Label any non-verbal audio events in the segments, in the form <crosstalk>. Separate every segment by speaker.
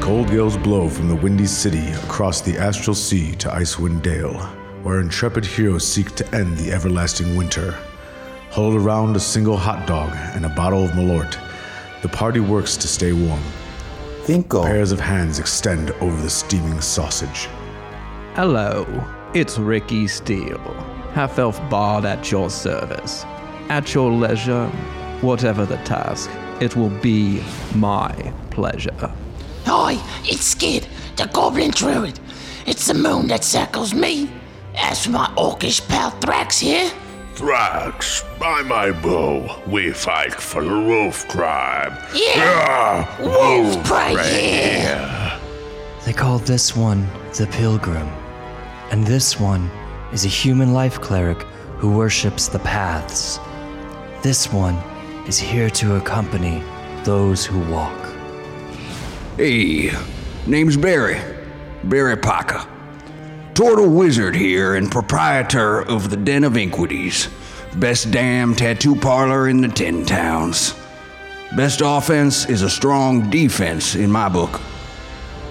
Speaker 1: Cold gales blow from the Windy City across the Astral Sea to Icewind Dale, where intrepid heroes seek to end the everlasting winter. Huddled around a single hot dog and a bottle of Malort, the party works to stay warm.
Speaker 2: Finkel.
Speaker 1: Pairs of hands extend over the steaming sausage.
Speaker 3: Hello, it's Ricky Steele, half elf bard at your service. At your leisure, whatever the task, it will be my pleasure.
Speaker 4: Hi, it's Skid, the Goblin Druid. It's the moon that circles me. As for my orcish pal Thrax here,
Speaker 5: Thrax, by my bow, we fight for the wolf tribe.
Speaker 4: Yeah.
Speaker 5: Ah,
Speaker 4: Wolf pride,
Speaker 6: They call this one the Pilgrim. And this one is a human life cleric who worships the paths. This one is here to accompany those who walk.
Speaker 7: Hey, name's Barry. Barry Paca. Turtle wizard here and proprietor of the Den of Inquities. Best damn tattoo parlor in the Ten Towns. Best offense is a strong defense in my book.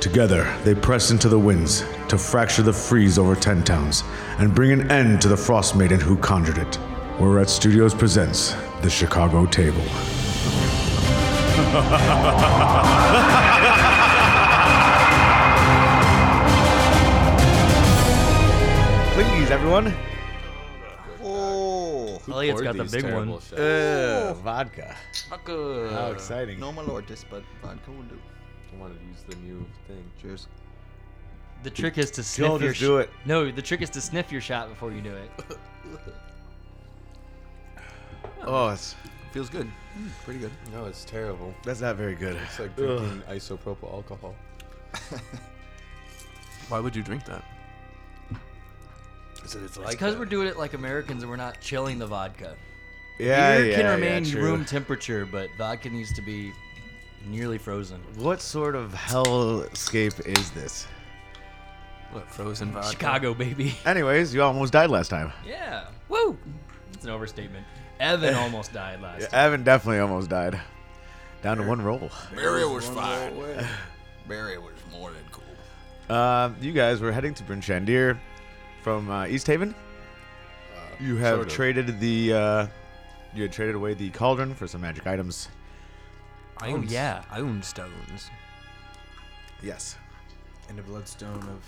Speaker 1: Together, they press into the winds to fracture the freeze over Ten Towns and bring an end to the Frost Maiden who conjured it. Whereat Studios presents The Chicago Table.
Speaker 8: Please, everyone.
Speaker 9: Elliot's got the big one.
Speaker 8: vodka. How exciting.
Speaker 2: No, my lord, this, but vodka will do.
Speaker 9: The trick is to sniff
Speaker 8: Joel,
Speaker 9: your
Speaker 8: just do
Speaker 9: sh-
Speaker 8: it.
Speaker 9: No, the trick is to sniff your shot before you do it.
Speaker 8: Oh, it's,
Speaker 2: Feels good.
Speaker 8: Hmm.
Speaker 2: pretty good.
Speaker 10: No, it's terrible.
Speaker 8: that's not very good.
Speaker 10: It's like drinking isopropyl alcohol.
Speaker 2: <laughs> Why would you drink that?
Speaker 9: It's because we're doing it like Americans and we're not chilling the vodka.
Speaker 8: Yeah,
Speaker 9: Beer
Speaker 8: yeah,
Speaker 9: can
Speaker 8: yeah,
Speaker 9: remain
Speaker 8: true.
Speaker 9: room temperature, but vodka needs to be nearly frozen.
Speaker 8: What sort of hellscape is this?
Speaker 2: What, frozen vodka?
Speaker 9: Chicago, baby.
Speaker 8: Anyways, you almost died last time.
Speaker 9: Yeah. Woo. It's an overstatement.
Speaker 8: <laughs>
Speaker 9: Evan almost died last. time.
Speaker 8: Evan definitely almost died. Down to one roll.
Speaker 7: Barry was fine.
Speaker 2: Barry was more than cool.
Speaker 8: Uh, you guys were heading to Bryn Shandir from uh, East Haven. you have
Speaker 10: Uh, sort of.
Speaker 8: traded the. Uh, you had traded away the cauldron for some magic items.
Speaker 9: Oh yeah.
Speaker 6: Own stones.
Speaker 8: Yes.
Speaker 2: And a bloodstone of.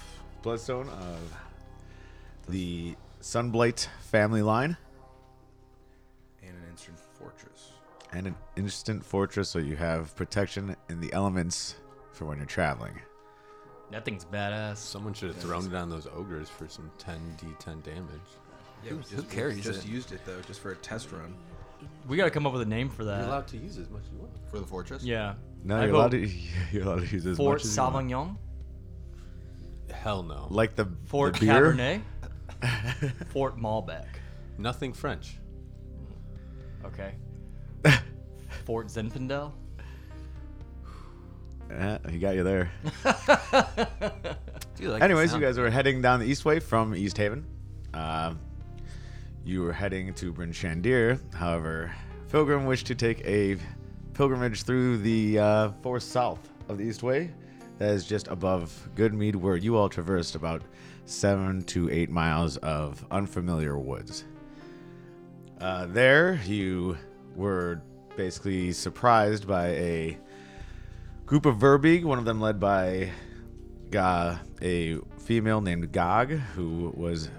Speaker 8: Bloodstone of the Sunblight family line
Speaker 2: And an instant fortress.
Speaker 8: and an instant fortress, so you have protection in the elements for when you're traveling.
Speaker 9: That thing's badass.
Speaker 10: Someone should have thrown it on those ogres for some 10d10 damage.
Speaker 2: Yeah, who, just, carries just used it, though, just for a test run.
Speaker 9: We gotta come up with a name for
Speaker 10: You're
Speaker 9: that.
Speaker 10: allowed to use as much as you want.
Speaker 2: For the fortress?
Speaker 9: Uh, Yeah.
Speaker 8: No,
Speaker 9: I
Speaker 8: you're
Speaker 9: vote
Speaker 8: allowed, to, you're allowed to use <laughs> as
Speaker 9: Fort
Speaker 8: much as you want.
Speaker 9: Sauvignon.
Speaker 10: Hell no.
Speaker 8: Like the
Speaker 9: Fort
Speaker 8: the beer.
Speaker 9: Cabernet.
Speaker 8: <laughs>
Speaker 9: Fort Malbec.
Speaker 10: Nothing French.
Speaker 8: <laughs>
Speaker 9: Okay. Fort Zinfandel.
Speaker 8: Yeah, he got you there. Anyways, you guys were heading down the east way from East Haven. Um, you were heading to Bryn Shandir. However, Pilgrim wished to take a pilgrimage through the uh, far south of the east way. That is just above Goodmead, where you all traversed about seven to eight miles of unfamiliar woods. Uh, there, you were basically surprised by a group of Verbeeg, one of them led by Ga, a female named Gog, who was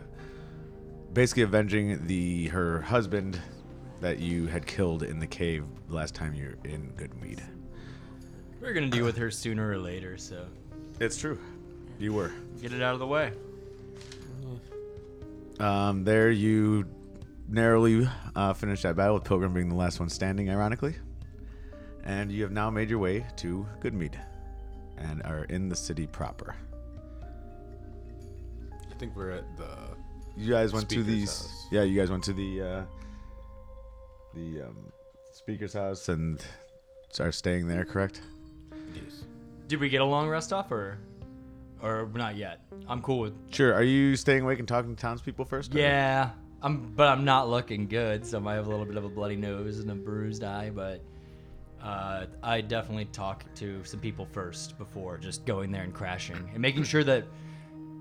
Speaker 8: basically avenging the her husband that you had killed in the cave last time you were in Goodmead.
Speaker 9: We're gonna deal with her sooner or later, so
Speaker 8: It's true. You were.
Speaker 9: get it out of the way.
Speaker 8: Um, there you narrowly uh, finished that battle with Pilgrim being the last one standing, ironically. And you have now made your way to Goodmead and are in the city proper.
Speaker 10: I think we're at the.
Speaker 8: You guys went to
Speaker 10: Speaker's
Speaker 8: the
Speaker 10: house.
Speaker 8: yeah. You guys went to the uh, the um, speaker's house and are staying there, correct?
Speaker 10: Yes.
Speaker 9: Did we get a long rest off or or not yet? I'm cool with
Speaker 8: Sure. Are you staying awake and talking to townspeople first? or-
Speaker 9: Yeah. I'm but I'm not looking good, so I might have a little bit of a bloody nose and a bruised eye, but uh, I definitely talk to some people first before just going there and crashing and making sure that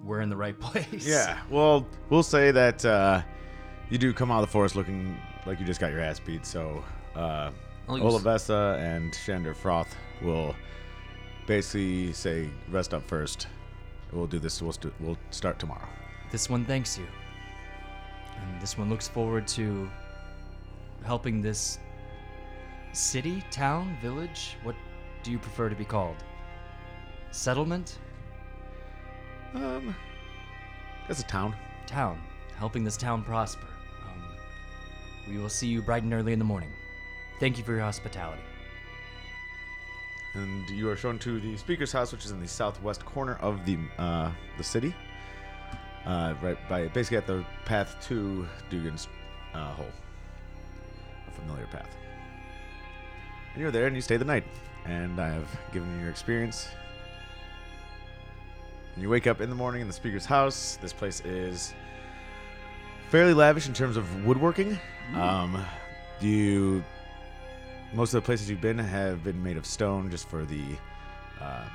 Speaker 9: we're in the right <laughs> place.
Speaker 8: Yeah. Well, we'll say that uh, you do come out of the forest looking like you just got your ass beat. So uh,
Speaker 9: I'll use-
Speaker 8: Olavessa and Shander Froth will basically say rest up first. We'll do this. We'll, st- we'll start tomorrow.
Speaker 6: This one thanks you.
Speaker 8: And
Speaker 6: this one looks forward to helping this city, town, village. What do you prefer to be called? Settlement?
Speaker 8: Um, that's a town.
Speaker 6: Town. Helping this town prosper. Um, we will see you bright and early in the morning. Thank you for your hospitality.
Speaker 8: And you are shown to the speaker's house, which is in the southwest corner of the uh, the city, uh, right by basically at the path to Dugan's uh, hole, a familiar path. And you're there, and you stay the night. And I have given you your experience. And you wake up in the morning in the speaker's house. This place is fairly lavish in terms of woodworking. Um, you most of the places you've been have been made of stone, just for the uh,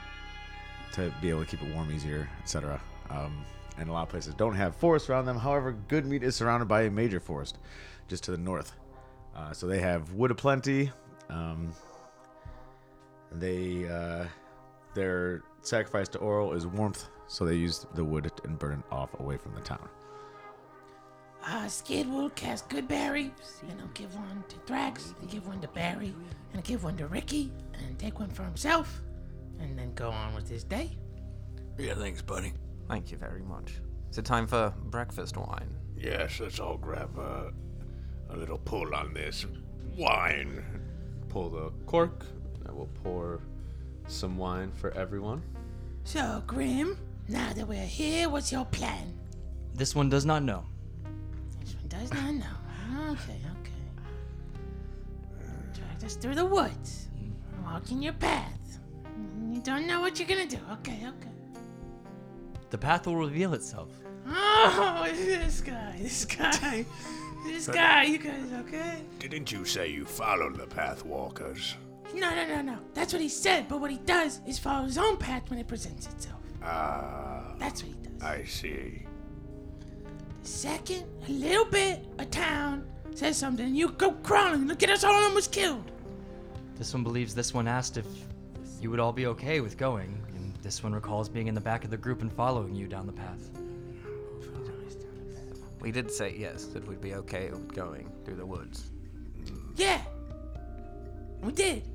Speaker 8: to be able to keep it warm easier, etc. Um, and a lot of places don't have forests around them. However, Good Meat is surrounded by a major forest, just to the north. Uh, so they have wood aplenty. Um, they uh, their sacrifice to Oral is warmth, so they use the wood and burn it off away from the town.
Speaker 4: Uh, Skid will cast Goodberry, and I'll give one to Thrax, and give one to Barry, and give one to Ricky, and take one for himself, and then go on with his day.
Speaker 11: Yeah, thanks, buddy. Thank you very much. Is it time for breakfast wine?
Speaker 5: Yes, let's all grab a, a little pull on this wine.
Speaker 10: Pull the cork. and I will pour some wine for everyone.
Speaker 4: So, Grim, now that we're here, what's your plan?
Speaker 6: This one does not know.
Speaker 4: Does not know. Okay, okay. Dragged us through the woods, walking your path. You don't know what you're gonna do. Okay, okay.
Speaker 9: The path will reveal itself.
Speaker 4: Oh, this guy, this guy, this guy. You guys okay?
Speaker 5: Didn't you say you followed the Pathwalkers?
Speaker 4: No, no, no, no. That's what he said. But what he does is follow his own path when it presents itself.
Speaker 5: Ah.
Speaker 4: That's what he does.
Speaker 5: I see.
Speaker 4: Second, a little bit, a town says something, you go crawling. Look at us all almost killed.
Speaker 6: This one believes this one asked if you would all be okay with going, and this one recalls being in the back of the group and following you down the path.
Speaker 11: We did say yes, that we'd be okay with going through the woods.
Speaker 4: Yeah. We did.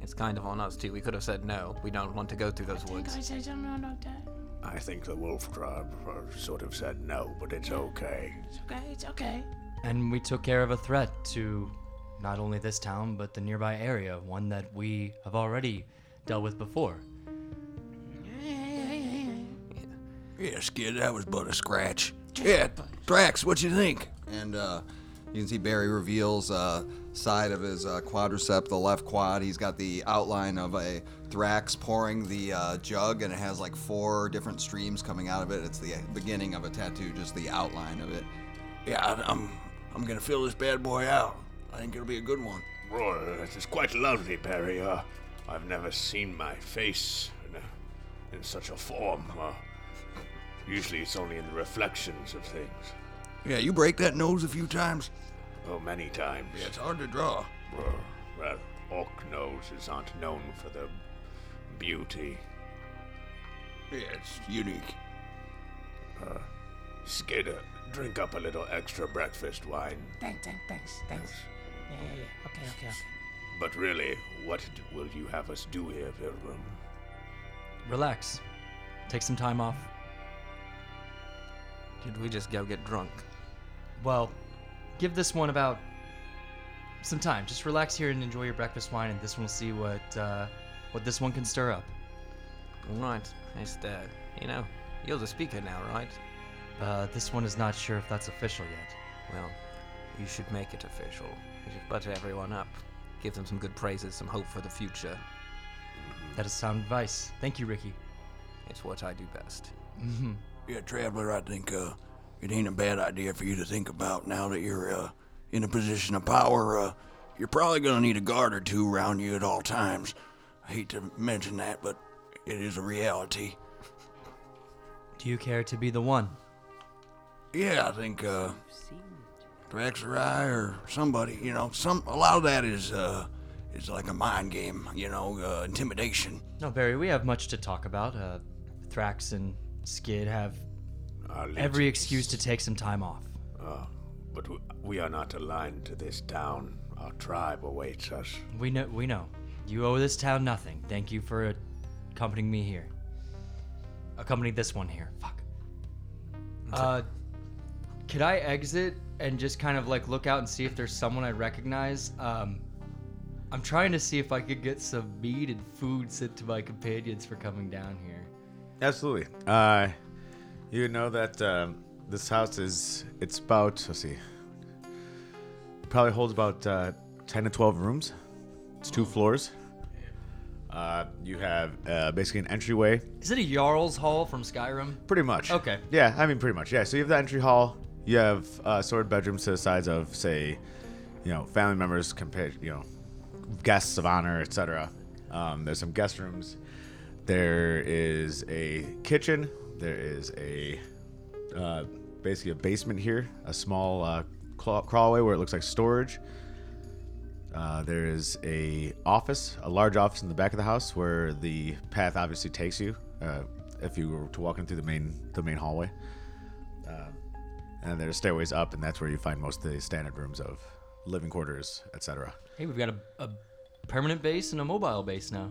Speaker 11: It's kind of on us, too. We could have said no. We don't want to go through those
Speaker 4: Did
Speaker 11: woods.
Speaker 4: I say something about that?
Speaker 5: I think the Wolf Tribe uh, sort of said no, but it's okay.
Speaker 4: It's okay. It's okay.
Speaker 6: And we took care of a threat to not only this town, but the nearby area, one that we have already dealt with before.
Speaker 7: Yeah, Skid, that was but a scratch. Yeah, Drax, what you think?
Speaker 12: And uh, you can see Barry reveals uh, side of his uh, quadricep, the left quad. He's got the outline of a thrax pouring the uh, jug, and it has like four different streams coming out of it. It's the beginning of a tattoo, just the outline of it.
Speaker 5: Yeah, I- I'm I'm gonna fill this bad boy out. I think it'll be a good one. Roy, this is quite lovely, Barry. Uh, I've never seen my face in, a, in such a form. Uh, usually it's only in the reflections of things.
Speaker 7: Yeah, you break that nose a few times.
Speaker 5: Oh, many times.
Speaker 7: Yeah, it's hard to draw.
Speaker 5: Well, well, orc noses aren't known for their beauty. Yeah, it's unique. Uh, Skidder, drink up a little extra breakfast wine.
Speaker 4: Thanks, thanks, thanks, thanks. Yeah, yeah, yeah. Okay, okay, okay.
Speaker 5: But really, what d- will you have us do here, Pilgrim?
Speaker 6: Relax. Take some time off.
Speaker 11: Did we just go get drunk?
Speaker 6: Well, give this one about some time. Just relax here and enjoy your breakfast wine, and this one will see what uh, what this one can stir up.
Speaker 11: Right. It's, uh, you know, you're the speaker now, right?
Speaker 6: Uh, this one is not sure if that's official yet.
Speaker 11: Well, you should make it official. You should butter everyone up. Give them some good praises, some hope for the future.
Speaker 6: That is sound advice. Thank you, Ricky.
Speaker 11: It's what I do best.
Speaker 2: Mm-hmm.
Speaker 10: <laughs>
Speaker 6: Mhm.
Speaker 7: Yeah, Traveler, I think uh, it ain't a bad idea for you to think about now that you're uh, in a position of power. Uh,
Speaker 5: You're probably gonna need a guard or two around you at all times. I hate to mention that, but it is a reality.
Speaker 9: Do you care to be the one?
Speaker 5: Yeah, I think uh Drax or I or somebody, you know, some a lot of that is uh is like a mind game, you know, uh, intimidation.
Speaker 9: No, Barry, we have much to talk about. Uh, Thrax and Skid have every excuse to take some time off.
Speaker 5: Uh, but w- we are not aligned to this town. Our tribe awaits us.
Speaker 9: We know, we know. You owe this town nothing. Thank you for accompanying me here. Accompanying this one here. Fuck. Uh, could I exit and just kind of like look out and see if there's someone I recognize? Um, I'm trying to see if I could get some meat and food sent to my companions for coming down here.
Speaker 8: Absolutely. Uh, you know that um, this house is it's about let's see, probably holds about uh, ten to twelve rooms. It's two floors. Uh, you have uh, basically an entryway,
Speaker 9: Is it a Jarl's Hall from Skyrim?
Speaker 8: pretty much.
Speaker 9: Okay.
Speaker 8: Yeah, I mean pretty much. Yeah. So you have the entry hall. You have uh, sort of bedrooms to the sides of say, you know, family members, compa- you know, guests of honor, etc. Um, there's some guest rooms. There is a kitchen. There is a uh, basically a basement here, a small uh, claw- crawlway where it looks like storage. Uh, there is a office, a large office in the back of the house where the path obviously takes you uh, if you were to walk in through the main the main hallway. Uh, and there's stairways up, and that's where you find most of the standard rooms of living quarters, etc.
Speaker 9: Hey, we've got a, a permanent base and a mobile base now.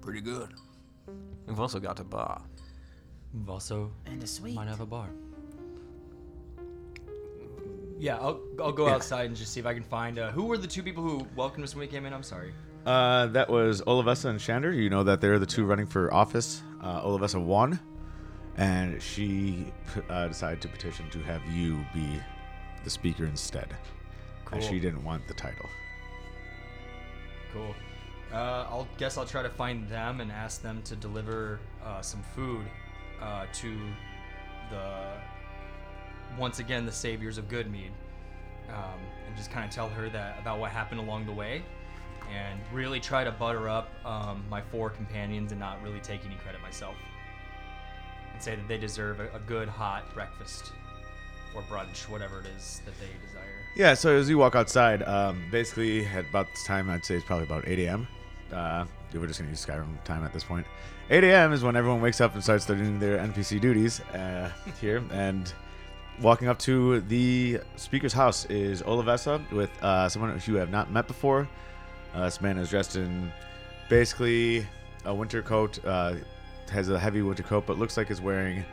Speaker 5: Pretty good.
Speaker 11: We've also got a bar.
Speaker 9: We've also
Speaker 4: and a suite.
Speaker 9: might have a bar. Yeah, I'll, I'll go
Speaker 8: Yeah.
Speaker 9: outside and just see if I can find. Uh, who were the two people who welcomed us when we came in? I'm sorry.
Speaker 8: Uh, that was Olivesa and Shander. You know that they're the two running for office. Uh, Olivesa won, and she p- uh, decided to petition to have you be the speaker instead.
Speaker 9: Cool.
Speaker 8: And she didn't want the title.
Speaker 9: Cool. Uh, I'll guess I'll try to find them and ask them to deliver uh, some food uh, to the once again the saviors of Goodmead, um, and just kind of tell her that about what happened along the way, and really try to butter up um, my four companions and not really take any credit myself, and say that they deserve a, a good hot breakfast or brunch, whatever it is that they desire.
Speaker 8: Yeah, so as you walk outside, um, basically at about this time, I'd say it's probably about 8 a.m. Uh, we're just going to use Skyrim time at this point. 8 a.m. is when everyone wakes up and starts doing their NPC duties uh, <laughs> here. And walking up to the speaker's house is Olivesa with uh, someone who you have not met before. Uh, this man is dressed in basically a winter coat, uh, has a heavy winter coat, but looks like he's wearing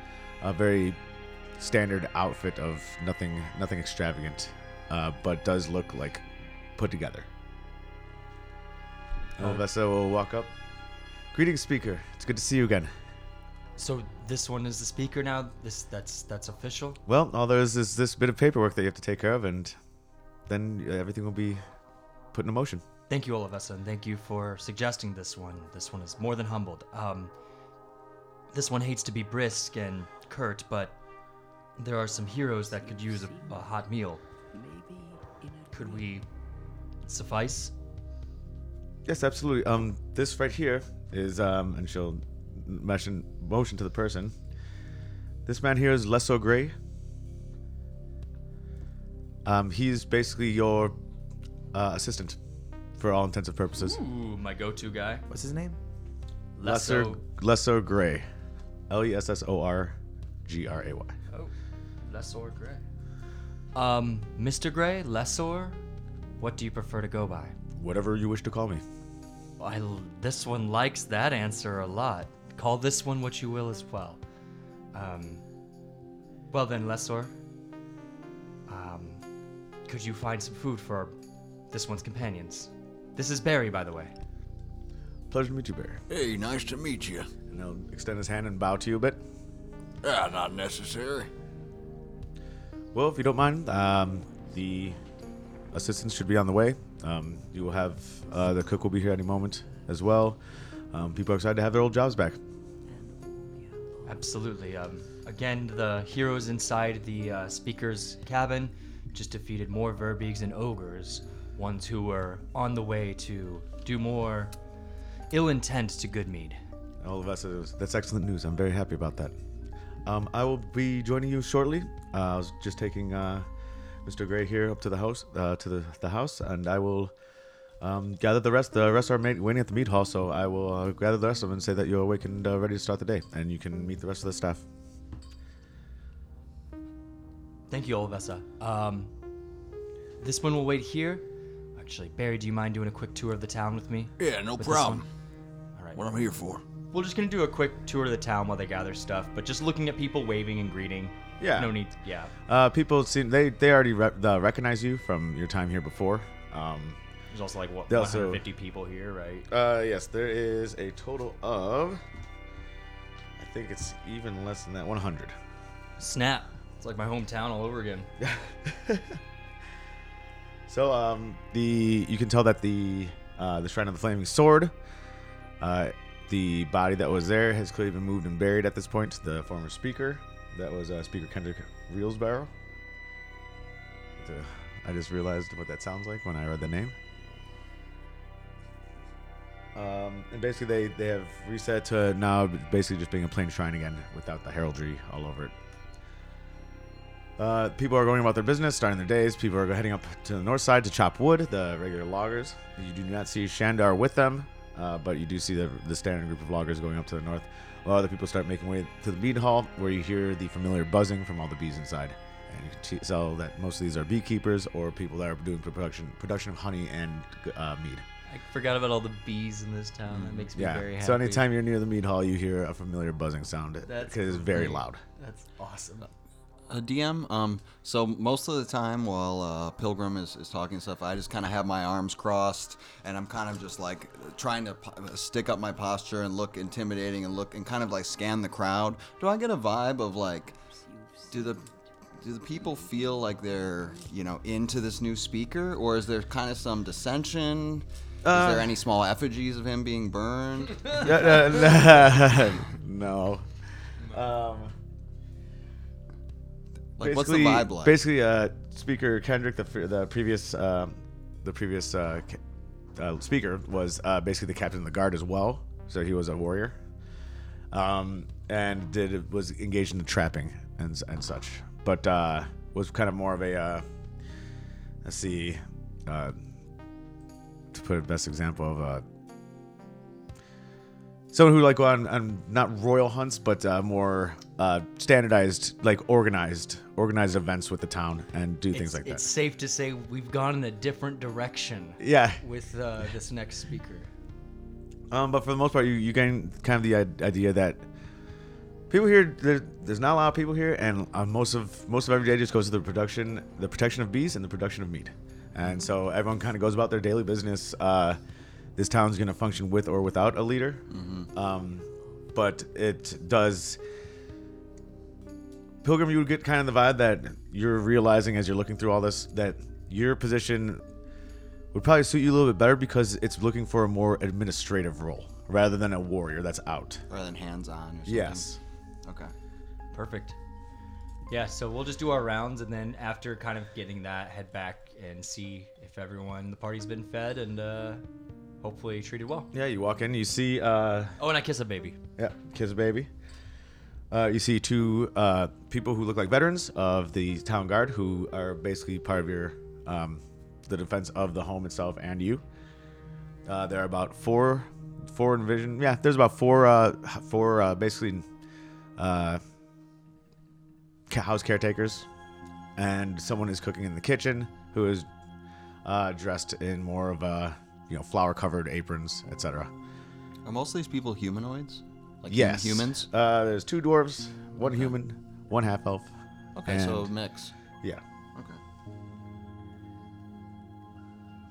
Speaker 8: a very standard outfit of nothing nothing extravagant, uh, but does look like put together.
Speaker 9: Uh,
Speaker 8: Olivesa will walk up. Greetings, speaker. It's good to see you again.
Speaker 9: So this one is the speaker now. This that's that's official.
Speaker 8: Well, all there is is this bit of paperwork that you have to take care of, and then everything will be put into motion.
Speaker 9: Thank you, Olivesa, and thank you for suggesting this one. This one is more than humbled. Um, this one hates to be brisk and curt, but there are some heroes that could use a, a hot meal. Could we suffice?
Speaker 8: Yes, absolutely. Um, this right here is, um, and she'll motion motion to the person. This man here is Lesso Gray. Um, he's basically your uh, assistant, for all intents and purposes.
Speaker 9: Ooh, my go-to guy.
Speaker 11: What's his name?
Speaker 8: Lesser Lesso Gray, L E S S O R G R A Y.
Speaker 9: Oh, Lessor Gray. Um, Mr. Gray, Lessor, what do you prefer to go by?
Speaker 8: Whatever you wish to call me.
Speaker 9: I, l- this one likes that answer a lot. Call this one what you will as well. Um, well then, Lessor, um, could you find some food for this one's companions? This is Barry, by the way.
Speaker 8: Pleasure to meet you, Barry.
Speaker 5: Hey, nice to meet you.
Speaker 8: And he'll extend his hand and bow to you a bit.
Speaker 5: Ah, not necessary.
Speaker 8: Well, if you don't mind, um, the assistants should be on the way. Um, you will have uh, the cook will be here any moment as well. Um, people are excited to have their old jobs back.
Speaker 9: Absolutely. Um, again, the heroes inside the uh, speaker's cabin. just defeated more Verbeegs and ogres, ones who were on the way to do more ill intent to Goodmead.
Speaker 8: All of us, that's excellent news. I'm very happy about that. Um, I will be joining you shortly. Uh, I was just taking uh, Mr. Gray here up to the house, uh, to the, the house, and I will um, gather the rest. The rest are ma- waiting at the meat hall, so I will uh, gather the rest of them and say that you're awake and uh, ready to start the day, and you can meet the rest of the staff.
Speaker 9: Thank you, Olivessa. Um, this one will wait here. Actually, Barry, do you mind doing a quick tour of the town with me?
Speaker 5: Yeah, no
Speaker 9: With this
Speaker 5: problem.
Speaker 9: one? All right.
Speaker 5: What I'm here for.
Speaker 9: We're just gonna do a quick tour of the town while they gather stuff, but just looking at people waving and greeting.
Speaker 8: Yeah.
Speaker 9: No need. Yeah.
Speaker 8: Uh, people seem they they already re- uh, recognize you from your time here before. Um,
Speaker 9: There's also like what
Speaker 8: They also-
Speaker 9: 150 people here, right?
Speaker 8: Uh, yes, there is a total of. I think it's even less than that. 100.
Speaker 9: Snap. It's like my hometown all over again.
Speaker 8: So um, the you can tell that the uh, the shrine of the flaming sword, uh, the body that was there has clearly been moved and buried at this point. The former speaker, that was uh, Speaker Kendrick Reelsbarrow. It's a- I just realized what that sounds like when I read the name. Um, and basically, they, they have reset to now basically just being a plain shrine again without the heraldry all over it. Uh, people are going about their business, starting their days. People are heading up to the north side to chop wood, the regular loggers. You do not see Shandar with them, uh, but you do see the, the standard group of loggers going up to the north. While other people start making way to the mead hall, where you hear the familiar buzzing from all the bees inside. And you can t- tell that most of these are beekeepers or people that are doing production production of honey and uh, mead.
Speaker 9: I forgot about all the bees in this town. That makes me very happy.
Speaker 8: So anytime you're near the mead hall, you hear a familiar buzzing sound.
Speaker 9: That's
Speaker 8: Because it's very
Speaker 9: great. <laughs>
Speaker 8: loud.
Speaker 9: That's awesome.
Speaker 12: Uh, DM, um, so most of the time while uh, Pilgrim is, is talking stuff, I just kind of have my arms crossed and I'm kind of just like trying to po- stick up my posture and look intimidating and look and kind of like scan the crowd. Do I get a vibe of like, do the do the people feel like they're you know into this new speaker or is there kind of some dissension?
Speaker 8: Uh,
Speaker 12: is there any small effigies of him
Speaker 8: <laughs>
Speaker 12: being burned?
Speaker 8: Uh, <laughs> no. Um,
Speaker 12: Like, what's the vibe like?
Speaker 8: Basically, uh, Speaker Kendrick, the fir- the previous uh, the previous uh, ca- uh, speaker was uh, basically the captain of the guard as well, so he was a warrior, um, and did was engaged in the trapping and s- and such, but uh, was kind of more of a uh, let's see. Uh, to put a best example of uh, someone who like go on, on not royal hunts but uh, more uh, standardized like organized organized events with the town and do
Speaker 9: It's-
Speaker 8: things like
Speaker 9: It's
Speaker 8: that
Speaker 9: safe to say we've gone in a different direction.
Speaker 8: Yeah.
Speaker 9: With uh, this next speaker.
Speaker 8: um, but for the most part you, you gain kind of the i- idea that people here there, there's not a lot of people here and uh, most of most of every day just goes to the production the protection of bees and the production of meat and so everyone kind of goes about their daily business uh, this town's going to function with or without a leader
Speaker 12: Mm-hmm.
Speaker 8: um, but it does Pilgrim, you would get kind of the vibe that you're realizing as you're looking through all this that your position would probably suit you a little bit better because it's looking for a more administrative role rather than a warrior that's out.
Speaker 12: Rather than hands on or something?
Speaker 8: Yes.
Speaker 12: <laughs> Okay.
Speaker 9: Perfect. Yeah, so we'll just do our rounds and then after kind of getting that, head back and see if everyone in the party's been fed and uh, hopefully treated well.
Speaker 8: Yeah, you walk in, you see. Uh,
Speaker 9: Oh, and I kiss a baby.
Speaker 8: Yeah, kiss a baby. Uh, you see two uh, people who look like veterans of the town guard, who are basically part of your um, the defense of the home itself and you. Uh, there are about four, four envision. Yeah, there's about four, uh, h- four uh, basically uh, ca- house caretakers, and someone is cooking in the kitchen who is uh, dressed in more of a you know flower covered aprons, etc.
Speaker 12: Are most of these people humanoids? Like
Speaker 8: yes,
Speaker 12: humans?
Speaker 8: Uh, there's two dwarves, one human, one half elf.
Speaker 12: Okay, so
Speaker 8: and-
Speaker 12: mix.
Speaker 8: Yeah.
Speaker 12: Okay.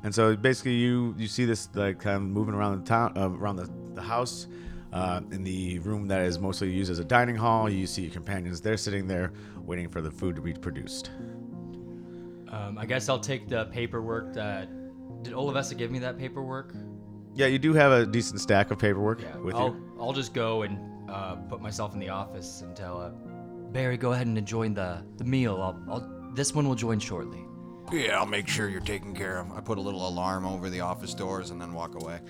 Speaker 8: And so basically, you you see this like kind of moving around the town, uh, around the, the house, uh, in the room that is mostly used as a dining hall. You see your companions; they're sitting there waiting for the food to be produced.
Speaker 9: Um, I guess I'll take the paperwork that. Did Olivesa give me that paperwork?
Speaker 8: Yeah, you do have a decent stack of paperwork with
Speaker 12: Oh,
Speaker 9: I'll,
Speaker 8: you.
Speaker 9: I'll just go and uh, put myself in the office and tell uh, Barry, go ahead and join the, the meal. I'll, I'll, this one will join shortly.
Speaker 12: Yeah, I'll make sure you're taken care of. I put a little alarm over the office doors and then walk away.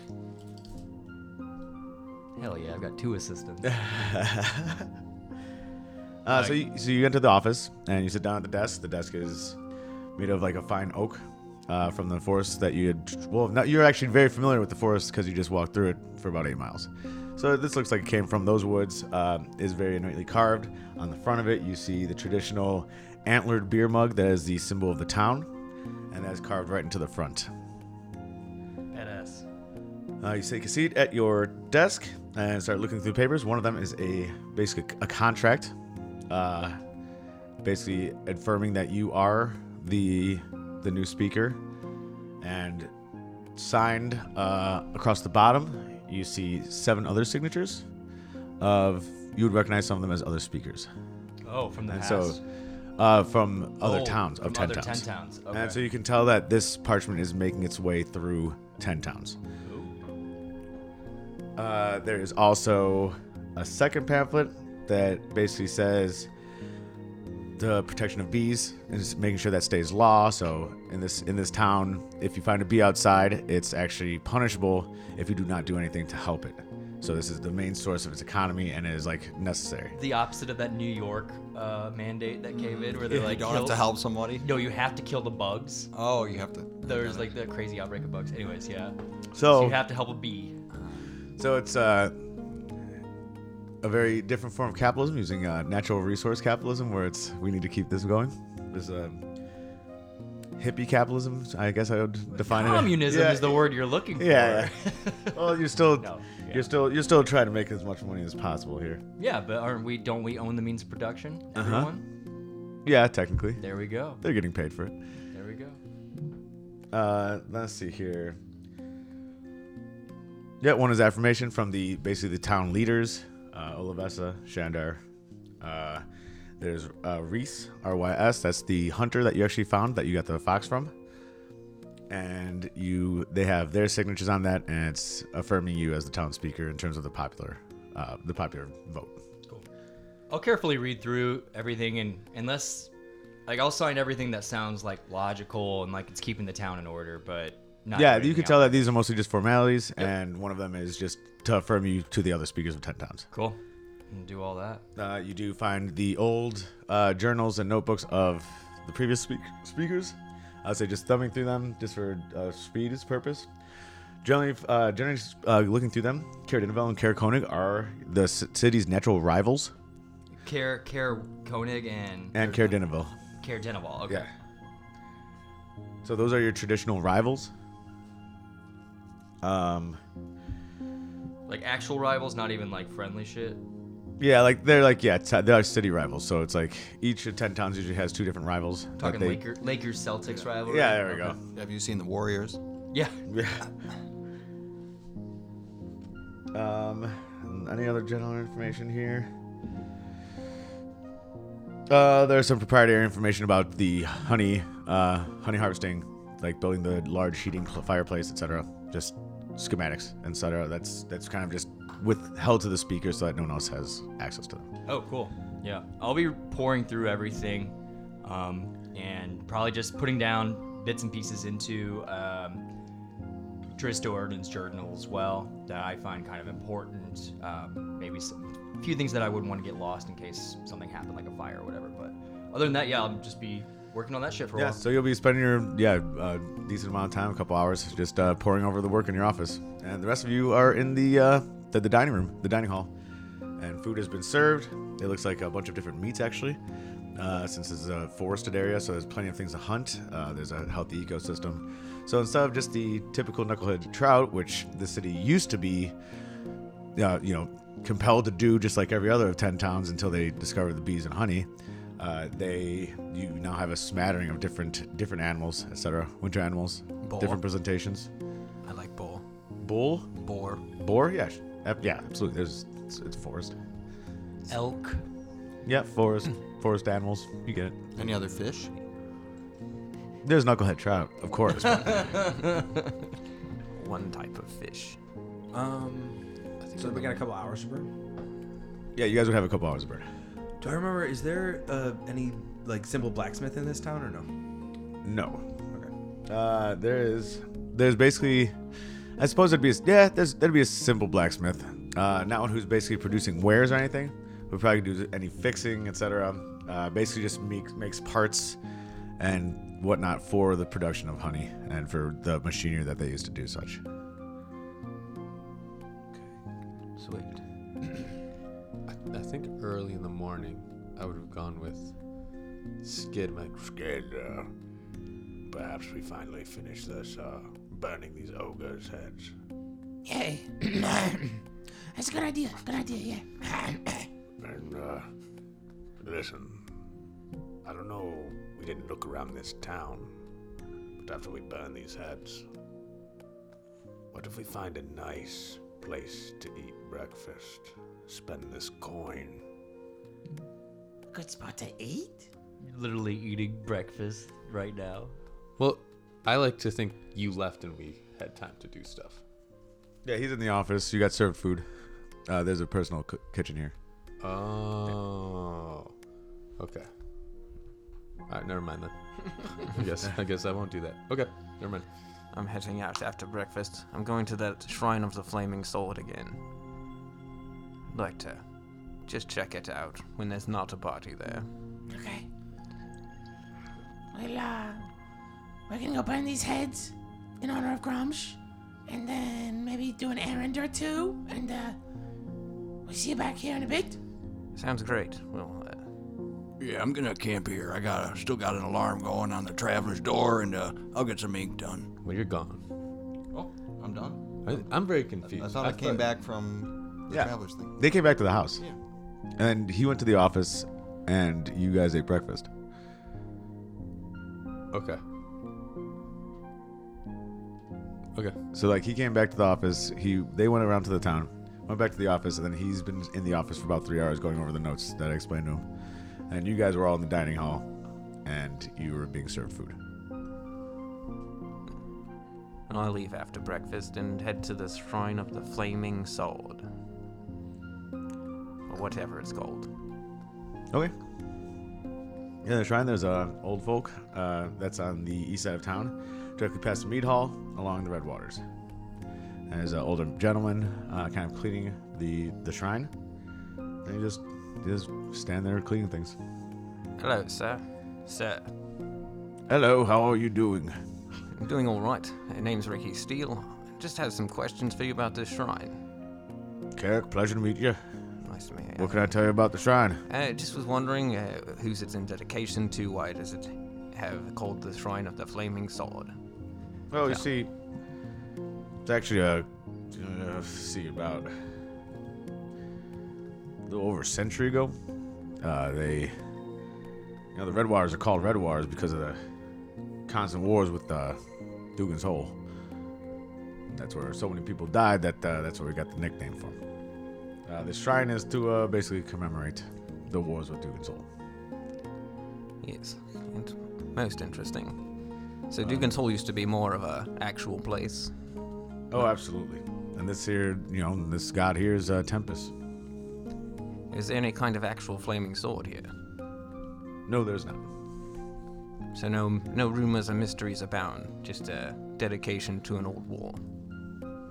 Speaker 9: Hell yeah, I've got two
Speaker 8: <laughs>
Speaker 9: assistants.
Speaker 8: Uh, so, you, so you enter the office and you sit down at the desk. The desk is made of like a fine oak uh, from the forest that you had. Well, not, you're actually very familiar with the forest because you just walked through it for about eight miles. So this looks like it came from those woods. Uh, is very neatly carved. On the front of it, you see the traditional antlered beer mug that is the symbol of the town, and that is carved right into the front.
Speaker 9: Badass.
Speaker 8: Uh, you take a seat at your desk and start looking through papers. One of them is a basic a contract, uh, basically affirming that you are the the new speaker. And signed uh, across the bottom, you see seven other signatures. Of you would recognize some of them as other speakers.
Speaker 9: Oh, from the
Speaker 8: and
Speaker 9: past.
Speaker 8: so uh, from other
Speaker 9: Oh,
Speaker 8: towns of
Speaker 9: from
Speaker 8: 10
Speaker 9: other
Speaker 8: towns.
Speaker 9: 10 towns, okay.
Speaker 8: And so you can tell that this parchment is making its way through 10 towns. Uh, there is also a second pamphlet that basically says the protection of bees and just making sure that stays law. So in this in this town, if you find a bee outside, it's actually punishable if you do not do anything to help it. So this is the main source of its economy and it is like necessary.
Speaker 9: the opposite of that New York uh, mandate that came in, where they're
Speaker 12: You
Speaker 9: like,
Speaker 12: don't have
Speaker 9: kill-
Speaker 12: to help somebody?
Speaker 9: No, you have to kill the bugs.
Speaker 12: Oh, you have to.
Speaker 9: There's like the crazy outbreak of bugs. Anyways, yeah.
Speaker 8: So-
Speaker 9: you have to help a bee.
Speaker 8: So it's uh, a very different form of capitalism, using uh, natural resource capitalism, where it's we need to keep this going. There's um, hippie capitalism, I guess I would define it.
Speaker 9: Communism
Speaker 8: Yeah,
Speaker 9: is the word you're looking for.
Speaker 8: Yeah. yeah. <laughs> well, you're still
Speaker 9: No,
Speaker 8: you're still you're still trying to make as much money as possible here.
Speaker 9: <laughs> Yeah, but aren't we? Don't we own the means of production?
Speaker 8: Uh-huh.
Speaker 9: Everyone.
Speaker 8: Yeah, technically.
Speaker 9: There we go.
Speaker 8: They're getting paid for it.
Speaker 9: There we go.
Speaker 8: Uh, let's see here. Yeah, one is affirmation from the basically the town leaders, uh, Olivesa, Shandar. Uh, there's uh, Reese, R Y S. That's the hunter that you actually found that you got the fox from, and you they have their signatures on that, and it's affirming you as the town speaker in terms of the popular, uh, the popular vote.
Speaker 9: I'll carefully read through everything, and unless, like, I'll sign everything that sounds like logical and like it's keeping the town in order, but not.
Speaker 8: yeah,
Speaker 9: everything
Speaker 8: you can
Speaker 9: else.
Speaker 8: tell that these are mostly just formalities, and one of them is just to affirm you to the other speakers of ten towns.
Speaker 9: Cool. And do all that.
Speaker 8: Uh, you do find the old uh, journals and notebooks of the previous speak- speakers. I would say just thumbing through them, just for uh, speed's purpose. Generally, uh, generally uh, looking through them, Kara Dinovel and Kara Koenig are the c- city's natural rivals,
Speaker 9: Care, Care Koenig and
Speaker 8: and Kara Dinovel.
Speaker 9: Care Denival. Okay.
Speaker 8: So those are your traditional rivals. Um,
Speaker 9: Like actual rivals, not even like friendly shit.
Speaker 8: yeah, like they're like yeah, t- they're like city rivals. So it's like each of ten towns usually has two different rivals. that
Speaker 9: Talking
Speaker 8: they-
Speaker 9: Laker, Lakers Celtics rivalry.
Speaker 8: Yeah, there we
Speaker 9: Okay.
Speaker 8: go.
Speaker 12: Have you seen the Warriors?
Speaker 8: <laughs>
Speaker 9: Yeah.
Speaker 8: Um, any other general information here? Uh, there's some proprietary information about the honey, uh, honey harvesting, like building the large heating cl- fireplace, etc. Just schematics, etc. That's that's kind of just withheld to the speaker so that no one else has access to them.
Speaker 9: Oh, cool. Yeah, I'll be pouring through everything, um, and probably just putting down bits and pieces into um, Trista Orden's journal as well that I find kind of important. Um, maybe some, a few things that I wouldn't want to get lost in case something happened, like a fire or whatever. But other than that, yeah, I'll just be working on that shit for a
Speaker 8: Yeah,
Speaker 9: while.
Speaker 8: so you'll be spending your yeah uh, decent amount of time, a couple hours, just uh, pouring over the work in your office, and the rest of you are in the uh, the, the dining room, the dining hall, and food has been served. It looks like a bunch of different meats actually, uh, since this is a forested area, so there's plenty of things to hunt. Uh, there's a healthy ecosystem, so instead of just the typical knucklehead trout, which the city used to be, uh, you know, compelled to do just like every other of ten towns until they discovered the bees and honey. Uh, they you now have a smattering of different different animals, etc. Winter animals,
Speaker 11: Boar.
Speaker 8: different presentations.
Speaker 11: I like bull.
Speaker 8: Bull,
Speaker 11: boar,
Speaker 8: boar. Yeah, sh- ab- yeah, absolutely. There's it's, it's forest.
Speaker 11: elk.
Speaker 8: Yeah, forest, forest animals. You get it.
Speaker 12: Any other fish?
Speaker 8: There's knucklehead trout, of course.
Speaker 11: <laughs> One type of fish.
Speaker 2: Um, so we got a couple hours to burn.
Speaker 8: yeah, you guys would have a couple hours of bird.
Speaker 2: Do I remember? Is there uh, any like simple blacksmith in this town or no?
Speaker 8: No. Okay. Uh, there is. There's basically. I suppose there'd be a, yeah. There's there'd be a simple blacksmith. Uh, not one who's basically producing wares or anything. Who probably do any fixing, etc. Uh, basically just make, makes parts and whatnot for the production of honey and for the machinery that they use to do such.
Speaker 10: Sweet. I, I think early in the morning, I would have gone with Skid. My
Speaker 5: Skid, uh, perhaps we finally finish this, uh, burning these ogres' heads.
Speaker 4: Yay. <clears throat> That's a good idea. Good idea, yeah.
Speaker 5: <coughs> And, uh, listen, I don't know, we didn't look around this town, but after we burn these heads, what if we find a nice place to eat breakfast? Spend this coin.
Speaker 4: Good spot to eat?
Speaker 9: Literally eating breakfast right now.
Speaker 10: Well, I like to think you left and we had time to do stuff.
Speaker 8: Yeah, he's in the office. You got served food. Uh, there's a personal c- kitchen here.
Speaker 10: Oh. Okay. All right,
Speaker 9: <laughs>
Speaker 10: never mind then. I guess I guess I won't do that. Okay, never mind.
Speaker 11: I'm heading out after breakfast. I'm going to that shrine of the flaming sword again. Like to just check it out when there's not a party there.
Speaker 4: Okay. Well, uh, we're gonna go burn these heads in honor of Grumsh, and then maybe do an errand or two, and uh, we'll see you back here in a bit.
Speaker 11: Sounds great. Well, uh,
Speaker 5: Yeah, I'm gonna camp here. I got still got an alarm going on the traveler's door, and uh, I'll get some ink done.
Speaker 10: Well, you're gone.
Speaker 5: Oh, I'm done.
Speaker 10: I, I'm very confused.
Speaker 12: I thought I, came back from the
Speaker 8: Yeah.
Speaker 12: traveler's thing.
Speaker 8: They came back to the house. And he went to the office, and you guys ate breakfast.
Speaker 10: Okay. Okay.
Speaker 8: So like he came back to the office. He they went around to the town, went back to the office, and then he's been in the office for about three hours going over the notes that I explained to him. And you guys were all in the dining hall, and you were being served food.
Speaker 11: and I leave after breakfast and head to the shrine of the flaming sword, or whatever it's called.
Speaker 8: Okay. In the shrine, there's a old folk uh, that's on the east side of town, directly past the mead hall, along the red waters. And there's an older gentleman, uh, kind of cleaning the the shrine. And you just you just stand there cleaning things.
Speaker 11: Hello, sir. Sir.
Speaker 7: Hello, how are you doing?
Speaker 11: I'm doing all right. My name's Ricky Steele. Just have some questions for you about this shrine.
Speaker 7: Carrick, pleasure to meet you.
Speaker 11: Nice to meet you.
Speaker 7: What can I tell you about the shrine?
Speaker 11: Uh, just was wondering uh, whose it's in dedication to. Why does it have called the Shrine of the Flaming Sword?
Speaker 7: Oh,
Speaker 8: Well, you
Speaker 11: Yeah.
Speaker 8: see, it's actually a uh, let's see about a little over a century ago. Uh, they, you know, the Red Wires are called Red Wires because of the constant wars with uh, Dugan's Hole. That's where so many people died that uh, that's where we got the nickname from. Uh, the shrine is to uh, basically commemorate the wars with Dugan's Hole.
Speaker 11: Yes, and most interesting. So Dugan's Hall used to be more of a actual place.
Speaker 8: Oh, absolutely. And this here, you know, this god here is uh, Tempest.
Speaker 11: Is there any kind of actual flaming sword here?
Speaker 8: No, there's not.
Speaker 11: So no, no rumors or mysteries abound. Just a dedication to an old war.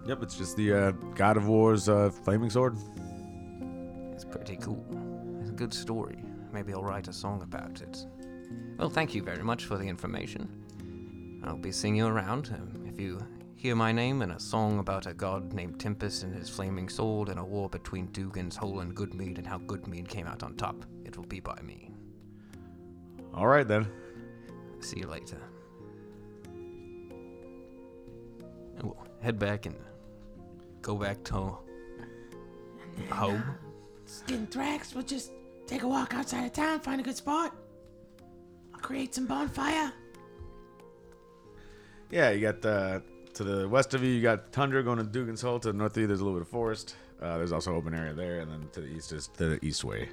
Speaker 8: Yep, it's just the uh, God of War's uh, flaming sword.
Speaker 11: It's pretty cool. It's a good story. Maybe I'll write a song about it. Well, thank you very much for the information. I'll be seeing you around. Um, if you hear my name and a song about a god named Tempest and his flaming sword and a war between Dugan's Hole and Goodmead and how Goodmead came out on top, it will be by me.
Speaker 8: All right then.
Speaker 11: See you later. And we'll head back and go back to home.
Speaker 4: Skin Thrax, we'll just take a walk outside of town, find a good spot. I'll create some bonfire.
Speaker 8: Yeah, you got the to the west of you, you got tundra going to Dugan's Hole. To the north of you, there's a little bit of forest. Uh, there's also open area there, and then to the east is the east way.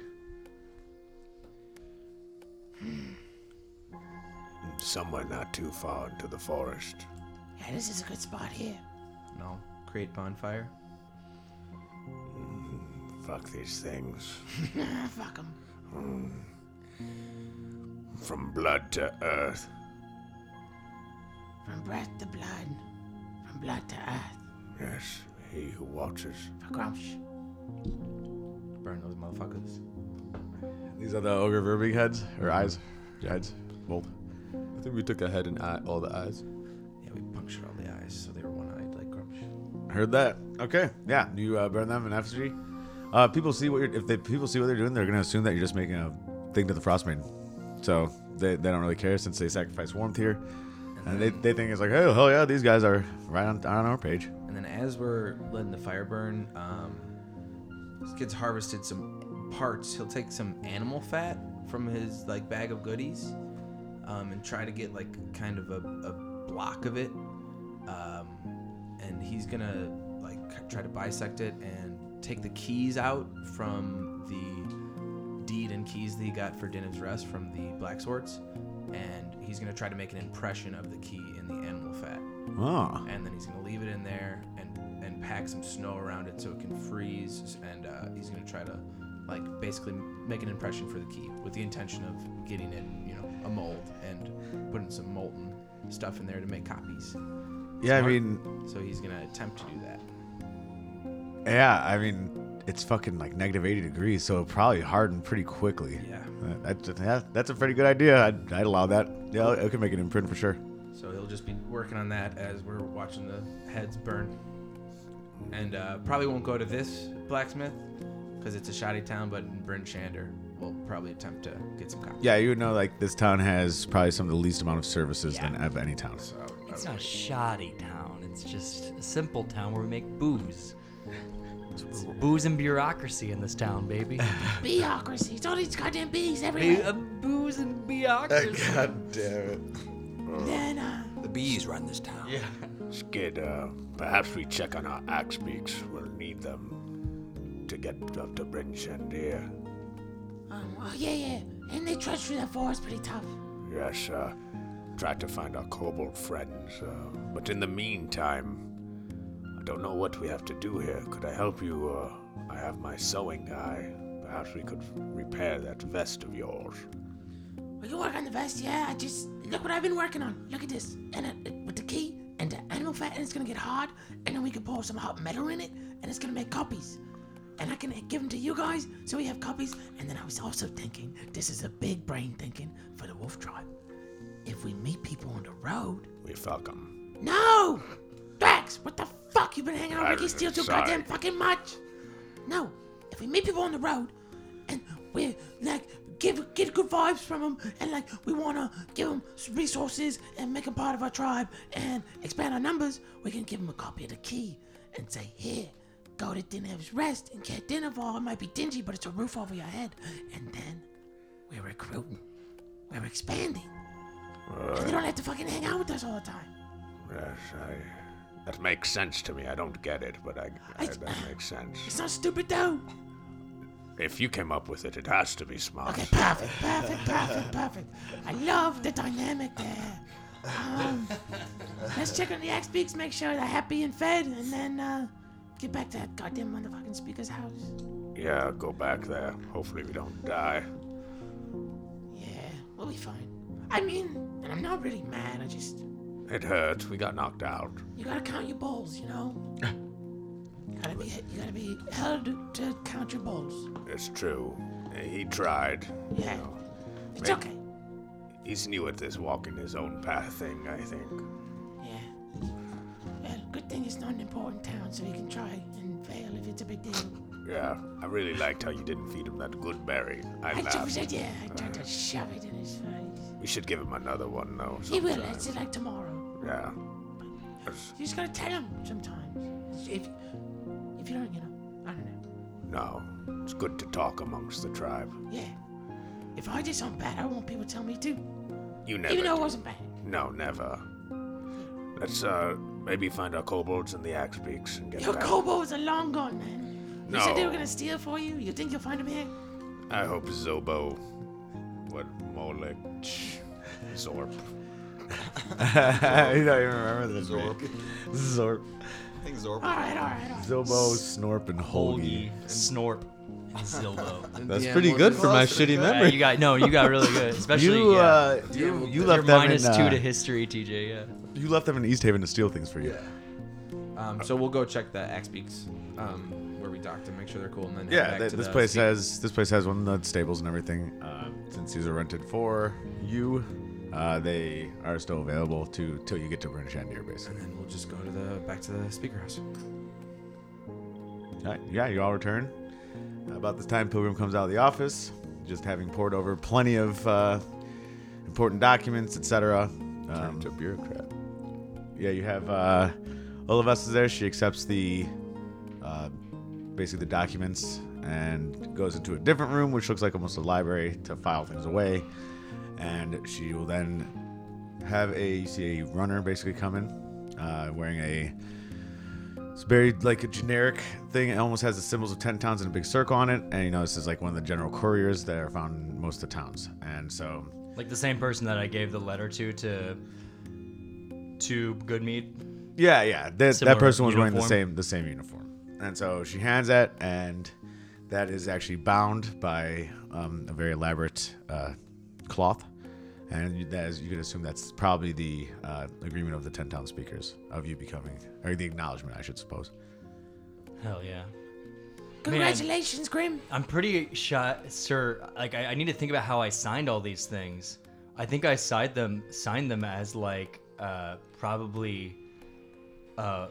Speaker 5: Somewhere not too far into the forest.
Speaker 4: Yeah, this is a good spot here.
Speaker 5: No. Create bonfire. Fuck these things.
Speaker 4: <laughs>
Speaker 5: Hmm.
Speaker 4: Fuck 'em.
Speaker 5: From blood to earth.
Speaker 4: From breath to blood, from blood to earth.
Speaker 5: Yes, he who watches.
Speaker 4: Grumsh.
Speaker 2: Burn those motherfuckers.
Speaker 8: These are the ogre verbeek heads or eyes. Heads. Bold.
Speaker 10: I think we took a head and eye, all the eyes.
Speaker 2: Yeah, we punctured all the eyes, so they were one-eyed like Grumsh.
Speaker 8: Heard that. Okay. Yeah. You uh, burn them in effigy. Uh, people see what you're. If they people see what they're doing, they're gonna assume that you're just making a thing to the frostmaiden. So they, they don't really care since they sacrifice warmth here, and they, they think it's like, oh hell yeah, these guys are right on on our page.
Speaker 2: And then as we're letting the fire burn, um, this kid's harvested some parts. He'll take some animal fat from his like bag of goodies, um, and try to get like kind of a, a block of it. Um, and he's gonna like try to dissect it and take the keys out from the deed and keys that he got for Dinah's Rest from the Black Swords, and he's gonna try to make an impression of the key in the animal fat.
Speaker 8: Ah.
Speaker 2: And then he's gonna leave it in there and and pack some snow around it so it can freeze. And uh, he's gonna try to like basically make an impression for the key with the intention of getting it, you know, a mold and putting some molten stuff in there to make copies.
Speaker 8: Yeah, I
Speaker 2: Smart.
Speaker 8: mean-
Speaker 2: So he's gonna attempt to do that.
Speaker 8: Yeah, I mean, it's fucking like negative 80 degrees, so it probably hardened pretty quickly.
Speaker 2: Yeah.
Speaker 8: That's, that- that's a pretty good idea. I'd, I'd allow that. Yeah, it could make an imprint for sure.
Speaker 2: So he'll just be working on that as we're watching the heads burn. And uh, probably won't go to this blacksmith because it's a shoddy town, but in Bryn Shander, we'll probably attempt to get some copies.
Speaker 8: Yeah, you would know, like, this town has probably some of the least amount of services than of any town.
Speaker 5: Oh,
Speaker 6: It's not a shoddy town. It's just a simple town where we make
Speaker 5: <laughs>
Speaker 6: booze. It's booze and bureaucracy in this town,
Speaker 5: <laughs>
Speaker 6: baby.
Speaker 4: Bureaucracy. It's all these goddamn bees
Speaker 6: Be-
Speaker 4: everywhere.
Speaker 6: uh, booze and bureaucracy.
Speaker 5: God damn it.
Speaker 4: Then, uh,
Speaker 5: The bees run this town. Yeah. Skid, uh, perhaps we check on our axe beaks. We'll need them to get up to Bryn Shandir.
Speaker 4: um, oh yeah, yeah. And they trudge through that forest pretty tough.
Speaker 5: Yes, uh, try to find our kobold friends. Uh, but in the meantime, I don't know what we have to do here. Could I help you? Uh, I have my sewing guy. Perhaps we could repair that vest of yours.
Speaker 4: We can work on the vest, yeah. I just look what I've been working on. Look at this, and uh, with the key and the animal fat, and it's gonna get hard, and then we can pour some hot metal in it, and it's gonna make copies. And I can give them to you guys, so we have copies. And then I was also thinking, this is a big brain thinking for the wolf tribe. If we meet people on the road,
Speaker 5: We fuck 'em.
Speaker 4: no, Drax, what the fuck? You've been hanging out with Ricky Steele too
Speaker 5: Sorry.
Speaker 4: goddamn fucking much. No, if we meet people on the road, and we like give get good vibes from them, and like we wanna give them resources and make them part of our tribe and expand our numbers, we can give them a copy of the key and say, here, go to dinner's rest and get dinner for. It might be dingy, but it's a roof over your head, and then we're recruiting, we're expanding, and they don't have to fucking hang out with us all the time.
Speaker 5: Yes, I. That makes sense to me. I don't get it, but I, I that makes sense.
Speaker 4: It's not stupid though.
Speaker 5: If you came up with it, it has to be smart. Okay,
Speaker 4: perfect, perfect, perfect, perfect. I love the dynamic there. Um, let's check on the axe beaks, make sure they're happy and fed, and then uh, get back to that goddamn motherfucking speaker's house.
Speaker 5: <laughs> Yeah, go back there. Hopefully, we don't die.
Speaker 4: Yeah, we'll be fine. I mean, and I'm not really mad. I just
Speaker 5: It hurt. We got knocked out.
Speaker 4: you gotta count your balls, you know. you gotta be you gotta be held to count your balls.
Speaker 5: It's true. He tried.
Speaker 4: Yeah. It's okay.
Speaker 5: He's new at this walking his own path thing, I think.
Speaker 4: Yeah. Well, good thing it's not an important town, so you can try and fail if it's a big deal.
Speaker 5: Yeah, I really liked how you didn't feed him that good berry. I
Speaker 4: I just
Speaker 5: laughed.
Speaker 4: said, yeah, I tried to shove it in his face.
Speaker 5: We should give him another one, though.
Speaker 4: He will,
Speaker 5: sometime.
Speaker 4: it's like tomorrow.
Speaker 5: Yeah.
Speaker 4: You just gotta tell him sometimes. If, if you don't, you know, I don't know.
Speaker 5: No, it's good to talk amongst the tribe.
Speaker 4: Yeah. If I did something bad, I want people to tell me too.
Speaker 5: You never.
Speaker 4: Even though it
Speaker 5: do.
Speaker 4: wasn't bad.
Speaker 5: No, never. Let's uh maybe find our kobolds and the axe beaks and get
Speaker 4: Your
Speaker 5: back.
Speaker 4: kobolds are long gone, man. You said they
Speaker 5: No.
Speaker 4: were gonna steal for you? You think you'll find them here?
Speaker 5: I hope Zobo, what more like Zorp.
Speaker 8: <laughs> I don't even remember this. Zorp. Zorp.
Speaker 7: think Zorbo.
Speaker 4: All right, all right, all right.
Speaker 8: Zobo, Snorp, and Holgi.
Speaker 9: <laughs> Snorp and Zilbo.
Speaker 8: That's Yeah, pretty we're good for my close. shitty memory.
Speaker 9: Yeah, you got no, you got really good. <laughs>
Speaker 8: <laughs>
Speaker 9: Especially
Speaker 8: You,
Speaker 9: yeah.
Speaker 8: uh, you- you
Speaker 9: You're
Speaker 8: left them
Speaker 9: minus
Speaker 8: in, uh,
Speaker 9: two to history, TJ. Yeah.
Speaker 8: You left them in East Haven to steal things for you.
Speaker 2: Um, so we'll go check the axe beaks um, where we docked and make sure they're cool, and then head
Speaker 8: Yeah,
Speaker 2: back
Speaker 8: th-
Speaker 2: to
Speaker 8: this
Speaker 2: the
Speaker 8: place
Speaker 2: sea-
Speaker 8: has this place has one of the stables and everything. Uh, since these are rented for you, uh, they are still available to till you get to Bryn Shandir, basically.
Speaker 2: And we'll just go to the back to the speaker house.
Speaker 8: All right, yeah, you all return. About this time, Pilgrim comes out of the office, just having poured over plenty of uh, important documents, etc. Um, to bureaucrat. Yeah, you have uh, Olivas is there. She accepts the uh, basically the documents and goes into a different room, which looks like almost a library, to file things away. And she will then have a you see a runner basically come in, uh, wearing a it's very like a generic thing. It almost has the symbols of ten towns in a big circle on it, and you know this is like one of the general couriers that are found in most of the towns. And so
Speaker 9: Like the same person that I gave the letter to to to Goodmead.
Speaker 8: Yeah, yeah. uh, That,
Speaker 9: Similar
Speaker 8: that person was wearing the
Speaker 9: uniform.
Speaker 8: same the same uniform, and so she hands that, and that is actually bound by um, a very elaborate uh, cloth, and you- that is, you can assume that's probably the uh, agreement of the ten town speakers of you becoming, or the acknowledgement, I should suppose.
Speaker 9: Hell yeah.
Speaker 4: Congratulations, Grim.
Speaker 9: I'm pretty sure, sir. Like I, I need to think about how I signed all these things. I think I signed them, signed them as like uh, probably uh,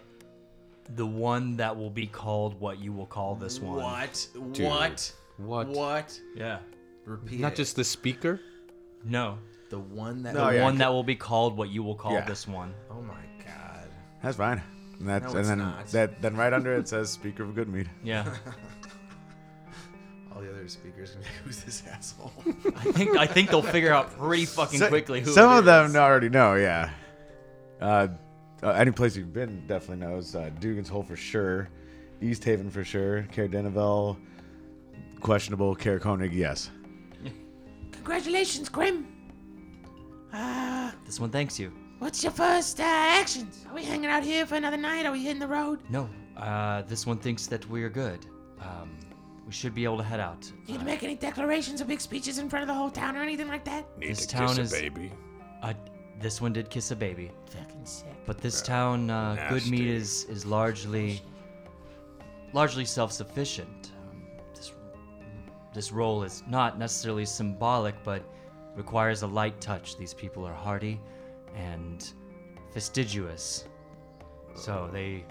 Speaker 9: the one that will be called what you will call this one.
Speaker 2: What?
Speaker 13: Dude.
Speaker 2: What?
Speaker 13: What?
Speaker 2: What?
Speaker 9: Yeah.
Speaker 2: Repeat.
Speaker 13: Not
Speaker 2: it.
Speaker 13: just the speaker.
Speaker 9: No.
Speaker 2: the one that.
Speaker 9: the one that will be called what you will call
Speaker 8: Yeah.
Speaker 9: this one.
Speaker 2: Oh my god.
Speaker 8: That's fine. And that's
Speaker 2: No,
Speaker 8: and
Speaker 2: it's
Speaker 8: then
Speaker 2: not.
Speaker 8: that then right under it says Speaker of Goodmead.
Speaker 9: Yeah.
Speaker 2: <laughs> All the other speakers are gonna be like, who's this asshole?
Speaker 9: I think I think they'll figure out
Speaker 2: <laughs>
Speaker 9: pretty fucking
Speaker 8: So-
Speaker 9: quickly who.
Speaker 8: some
Speaker 9: it
Speaker 8: of
Speaker 9: is.
Speaker 8: them already know. Yeah. Uh, uh, any place you've been definitely knows. Uh, Dugan's Hole for sure. East Haven for sure. Care Denivel, questionable. Care Koenig, yes.
Speaker 4: Congratulations, Grim. Uh,
Speaker 9: This one thanks you.
Speaker 4: what's your first uh, actions? Are we hanging out here for another night? Are we hitting the road?
Speaker 9: No. Uh, this one thinks that we're good. Um, we should be able to head out.
Speaker 4: Need to make any declarations or big speeches in front of the whole town or anything like that?
Speaker 9: this town is Uh, this one did kiss a baby.
Speaker 4: Fucking sick.
Speaker 9: But this town, uh, Goodmead
Speaker 4: nasty.
Speaker 9: is is largely largely self-sufficient. Um, this this role is not necessarily symbolic, but requires a light touch. These people are hardy and fastidious, so they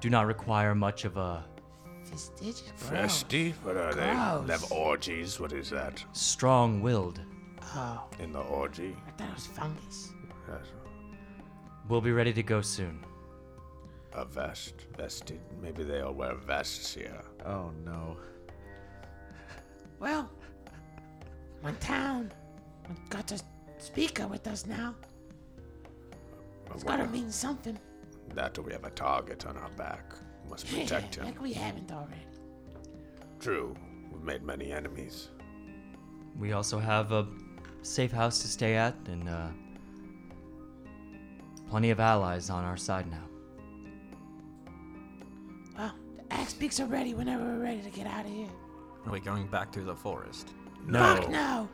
Speaker 9: do not require much of a
Speaker 4: Fastidious.
Speaker 5: Festy? What are
Speaker 4: Gross.
Speaker 5: they? They have orgies? What is that?
Speaker 9: strong-willed.
Speaker 4: Oh,
Speaker 5: In the orgy?
Speaker 4: I thought it was fungus.
Speaker 5: That's
Speaker 9: We'll be ready to go soon.
Speaker 5: a vest. Vested. Maybe they all wear vests here.
Speaker 8: Oh no.
Speaker 4: Well, one town. We got a speaker with us now.
Speaker 5: But
Speaker 4: It's
Speaker 5: what
Speaker 4: gotta
Speaker 5: if-
Speaker 4: mean something.
Speaker 5: That or we have a target on our back. Must protect him.
Speaker 4: like we haven't already.
Speaker 5: True. We've made many enemies.
Speaker 9: We also have a safe house to stay at and uh, plenty of allies on our side now.
Speaker 4: Well, the axe beaks are ready whenever we're ready to get out of here.
Speaker 10: Are we going back through the forest?
Speaker 4: Fuck
Speaker 10: <laughs>
Speaker 4: no!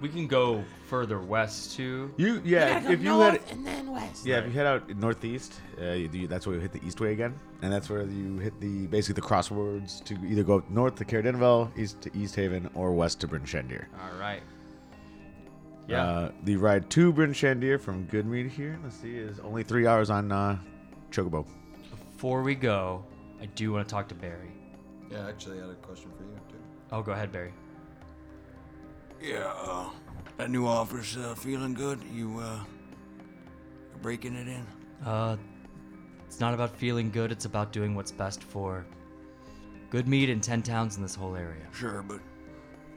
Speaker 9: We can go further west too.
Speaker 8: You
Speaker 4: We
Speaker 8: yeah.
Speaker 4: gotta go
Speaker 8: if you
Speaker 4: north
Speaker 8: had
Speaker 4: and then west.
Speaker 8: yeah, if you head out northeast, uh, you, you, that's where you hit the east way again, and that's where you hit the basically the crossroads to either go up north to Care Denivel, east to East Haven, or west to Bryn Shandir.
Speaker 9: All right.
Speaker 8: Uh, the ride to Bryn Shandir from Goodmead here. Let's see, is only three hours on uh, Chocobo.
Speaker 9: Before we go, I do want to talk to Barry.
Speaker 7: Yeah, actually, I had a question for you too.
Speaker 9: Oh, go ahead, Barry.
Speaker 5: Yeah, uh,
Speaker 7: that new office uh, feeling good? You uh, breaking it in?
Speaker 9: Uh, it's not about feeling good. It's about doing what's best for good meat and ten towns in this whole area.
Speaker 7: Sure, but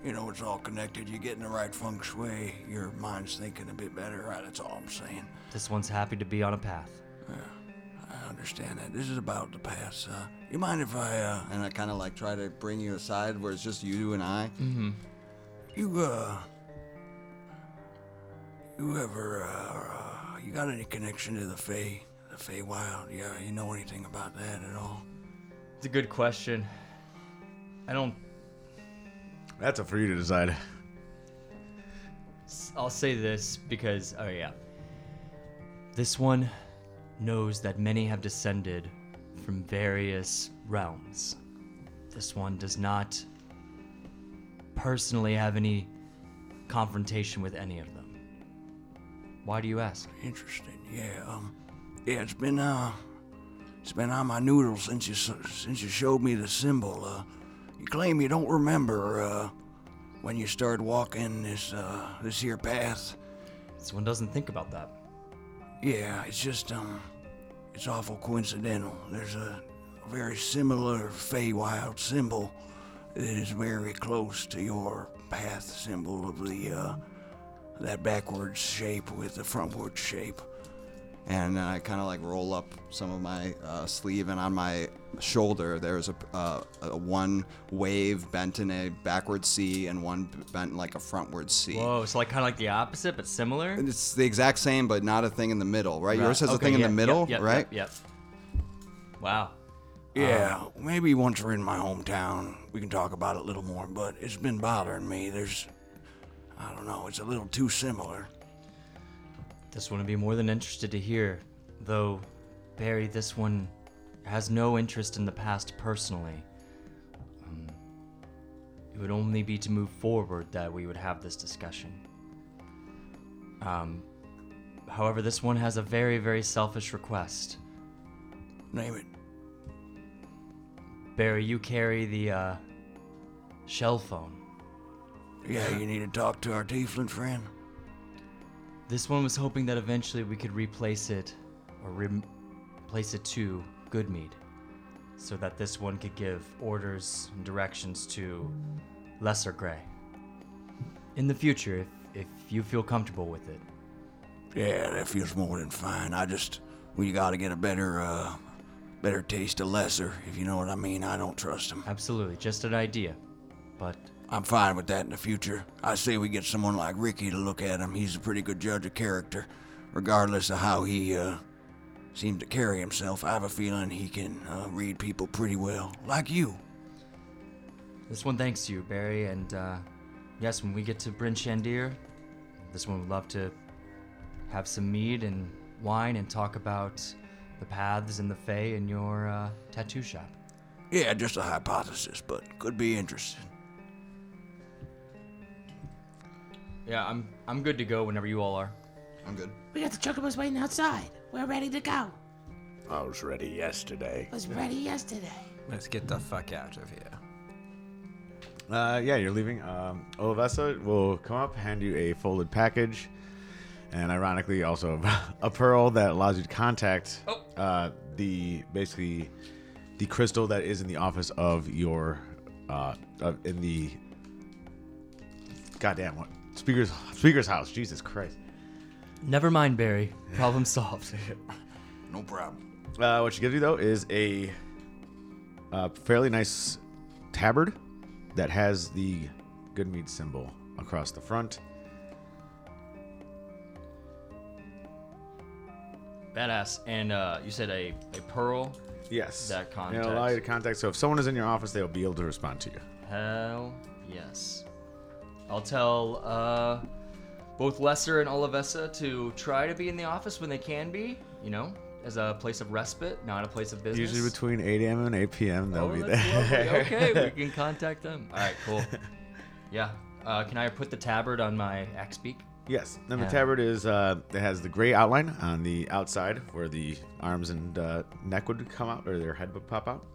Speaker 7: you know it's all connected. You're getting the right feng shui. Your mind's thinking a bit better. Right, that's all I'm saying.
Speaker 9: This one's happy to be on a path.
Speaker 7: I understand that. This is about the past. Uh, you mind if I? Uh, and I kind of like try to bring you aside where it's just you and I.
Speaker 9: Mm-hmm.
Speaker 7: You uh, you ever uh, you got any connection to the Fae, the the Feywild? Yeah, you know anything about that at all?
Speaker 9: It's a good question. I don't.
Speaker 8: That's up for you to decide.
Speaker 9: I'll say this because, oh yeah. This one knows that many have descended from various realms. This one does not personally have any confrontation with any of them. Why do you ask?
Speaker 7: Interesting. Yeah, um, yeah, it's been uh, it's been on my noodle since you s- since you showed me the symbol. Uh, you claim you don't remember uh, when you started walking this uh, this here path.
Speaker 9: This one doesn't think about that.
Speaker 7: Yeah, it's just um, it's awful coincidental. There's a very similar Feywild symbol that is very close to your path symbol of the uh, that backwards shape with the frontward shape.
Speaker 12: and I kind of like roll up some of my uh, sleeve, and on my shoulder there's a, uh, a one wave bent in a backward C and one bent in like a frontward C.
Speaker 9: Whoa, so like kind of like the opposite, but similar.
Speaker 12: And it's the exact same, but not a thing in the middle, right? Yours has a
Speaker 9: okay,
Speaker 12: thing in
Speaker 9: yeah,
Speaker 12: the middle,
Speaker 9: yep, yep,
Speaker 12: right?
Speaker 9: Yep, yep. Wow.
Speaker 7: Yeah,
Speaker 9: Um,
Speaker 7: Uh, maybe once we're in my hometown, we can talk about it a little more, but it's been bothering me. There's, I don't know, it's a little too similar.
Speaker 9: This one would be more than interested to hear, though, Barry, this one has no interest in the past personally. Um, it would only be to move forward that we would have this discussion. Um, however, this one has a very, very selfish request.
Speaker 7: Name it.
Speaker 9: Barry, you carry the uh, shell phone.
Speaker 7: Yeah, you need to talk to our tiefling friend.
Speaker 9: This one was hoping that eventually we could replace it, or rem- place it to Goodmead, so that this one could give orders and directions to Lesser Gray. In the future, if, if you feel comfortable with it.
Speaker 7: Yeah, that feels more than fine. I just, we gotta get a better, uh, better taste of lesser, if you know what I mean. I don't trust him.
Speaker 9: Absolutely, just an idea, but.
Speaker 7: I'm fine with that in the future. I say we get someone like Ricky to look at him. He's a pretty good judge of character, regardless of how he, uh, seems to carry himself. I have a feeling he can, uh, read people pretty well. Like you.
Speaker 9: This one thanks you, Barry, and uh, yes, when we get to Bryn Shandir, this one would love to have some mead and wine and talk about the paths and the Fae in your uh, tattoo shop.
Speaker 7: Yeah, just a hypothesis, but could be interesting.
Speaker 9: Yeah, I'm I'm good to go whenever you all are.
Speaker 12: I'm good.
Speaker 4: We got the chocobos waiting outside. We're ready to go.
Speaker 7: I was ready yesterday.
Speaker 4: I was ready yesterday.
Speaker 11: Let's get the fuck out of here.
Speaker 8: Uh, yeah, you're leaving. Um, Olivesa will come up, hand you a folded package, and ironically, also <laughs> a pearl that allows you to contact uh, the basically the crystal that is in the office of your uh, of, in the goddamn what speaker's speaker's house. Jesus Christ.
Speaker 9: Never mind, Barry. Problem solved.
Speaker 12: No problem.
Speaker 8: Uh, what she gives you though is a uh, fairly nice tabard that has the good meat symbol across the front.
Speaker 9: <laughs> Badass. And uh, you said a, a pearl.
Speaker 8: Yes.
Speaker 9: That
Speaker 8: And
Speaker 9: contact.
Speaker 8: it'll allow you to contact. So if someone is in your office, they'll be able to respond to you.
Speaker 9: Hell yes. I'll tell uh, both Lesser and Olivesa to try to be in the office when they can be. You know, as a place of respite, not a place of business.
Speaker 8: Usually between 8 a.m. and 8 p.m. They'll
Speaker 9: Oh,
Speaker 8: be
Speaker 9: that's
Speaker 8: there.
Speaker 9: lovely.
Speaker 8: <laughs>
Speaker 9: okay, we can contact them. All right, cool. Yeah. Uh, can I put the tabard on my axe beak?
Speaker 8: Yes. Then the
Speaker 9: Yeah.
Speaker 8: tabard is uh, it has the gray outline on the outside where the arms and uh, neck would come out or their head would pop out.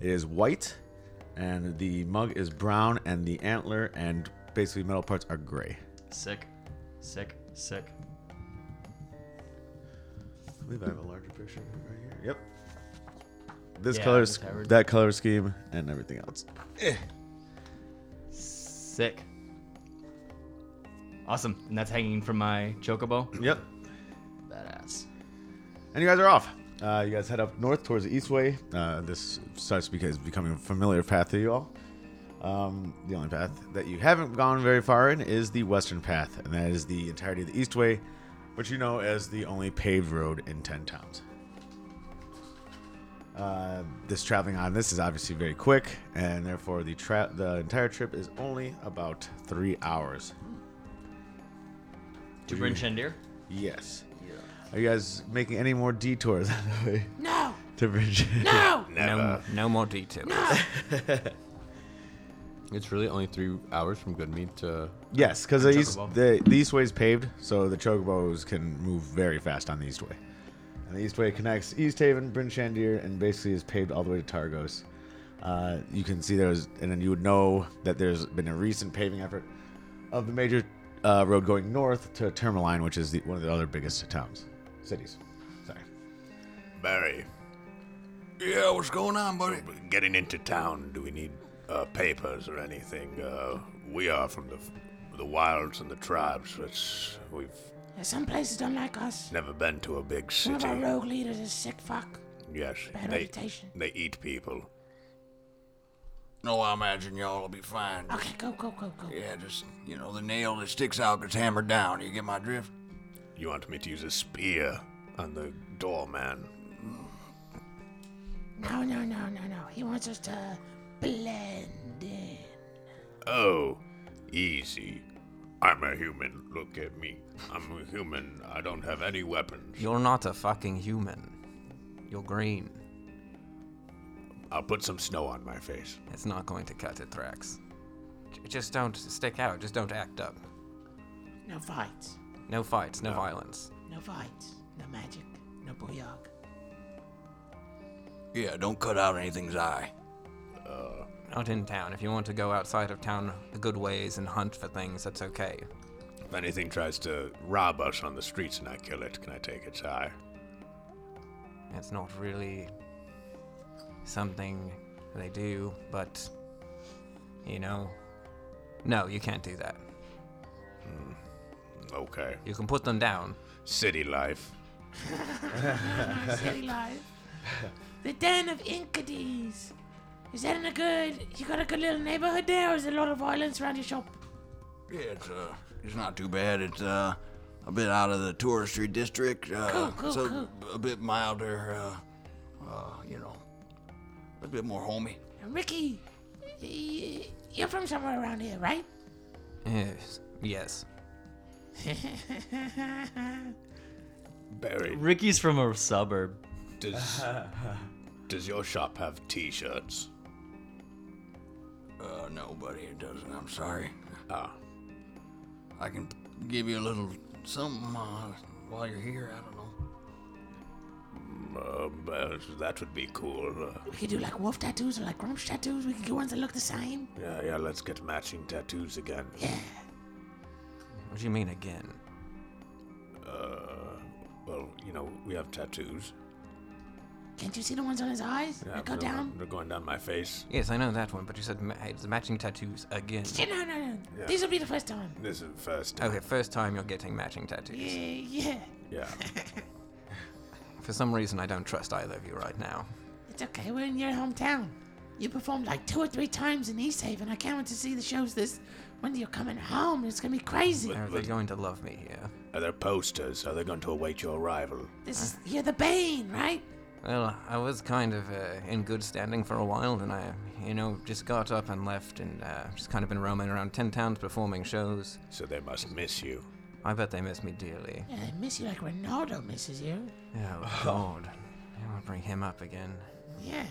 Speaker 8: It is white, and the mug is brown, and the antler and basically metal parts are gray.
Speaker 9: Sick, sick, sick.
Speaker 8: I believe I have a larger picture right here. Yep. This
Speaker 9: Yeah,
Speaker 8: color,
Speaker 9: the
Speaker 8: sc-
Speaker 9: tabard.
Speaker 8: that color scheme, and everything else.
Speaker 9: Sick. Awesome. And that's hanging from my chocobo?
Speaker 8: Yep.
Speaker 9: Badass.
Speaker 8: And you guys are off. Uh, you guys head up north towards the east way. Uh, this starts because becoming a familiar path to you all. Um, the only path that you haven't gone very far in is the western path, and that is the entirety of the east way, which you know as the only paved road in ten towns. Uh, this traveling on this is obviously very quick, and therefore the tra- the entire trip is only about three hours.
Speaker 9: To
Speaker 8: Would
Speaker 9: Bryn
Speaker 8: you-
Speaker 9: Shandir?
Speaker 8: Yes. Are you guys making any more detours <laughs> on the way?
Speaker 4: No.
Speaker 8: To Bryn Shandir?
Speaker 4: No.
Speaker 11: No, no more details.
Speaker 10: <laughs> It's really only three hours from Goodmead to.
Speaker 8: Yes, because the,
Speaker 10: to
Speaker 8: east-
Speaker 10: Chocobo.
Speaker 8: the, the east way is paved, so the chocobos can move very fast on the east way. And the east way connects East Haven, Bryn Shandir, and basically is paved all the way to Targos. Uh, you can see there's, and then you would know that there's been a recent paving effort of the major uh, road going north to Tourmaline, which is the, one of the other biggest towns, cities. Sorry.
Speaker 5: Barry.
Speaker 12: Yeah, what's going on, buddy?
Speaker 5: Getting into town, do we need uh, papers or anything? Uh, we are from the the wilds and the tribes. It's, we've
Speaker 4: Yeah, some places don't like us.
Speaker 5: never been to a big
Speaker 4: One of
Speaker 5: city.
Speaker 4: our rogue leaders is sick fuck.
Speaker 5: Yes,
Speaker 4: Bad
Speaker 5: they,
Speaker 4: reputation.
Speaker 5: they eat people.
Speaker 12: No, I imagine y'all will be fine.
Speaker 4: Okay, go, go, go, go.
Speaker 12: Yeah, just, you know, the nail that sticks out gets hammered down. You get my drift?
Speaker 5: You want me to use a spear on the doorman?
Speaker 4: No, no, no, no, no. He wants us to blend in.
Speaker 5: Oh, easy. I'm a human. Look at me. I'm a human. I don't have any weapons.
Speaker 11: You're not a fucking human. You're green.
Speaker 5: I'll put some snow on my face.
Speaker 11: It's not going to cut it, Thrax. J- Just don't stick out. Just don't act up.
Speaker 4: No fights.
Speaker 11: No fights, no, violence.
Speaker 4: No fights. No magic. No booyog.
Speaker 12: Yeah, don't cut out anything's eye.
Speaker 11: Uh, not in town. If you want to go outside of town the good ways and hunt for things, that's okay.
Speaker 5: If anything tries to rob us on the streets and I kill it, can I take
Speaker 4: <laughs>
Speaker 5: its eye?
Speaker 11: It's not really something they do, but you know, no, you can't do that.
Speaker 5: Hmm, Okay.
Speaker 11: You can put them down.
Speaker 5: City life. <laughs>
Speaker 4: City life. The den of Incades. Is that in a good? You got a good little neighborhood there, or is there a lot of violence around your shop?
Speaker 12: Yeah, it's, uh, it's not too bad. It's, uh, a bit out of the touristry district. Uh,
Speaker 4: Cool, cool,
Speaker 12: so
Speaker 4: cool.
Speaker 12: a bit milder, uh, uh, you know, a bit more homey.
Speaker 4: And Ricky, y- you're from somewhere around here,
Speaker 5: <laughs>
Speaker 4: right?
Speaker 11: Yes. Yes.
Speaker 5: Barry.
Speaker 9: Ricky's from a suburb.
Speaker 5: Does does your shop have T-shirts?
Speaker 12: Uh, no, buddy, it doesn't. I'm sorry. Uh,
Speaker 5: Ah.
Speaker 12: I can give you a little something uh, while you're here. I don't know.
Speaker 5: Um, uh, that would be cool. Uh,
Speaker 4: we could do like wolf tattoos or like grumps tattoos. We could get ones that look the same.
Speaker 5: yeah, yeah. Let's get matching tattoos again.
Speaker 11: What do you mean again?
Speaker 5: Uh, well, you know, we have tattoos.
Speaker 4: Can't you see the ones on his eyes?
Speaker 5: Yeah,
Speaker 4: that go
Speaker 5: they're-
Speaker 4: down.
Speaker 5: They're going down my face.
Speaker 11: <laughs> Yes, I know that one, but you said ma- it's matching tattoos again.
Speaker 4: Shit, no, no, no.
Speaker 5: Yeah.
Speaker 4: These will be the first time.
Speaker 5: This is the first.
Speaker 11: Okay, first time you're getting matching tattoos.
Speaker 4: Yeah, yeah.
Speaker 5: Yeah.
Speaker 11: For some reason, I don't trust either of you right now.
Speaker 4: <laughs> It's okay. We're in your hometown. You performed like two or three times in East Haven. I can't wait to see the shows this when you're coming home. It's gonna be crazy.
Speaker 11: Are they going to love me here?
Speaker 5: Are there posters? Are they going to await your arrival?
Speaker 4: This is you're the Bane, right?
Speaker 11: Well, I was kind of uh, in good standing for a while, and I, you know, just got up and left, and uh, just kind of been roaming around ten towns performing shows.
Speaker 5: So they must miss you.
Speaker 11: I bet they miss me dearly.
Speaker 4: Yeah, I miss you like Ronaldo misses you. <sighs>
Speaker 11: Oh God, I want to bring him up again.
Speaker 4: Yeah.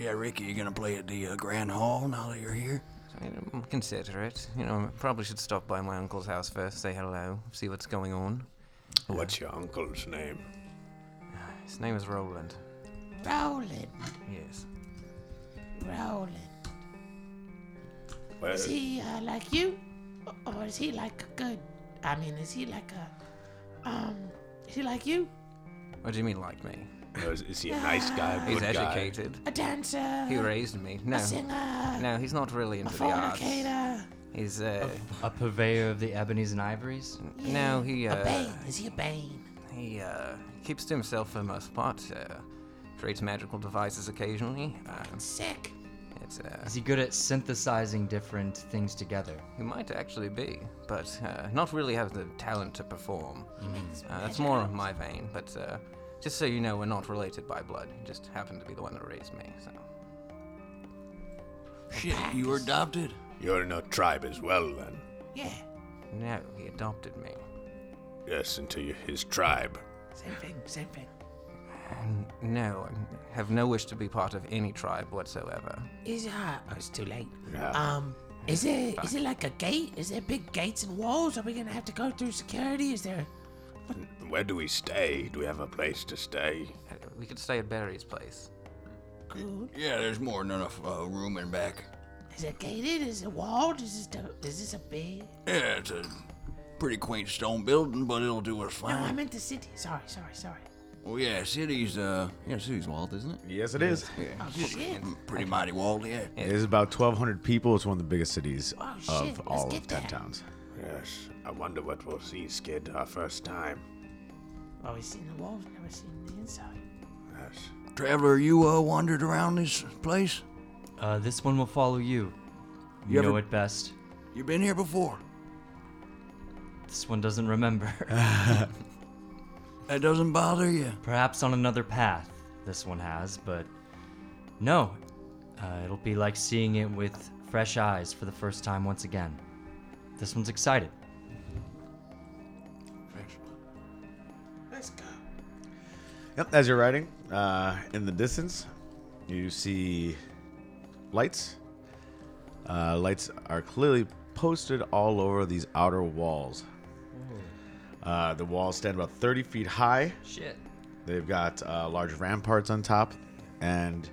Speaker 12: Yeah, Ricky, you gonna play at the uh, Grand Hall now that you're here?
Speaker 11: So, you know, consider it. You know, probably should stop by my uncle's house first, say hello, see what's going on.
Speaker 5: What's your uncle's name?
Speaker 11: Ah, His name is Roland.
Speaker 4: Roland,
Speaker 11: Yes.
Speaker 4: Roland.
Speaker 5: Where,
Speaker 4: Is he uh, like you, or is he like a good? I mean, is he like a um? Is he like you?
Speaker 11: What do you mean, like me?
Speaker 5: is, is he a nice guy?
Speaker 11: <laughs> He's
Speaker 5: good guy?
Speaker 11: educated.
Speaker 4: A dancer?
Speaker 11: He raised me. No,
Speaker 4: a singer?
Speaker 11: no, he's not really
Speaker 4: a
Speaker 11: into the arts.
Speaker 4: fornicator?
Speaker 11: He's uh,
Speaker 9: A purveyor of the ebonies and ivories.
Speaker 11: no, he
Speaker 4: A
Speaker 11: uh,
Speaker 4: Bane? Is he a Bane?
Speaker 11: He uh, keeps to himself for the most part. Uh, creates magical devices occasionally. Uh,
Speaker 4: Sick.
Speaker 11: it's, uh,
Speaker 9: Is he good at synthesizing different things together?
Speaker 11: he might actually be, but uh, not really have the talent to perform. Uh, that's more of my vein. But uh, Just so you know, we're not related by blood. You just happened to be the one that raised me, so.
Speaker 5: Shit, you were adopted? You're in a tribe as well, then.
Speaker 11: Yeah. No, he adopted me.
Speaker 5: Yes, into y- his tribe.
Speaker 4: Same thing, same thing.
Speaker 11: And no, I have no wish to be part of any tribe whatsoever.
Speaker 4: Is uh, oh, it's too late.
Speaker 11: Yeah.
Speaker 4: Um, is it is it
Speaker 11: Fuck.
Speaker 4: like a gate? Is there big gates and walls? Are we gonna have to go through security? Is there?
Speaker 5: Where do we stay? Do we have a place to stay?
Speaker 11: We could stay at Barry's place.
Speaker 4: Good.
Speaker 12: Yeah, there's more than enough uh, room in back.
Speaker 4: Is it gated? Is it walled? Is this the, is this a big?
Speaker 5: Yeah, it's a
Speaker 12: pretty quaint stone building, but it'll do us
Speaker 4: No, I
Speaker 12: fine.
Speaker 4: meant the city. Sorry, sorry, sorry.
Speaker 12: Oh yeah, city's uh, yeah, city's walled, isn't it?
Speaker 8: Yes, it is.
Speaker 12: Yeah,
Speaker 4: Oh, shit.
Speaker 12: pretty mighty walled, yeah.
Speaker 8: There's about 1,200 people. It's one of the biggest cities
Speaker 4: Oh, shit.
Speaker 8: of
Speaker 4: Let's
Speaker 8: all
Speaker 4: get
Speaker 8: of 10
Speaker 4: there.
Speaker 8: towns.
Speaker 5: Yes, I wonder what we'll see, Skid, our first time.
Speaker 4: Always seen the walls, never seen the inside.
Speaker 5: Yes.
Speaker 12: Traveler, you uh, wandered around this place.
Speaker 9: Uh, this one will follow you. You
Speaker 12: You
Speaker 9: know
Speaker 12: ever-
Speaker 9: it best.
Speaker 12: You've been here before.
Speaker 9: This one doesn't remember.
Speaker 12: <laughs>
Speaker 9: <laughs>
Speaker 12: that doesn't bother you.
Speaker 9: Perhaps on another path, this one has, but no. Uh, it'll be like seeing it with fresh eyes for the first time once again. This one's excited.
Speaker 4: Let's go.
Speaker 8: Yep, as you're riding, uh, in the distance, you see lights. Uh, lights are clearly posted all over these outer walls. Uh, the walls stand about 30 feet high.
Speaker 9: Shit.
Speaker 8: They've got uh, large ramparts on top, and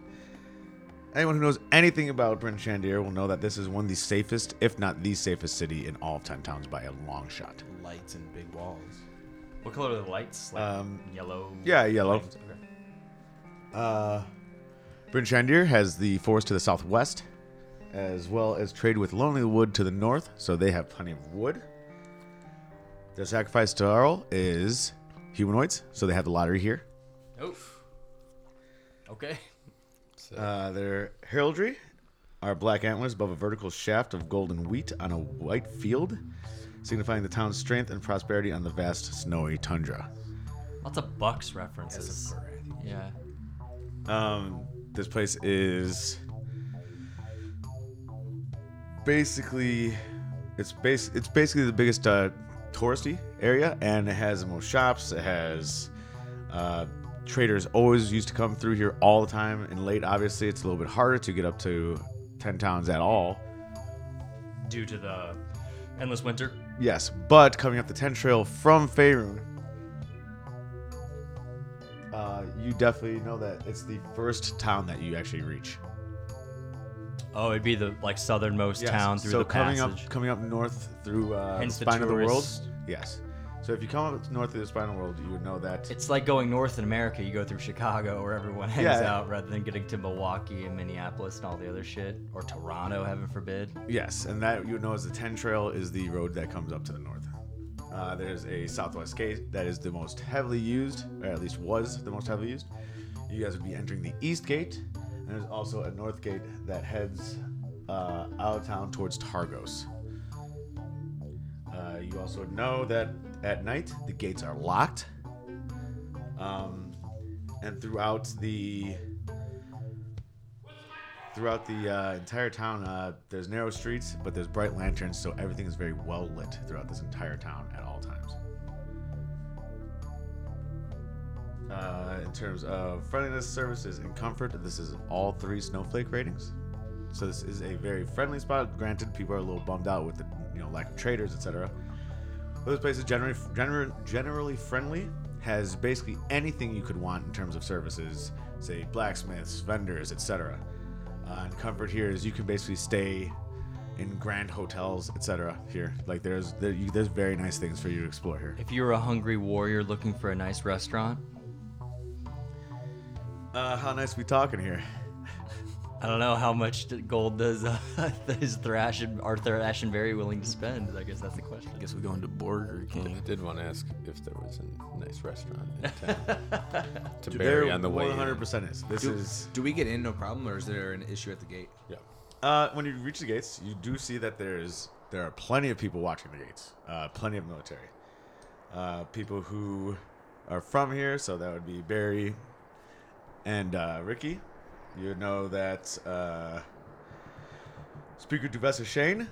Speaker 8: anyone who knows anything about Bryn Shandir will know that this is one of the safest, if not the safest city in all of 10 towns by a long shot.
Speaker 2: Lights and big walls.
Speaker 9: What color are the lights? Like yellow.
Speaker 8: Um, yeah, yellow.
Speaker 9: flames? Okay.
Speaker 8: Uh, Bryn Shandir has the forest to the southwest, as well as trade with Lonely Wood to the north, so they have plenty of wood. Their sacrifice to Arl is humanoids, so they have the lottery here.
Speaker 9: Oof. Okay.
Speaker 8: Uh, their heraldry are black antlers above a vertical shaft of golden wheat on a white field, signifying the town's strength and prosperity on the vast snowy tundra.
Speaker 9: Lots of Bucks references. Yeah.
Speaker 8: Um, this place is basically it's base it's basically the biggest uh, touristy area, and it has the most shops. It has uh, traders always used to come through here all the time. And late, obviously, it's a little bit harder to get up to ten towns at all.
Speaker 9: Due to the endless winter.
Speaker 8: Yes, but coming up the 10 trail from Faerun, uh, you definitely know that it's the first town that you actually reach.
Speaker 9: Oh, it'd be the like southernmost
Speaker 8: Yes,
Speaker 9: town through
Speaker 8: so
Speaker 9: the
Speaker 8: coming
Speaker 9: passage.
Speaker 8: up, coming up north through uh,
Speaker 9: Hence the
Speaker 8: the spine of the world.
Speaker 9: tourist-
Speaker 8: Yes. So if you come up north through the spinal world, you would know that.
Speaker 9: It's like going north in America. You go through Chicago where everyone <laughs> hangs
Speaker 8: Yeah.
Speaker 9: out rather than getting to Milwaukee and Minneapolis and all the other shit. Or Toronto, heaven forbid.
Speaker 8: Yes, and that you would know as the 10 trail is the road that comes up to the north. Uh, there's a southwest gate that is the most heavily used, or at least was the most heavily used. You guys would be entering the east gate, and there's also a north gate that heads uh, out of town towards Targos. Uh, you also would know that at night the gates are locked. Um, and throughout the Throughout the uh, entire town, uh, there's narrow streets, but there's bright lanterns, so everything is very well lit throughout this entire town at all times. Uh, in terms of friendliness, services, and comfort, this is all three snowflake ratings. So this is a very friendly spot. Granted, people are a little bummed out with the you know lack of traders, etc. But this place is generally generally generally friendly. Has basically anything you could want in terms of services, say blacksmiths, vendors, etc. Uh, and comfort here is you can basically stay in grand hotels, etc. Here, like there's there, you, there's very nice things for you to explore here.
Speaker 9: If you're a hungry warrior looking for a nice restaurant,
Speaker 8: Uh, how nice we talking here?
Speaker 9: <laughs> I don't know how much d- gold does uh, <laughs> is Thrash and are Thrash and Barry willing to spend. I guess that's the question. I guess we're going to Burger
Speaker 10: I did want to ask if there was a nice restaurant
Speaker 4: <laughs>
Speaker 10: in town to
Speaker 8: Dude,
Speaker 10: bury
Speaker 8: there
Speaker 10: on the way. in.
Speaker 8: 100% is. This
Speaker 2: do,
Speaker 8: is-
Speaker 2: Do we get in no problem, or is there an issue at the gate?
Speaker 10: Yeah.
Speaker 8: Uh, when you reach the gates, you do see that there's there are plenty of people watching the gates. Uh, plenty of military. Uh, people who are from here, so that would be Barry and uh, Ricky. You would know that uh, Speaker Duvessa Shane,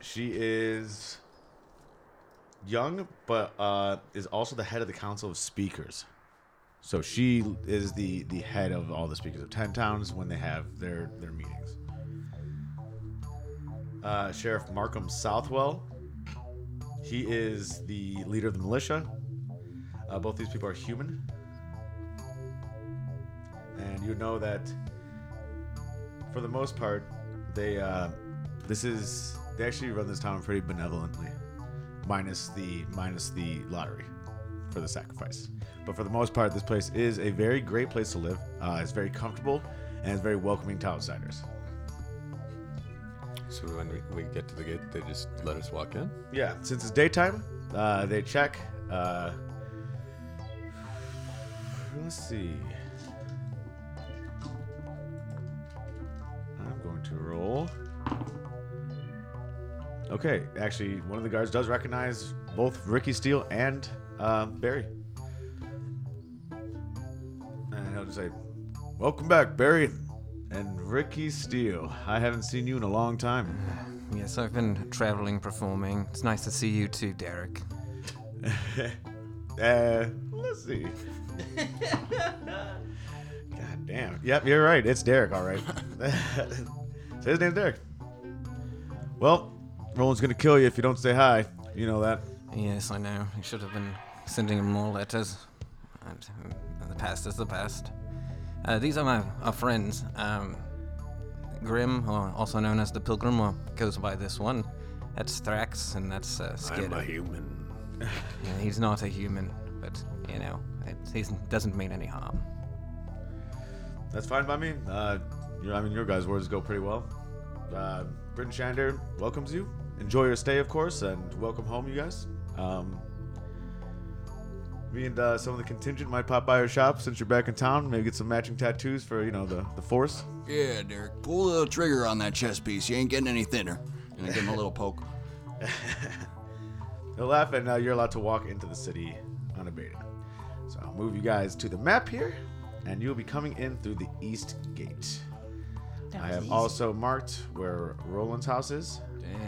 Speaker 8: she is young, but uh, is also the head of the Council of Speakers. So she is the, the head of all the speakers of ten towns when they have their their meetings. Uh, Sheriff Markham Southwell, he is the leader of the militia. Uh, both these people are human, and you know that for the most part, they uh, this is they actually run this town pretty benevolently, minus the minus the lottery for the sacrifice. But for the most part, this place is a very great place to live. Uh, it's very comfortable and it's very welcoming to outsiders.
Speaker 10: So when we, we get to the gate, they just let us walk in.
Speaker 8: Yeah, since it's daytime, uh, they check. Uh, let's see. I'm going to roll. Okay, actually, one of the guards does recognize both Ricky Steele and uh, Barry. And he'll just say, Welcome back, Barry. And Ricky Steele. I haven't seen you in a long time.
Speaker 11: <sighs> Yes, I've been traveling, performing. It's nice to see you too, Derek.
Speaker 8: uh, let's see. God damn. Yep, you're right. It's Derek, all right. <laughs> Say his name's Derek. Well, Roland's gonna kill you if you don't say hi. You know that.
Speaker 11: Yes, I know. You should have been sending him more letters. And um, the past is the past. Uh, these are my our friends. Um, Grim, or also known as the Pilgrim, or goes by this one. That's Thrax, and that's uh, Skid.
Speaker 5: I'm a human.
Speaker 11: <laughs> Yeah, he's not a human, but you know, it he's, doesn't mean any harm.
Speaker 8: That's fine by me. Uh, you I mean, your guys' words go pretty well. Uh, Britton Shander welcomes you. Enjoy your stay, of course, and welcome home, you guys. Um, me and uh, some of the contingent might pop by your shop since you're back in town. Maybe get some matching tattoos for you know the the force.
Speaker 12: Yeah, Derek, pull the trigger on that chest piece. You ain't getting any thinner. And I give him a little poke.
Speaker 8: They'll laugh, and now you're allowed to walk into the city unabated. So I'll move you guys to the map here, and you'll be coming in through the east gate.
Speaker 4: That
Speaker 8: I
Speaker 4: was
Speaker 8: have
Speaker 4: easy.
Speaker 8: also marked where Roland's house is,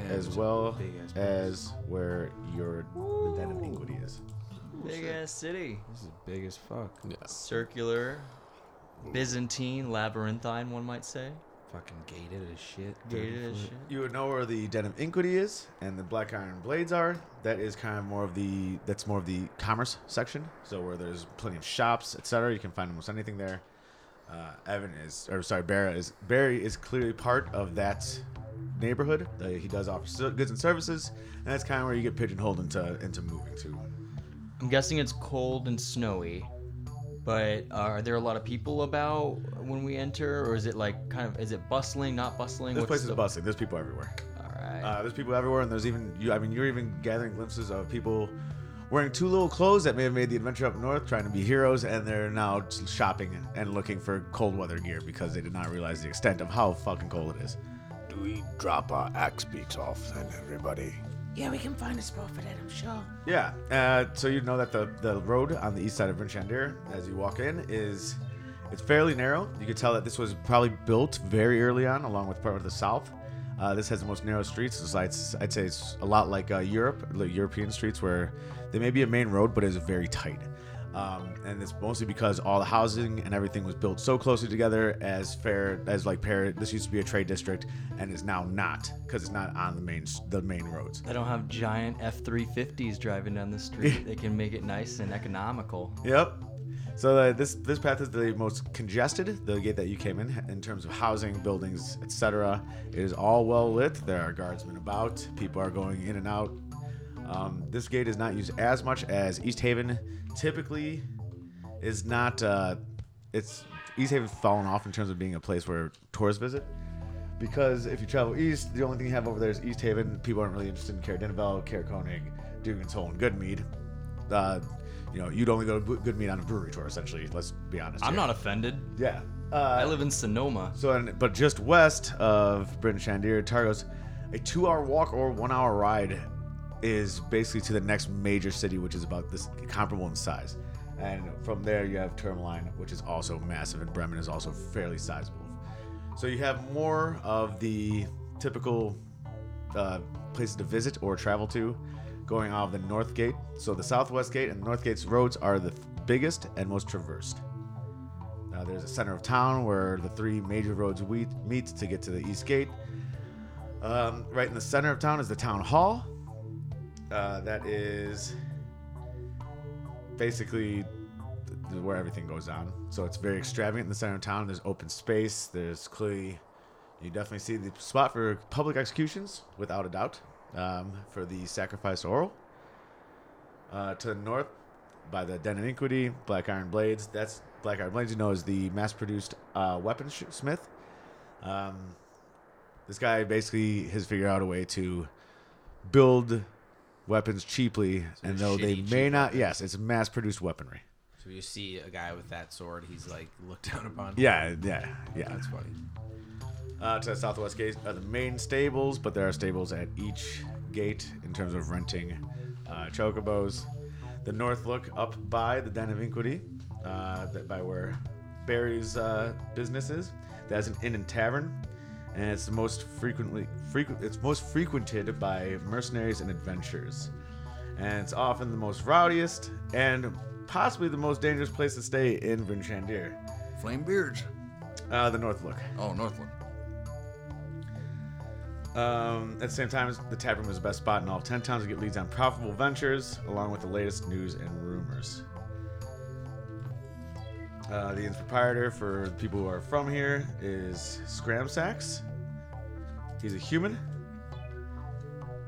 Speaker 8: as well as where your the den of iniquity is.
Speaker 9: Big ass city. This
Speaker 2: is big as fuck.
Speaker 9: Circular, Byzantine, labyrinthine, one might say.
Speaker 2: Fucking gated as shit.
Speaker 9: Gated as shit.
Speaker 8: You would know where the Den of Inquity is and the Black Iron Blades are. That is kind of more of the that's more of the commerce section. So where there's plenty of shops, etc. You can find almost anything there. Uh, Evan is, or sorry, Barry is Barry is clearly part of that neighborhood. Uh, he does offer s- goods and services, and that's kind of where you get pigeonholed into into moving to.
Speaker 9: I'm guessing it's cold and snowy, but uh, are there a lot of people about when we enter, or is it like kind of is it bustling, not bustling?
Speaker 8: This
Speaker 9: What's
Speaker 8: place is
Speaker 9: the-
Speaker 8: bustling. There's people everywhere.
Speaker 9: All right.
Speaker 8: Uh, there's people everywhere, and there's even you. I mean, you're even gathering glimpses of people wearing too little clothes that may have made the adventure up north, trying to be heroes, and they're now just shopping and looking for cold weather gear because they did not realize the extent of how fucking cold it is.
Speaker 5: Do we drop our axe beaks off then, everybody?
Speaker 4: Yeah, we can find a spot for that, I'm sure.
Speaker 8: Yeah. Uh, so you know that the, the road on the east side of Rinchandir, as you walk in, is it's fairly narrow. You could tell that this was probably built very early on, along with part of the south. Uh, this has the most narrow streets. It's, like- it's- I'd say it's a lot like uh, Europe, like European streets, where there may be a main road, but it's very tight. Um, and it's mostly because all the housing and everything was built so closely together as fair as like Paris. This used to be a trade district and is now not because it's not on the main s- the main roads.
Speaker 9: They don't have giant F350s driving down the street. they can make it nice and economical.
Speaker 8: Yep. So uh, this this path is the most congested, the gate that you came in in terms of housing, buildings, etc. It is all well lit. There are guardsmen about. People are going in and out. Um, this gate is not used as much as East Haven. Typically, is not. Uh, it's East Haven's fallen off in terms of being a place where tourists visit. Because if you travel east, the only thing you have over there is East Haven. People aren't really interested in Cara Denivel, Cara Koenig, Dugan's Hole, and Goodmead. Uh, you know, you'd only go to Bu- Goodmead on a brewery tour, essentially. Let's be honest.
Speaker 9: I'm
Speaker 8: here.
Speaker 9: not offended.
Speaker 8: Yeah. Uh,
Speaker 9: I live in Sonoma.
Speaker 8: So, and, but just west of Bryn Shandir, Targos, a two-hour walk or one-hour ride is basically to the next major city, which is about this comparable in size. And from there, you have Tourmaline, which is also massive, and Bremen is also fairly sizable. So you have more of the typical uh, places to visit or travel to going out of the North Gate. So the Southwest Gate and North Gate's roads are the biggest and most traversed. Uh, there's a center of town where the three major roads we meet to get to the East Gate. Um, right in the center of town is the town hall. Uh, that is basically th- th- where everything goes on. So it's very extravagant in the center of town. There's open space. There's clearly, you definitely see the spot for public executions, without a doubt, um, for the sacrifice oral. Uh, to the north, by the Den of Iniquity, Black Iron Blades. That's Black Iron Blades, you know, is the mass produced uh, weapon sh- smith. Um, this guy basically has figured out a way to build weapons cheaply, and though they
Speaker 2: shitty,
Speaker 8: may
Speaker 2: cheap
Speaker 8: not, yes, it's mass produced weaponry.
Speaker 2: So you see a guy with that sword, he's like looked down upon.
Speaker 8: Yeah, yeah, yeah. That's funny. Uh, to the southwest gate are the main stables, but there are stables at each gate in terms of renting uh, chocobos. The north look up by the Den of Inquity, uh, that by where Barry's uh, business is. That's an inn and tavern, and it's the most frequently frequent. It's most frequented by mercenaries and adventurers, and it's often the most rowdiest and possibly the most dangerous place to stay in Vinchandir.
Speaker 12: Flame Beards.
Speaker 8: Uh, the North Look.
Speaker 12: Oh, North Look.
Speaker 8: Um, at the same time, the tavern was the best spot in all of ten towns to get leads on profitable ventures, along with the latest news and rumors. Uh, the inn's proprietor, for people who are from here, is Scramsacks. He's a human.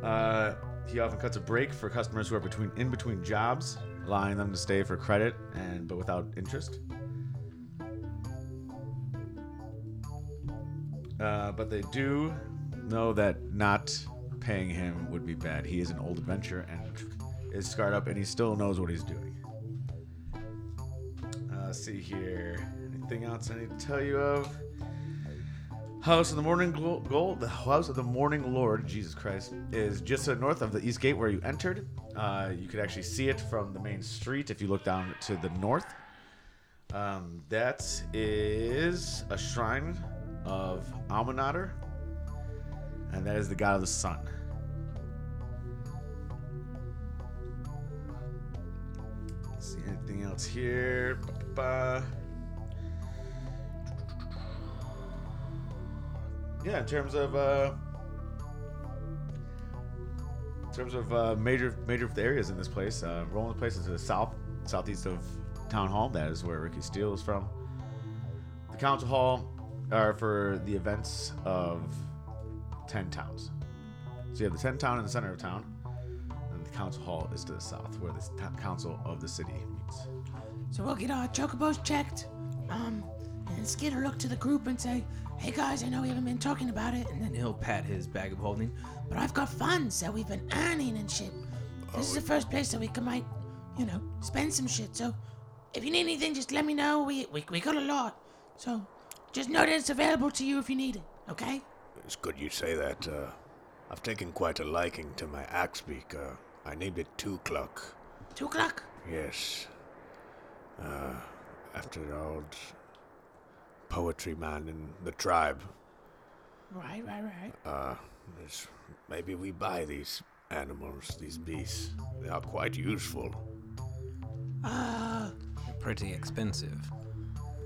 Speaker 8: Uh, he often cuts a break for customers who are between in between jobs, allowing them to stay for credit and but without interest. Uh, but they do know that not paying him would be bad. He is an old adventurer and is scarred up, and he still knows what he's doing. Uh, see here. Anything else I need to tell you of? House of the Morning Glo- Gold, the House of the Morning Lord, Jesus Christ, is just to the north of the east gate where you entered. Uh, you could actually see it from the main street if you look down to the north. Um, that is a shrine of Almanader, and that is the god of the sun. Let's see anything else here. Ba-ba-ba. Yeah, in terms of uh, in terms of uh, major major of the areas in this place, uh, Roland's place is to the south southeast of town hall. That is where Ricky Steele is from. The council hall are for the events of ten towns. So you have the ten town in the center of town, and the council hall is to the south, where the s- town council of the city meets.
Speaker 4: So we'll get our chocobos checked. Um, and Skid will look to the group and say, "Hey guys, I know we haven't been talking about it, and then
Speaker 2: And he'll pat his bag of holding.
Speaker 4: but I've got funds that we've been earning and shit. This is the first place that we can might, you know, spend some shit. So if you need anything, just let me know. We we, we got a lot, so just know that it's available to you if you need it. Okay?
Speaker 5: <laughs> It's good you say that. Uh, I've taken quite a liking to my axe beak. Uh, I named it Two Cluck.
Speaker 4: Two o'clock.
Speaker 5: Yes. Uh, after the old poetry man in the tribe.
Speaker 4: Right, right, right.
Speaker 5: Uh, it's- maybe we buy these animals, these beasts. They are quite useful.
Speaker 4: Uh,
Speaker 5: Pretty expensive.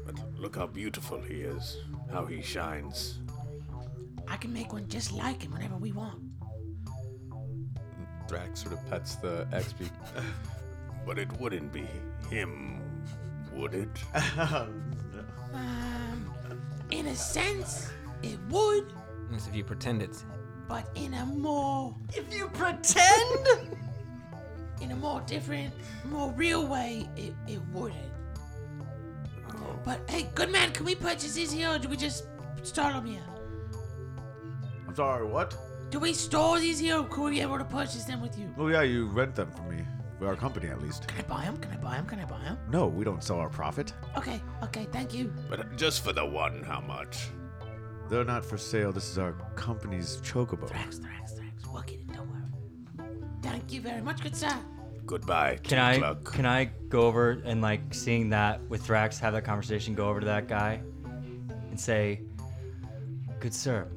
Speaker 5: But look how beautiful he is, how he shines.
Speaker 4: I can make one just like him whenever we want.
Speaker 10: Thrax sort of pets the XP.
Speaker 5: <laughs> but it wouldn't be him, would
Speaker 10: <laughs>
Speaker 5: it?
Speaker 4: Um, in a sense, it would,
Speaker 11: Unless if you pretend it's
Speaker 4: but in a more if you pretend, <laughs> in a more different, more real way, it, it wouldn't. But hey, good man, can we purchase these here, or do we just store them here?
Speaker 8: I'm sorry, what?
Speaker 4: Do we store these here, or could we be able to purchase them with you?
Speaker 8: Well, yeah, you rent them from me, for our company at least.
Speaker 4: Can I buy them? Can I buy them? Can I buy them?
Speaker 8: No, we don't sell our profit.
Speaker 4: Okay, okay, thank you.
Speaker 5: But just for the one, how much?
Speaker 8: They're not for sale. This is our company's chocobo.
Speaker 4: Thrax, thrax, thrax. We'll get it. Don't worry. Thank you very much, good sir.
Speaker 5: Goodbye.
Speaker 9: Can I can I go over and like seeing that with Thrax have that conversation? Go over to that guy and say, "Good sir,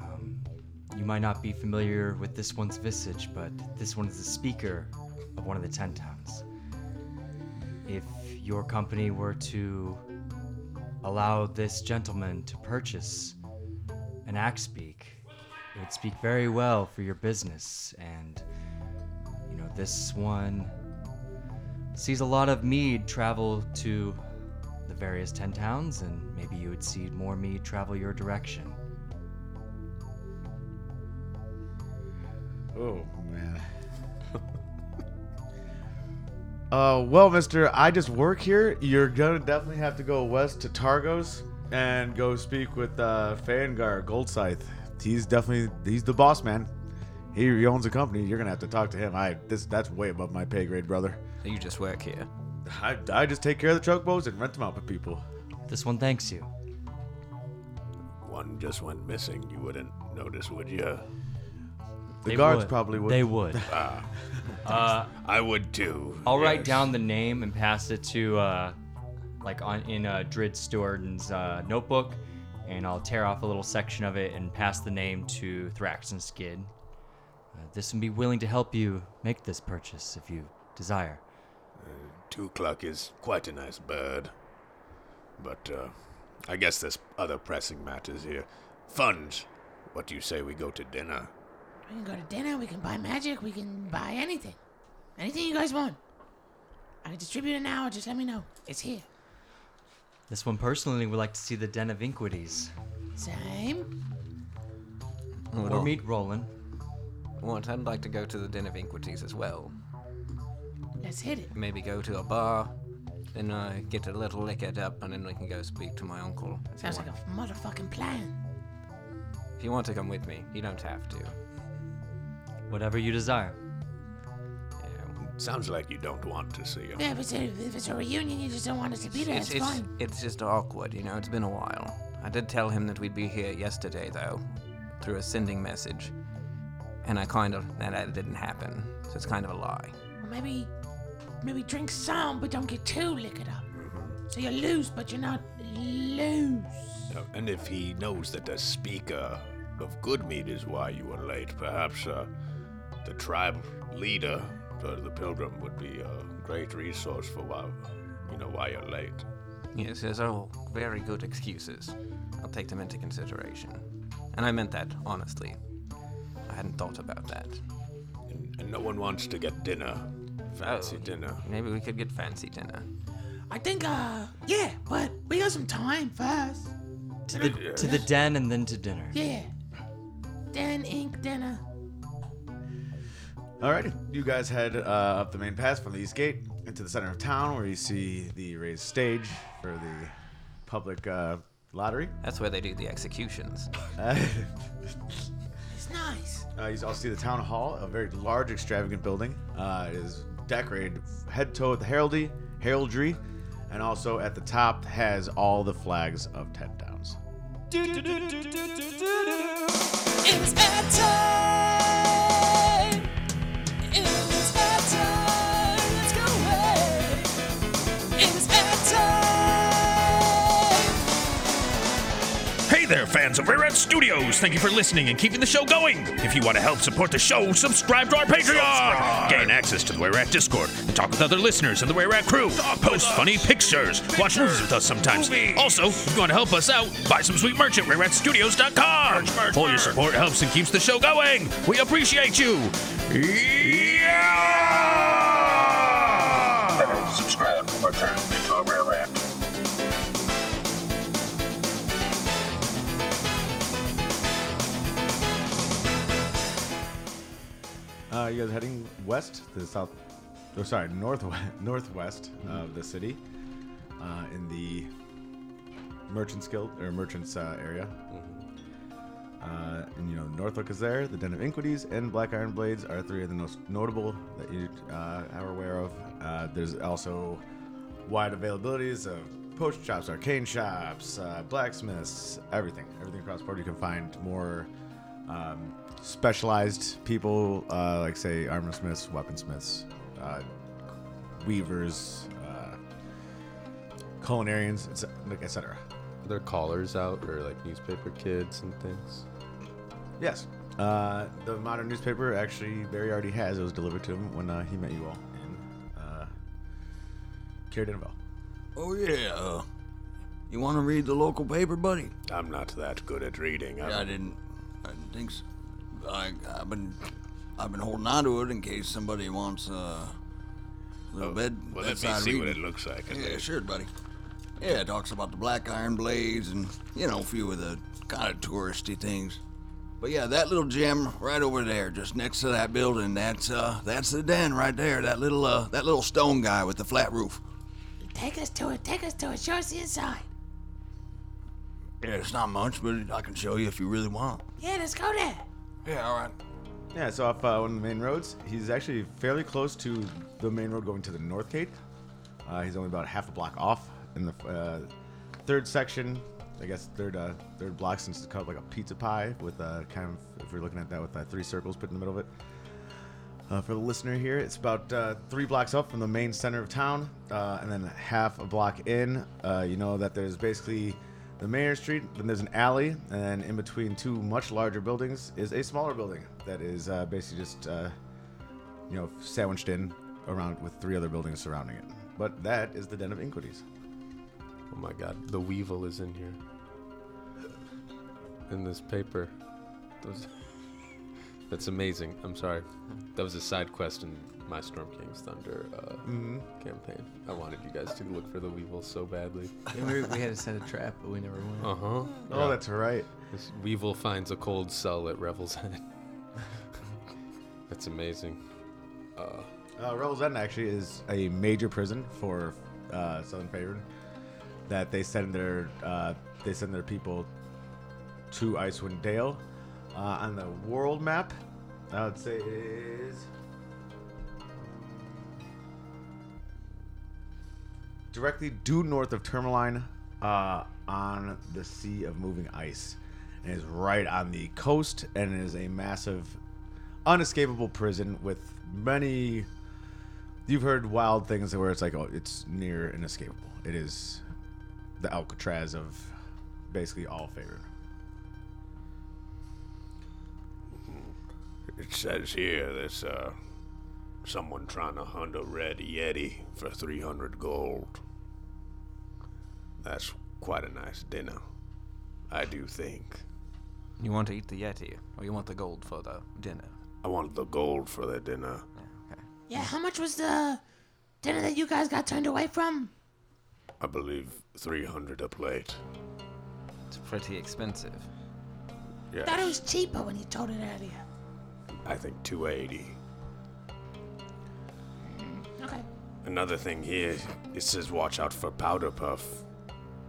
Speaker 9: um, you might not be familiar with this one's visage, but this one is the speaker of one of the ten towns. If your company were to allow this gentleman to purchase an axe speak, it would speak very well for your business and." you know, this one sees a lot of mead travel to the various ten towns, and maybe you would see more mead travel your direction.
Speaker 8: Oh man. <laughs> Uh, well, Mister, I just work here. You're gonna definitely have to go west to Targos and go speak with uh, Fangar Goldscythe. He's definitely he's the boss man. He, he owns a company. You're gonna have to talk to him. I this that's way above my pay grade, brother.
Speaker 11: You just work here.
Speaker 8: I, I just take care of the truck boats and rent them out to people.
Speaker 9: This one thanks you.
Speaker 5: One just went missing. You wouldn't notice, would you?
Speaker 8: The They guards would. probably would. They would. <laughs>
Speaker 9: Uh,
Speaker 5: Ah. I would too.
Speaker 9: I'll write
Speaker 5: yes.
Speaker 9: down the name and pass it to, uh, like, on in uh, Drid Stewarden's uh, notebook, and I'll tear off a little section of it and pass the name to Thrax and Skid. Uh, this would be willing to help you make this purchase if you desire.
Speaker 5: Uh, Two Cluck is quite a nice bird. But uh, I guess there's other pressing matters here. Funds, what do you say we go to dinner?
Speaker 4: We can go to dinner, we can buy magic, we can buy anything. Anything you guys want. I can distribute it now, just let me know. It's here.
Speaker 9: This one personally would like to see the Den of Inquities.
Speaker 4: Same.
Speaker 9: Or meet Roland.
Speaker 11: What I'd like to go to the Den of Inquities as well.
Speaker 4: Let's hit it.
Speaker 11: Maybe go to a bar, then uh, get a little liquored up, and then we can go speak to my uncle. if you
Speaker 4: Sounds like
Speaker 11: want.
Speaker 4: a motherfucking plan.
Speaker 11: If you want to come with me, you don't have to.
Speaker 9: Whatever you desire.
Speaker 5: Sounds like you don't want to see him.
Speaker 4: Yeah, if it's a, if it's a reunion, you just don't want us to be there, it's,
Speaker 11: it's, it's,
Speaker 4: fine.
Speaker 11: it's just awkward, you know. It's been a while. I did tell him that we'd be here yesterday, though, through a sending message, and I kind of that, that didn't happen. So it's kind of a lie.
Speaker 4: Or maybe, maybe drink some, but don't get too liquored up. So you're loose, but you're not loose.
Speaker 5: Uh, And if he knows that the speaker of good meat is why you were late, perhaps uh, the tribe leader for the pilgrim would be a great resource for why you know why you're late.
Speaker 11: Yes, those are all very good excuses. I'll take them into consideration. And I meant that, honestly. I hadn't thought about that.
Speaker 5: And no one wants to get dinner, fancy dinner.
Speaker 11: Oh, Maybe we could get fancy dinner.
Speaker 4: I think, uh, yeah, but we got some time first.
Speaker 9: To the, to the den and then to dinner.
Speaker 4: Yeah. Den Ink Dinner.
Speaker 8: Alrighty, you guys head uh, up the main pass from the east gate into the center of town, where you see the raised stage for the public uh, lottery.
Speaker 11: That's where they do the executions.
Speaker 8: <laughs>
Speaker 4: It's nice.
Speaker 8: Uh, you also see the town hall, a very large, extravagant building. Uh, it is decorated head to toe with heraldry, heraldry, and also at the top has all the flags of ten towns.
Speaker 14: It's ad time. It's ad time. Let's go away. It's ad
Speaker 15: Hey there, fans of Rare Earth Studios! Thank you for listening and keeping the show going! If you want to help support the show, subscribe to our Patreon! Gain access to the Rare Rat Discord and talk with other listeners and the Rare Rat crew. Post funny pictures, watch movies with us sometimes. Also, if you want to help us out, buy some sweet merch at RareRatStudios.com! All your support helps and keeps the show going! We appreciate you! Yeah! Subscribe or turn into a Rare Rat.
Speaker 8: Uh, you guys heading west to the south, oh, sorry, northwest, <laughs> northwest of the city, uh, in the merchants guild or merchants uh, area. Uh, and you know, Northlook is there. The Den of Inquities and Black Iron Blades are three of the most notable that you uh, are aware of. Uh, there's also wide availabilities of potion shops, arcane shops, uh, blacksmiths, everything, everything across the board. You can find more um, specialized people, uh, like say armor smiths, weaponsmiths, uh, weavers, uh, culinarians, etc. Et cetera.
Speaker 10: Are there collars out or like newspaper kids and things?
Speaker 8: yes, uh, the modern newspaper actually Barry already has. It was delivered to him when uh, he met you all in uh, Carradinneville.
Speaker 5: Oh
Speaker 12: uh,
Speaker 5: yeah. You want to read the local paper, buddy? I'm not that good at reading.
Speaker 12: Yeah, I didn't.
Speaker 5: I didn't think so.
Speaker 12: I, I've been, I've been holding on to it in case somebody wants uh, a little bed.
Speaker 5: Oh, well, let me
Speaker 12: bedside
Speaker 5: see what
Speaker 12: reading.
Speaker 5: it looks like, at
Speaker 12: Yeah,
Speaker 5: least.
Speaker 12: sure, buddy. Yeah, it talks about the black iron blades and you know a few of the kind of touristy things. But yeah, that little gem right over there, just next to that building, that's uh, that's the den right there. That little uh, that little stone guy with the flat roof.
Speaker 4: Take us to it. Take us to it. Show us the inside.
Speaker 12: Yeah, it's not much, but I can show you Oh, if you really want.
Speaker 4: Yeah, let's go there.
Speaker 12: Yeah, all right.
Speaker 8: Yeah, it's off uh, one of the main roads. He's actually fairly close to the main road going to the north gate. Uh, he's only about half a block off in the uh, third section. I guess third uh, third block since it's kind of like a pizza pie with uh, kind of if we're looking at that with uh, three circles put in the middle of it. Uh, for the listener here, it's about uh, three blocks up from the main center of town, uh, and then half a block in. Uh, you know that there's basically the Mayor Street, then there's an alley, and then in between two much larger buildings is a smaller building that is uh, basically just, uh, you know, sandwiched in around with three other buildings surrounding it. But that is the Den of Inquities.
Speaker 10: Oh my god, the Weevil is in here. In this paper. Those- <laughs> That's amazing. I'm sorry. That was a side quest in my Storm King's Thunder uh,
Speaker 8: Mm-hmm.
Speaker 2: Mhm.
Speaker 10: campaign. I wanted you guys to look for the Weevil so badly.
Speaker 2: Yeah, we, we had to set a trap, but we never went.
Speaker 7: Uh-huh.
Speaker 10: Uh huh.
Speaker 8: Oh, that's right.
Speaker 10: This Weevil finds a cold cell at Revel's
Speaker 8: <laughs>
Speaker 10: Head. that's amazing. Uh,
Speaker 8: Uh, Rebel's End actually is a major prison for uh, Southern Favored that they send their uh, they send their people to Icewind Dale uh, on the world map. I would say it is directly due north of Tourmaline uh, on the Sea of Moving Ice. And is right on the coast and is a massive, unescapable prison with many. You've heard wild things where it's like, oh, it's near inescapable. It is the Alcatraz of basically all favorite.
Speaker 5: It says here there's uh, someone trying to hunt a red yeti for 300 gold. That's quite a nice dinner, I do think.
Speaker 11: You want to eat the Yeti, or you want the gold for the dinner?
Speaker 5: I want the gold for the dinner.
Speaker 4: Yeah, how much was the dinner that you guys got turned away from?
Speaker 5: I believe 300 a plate.
Speaker 11: It's pretty expensive.
Speaker 5: Yeah,
Speaker 4: Thought it was cheaper when you told it earlier.
Speaker 5: I think 280.
Speaker 4: Okay.
Speaker 5: Another thing here, it says watch out for powder puff,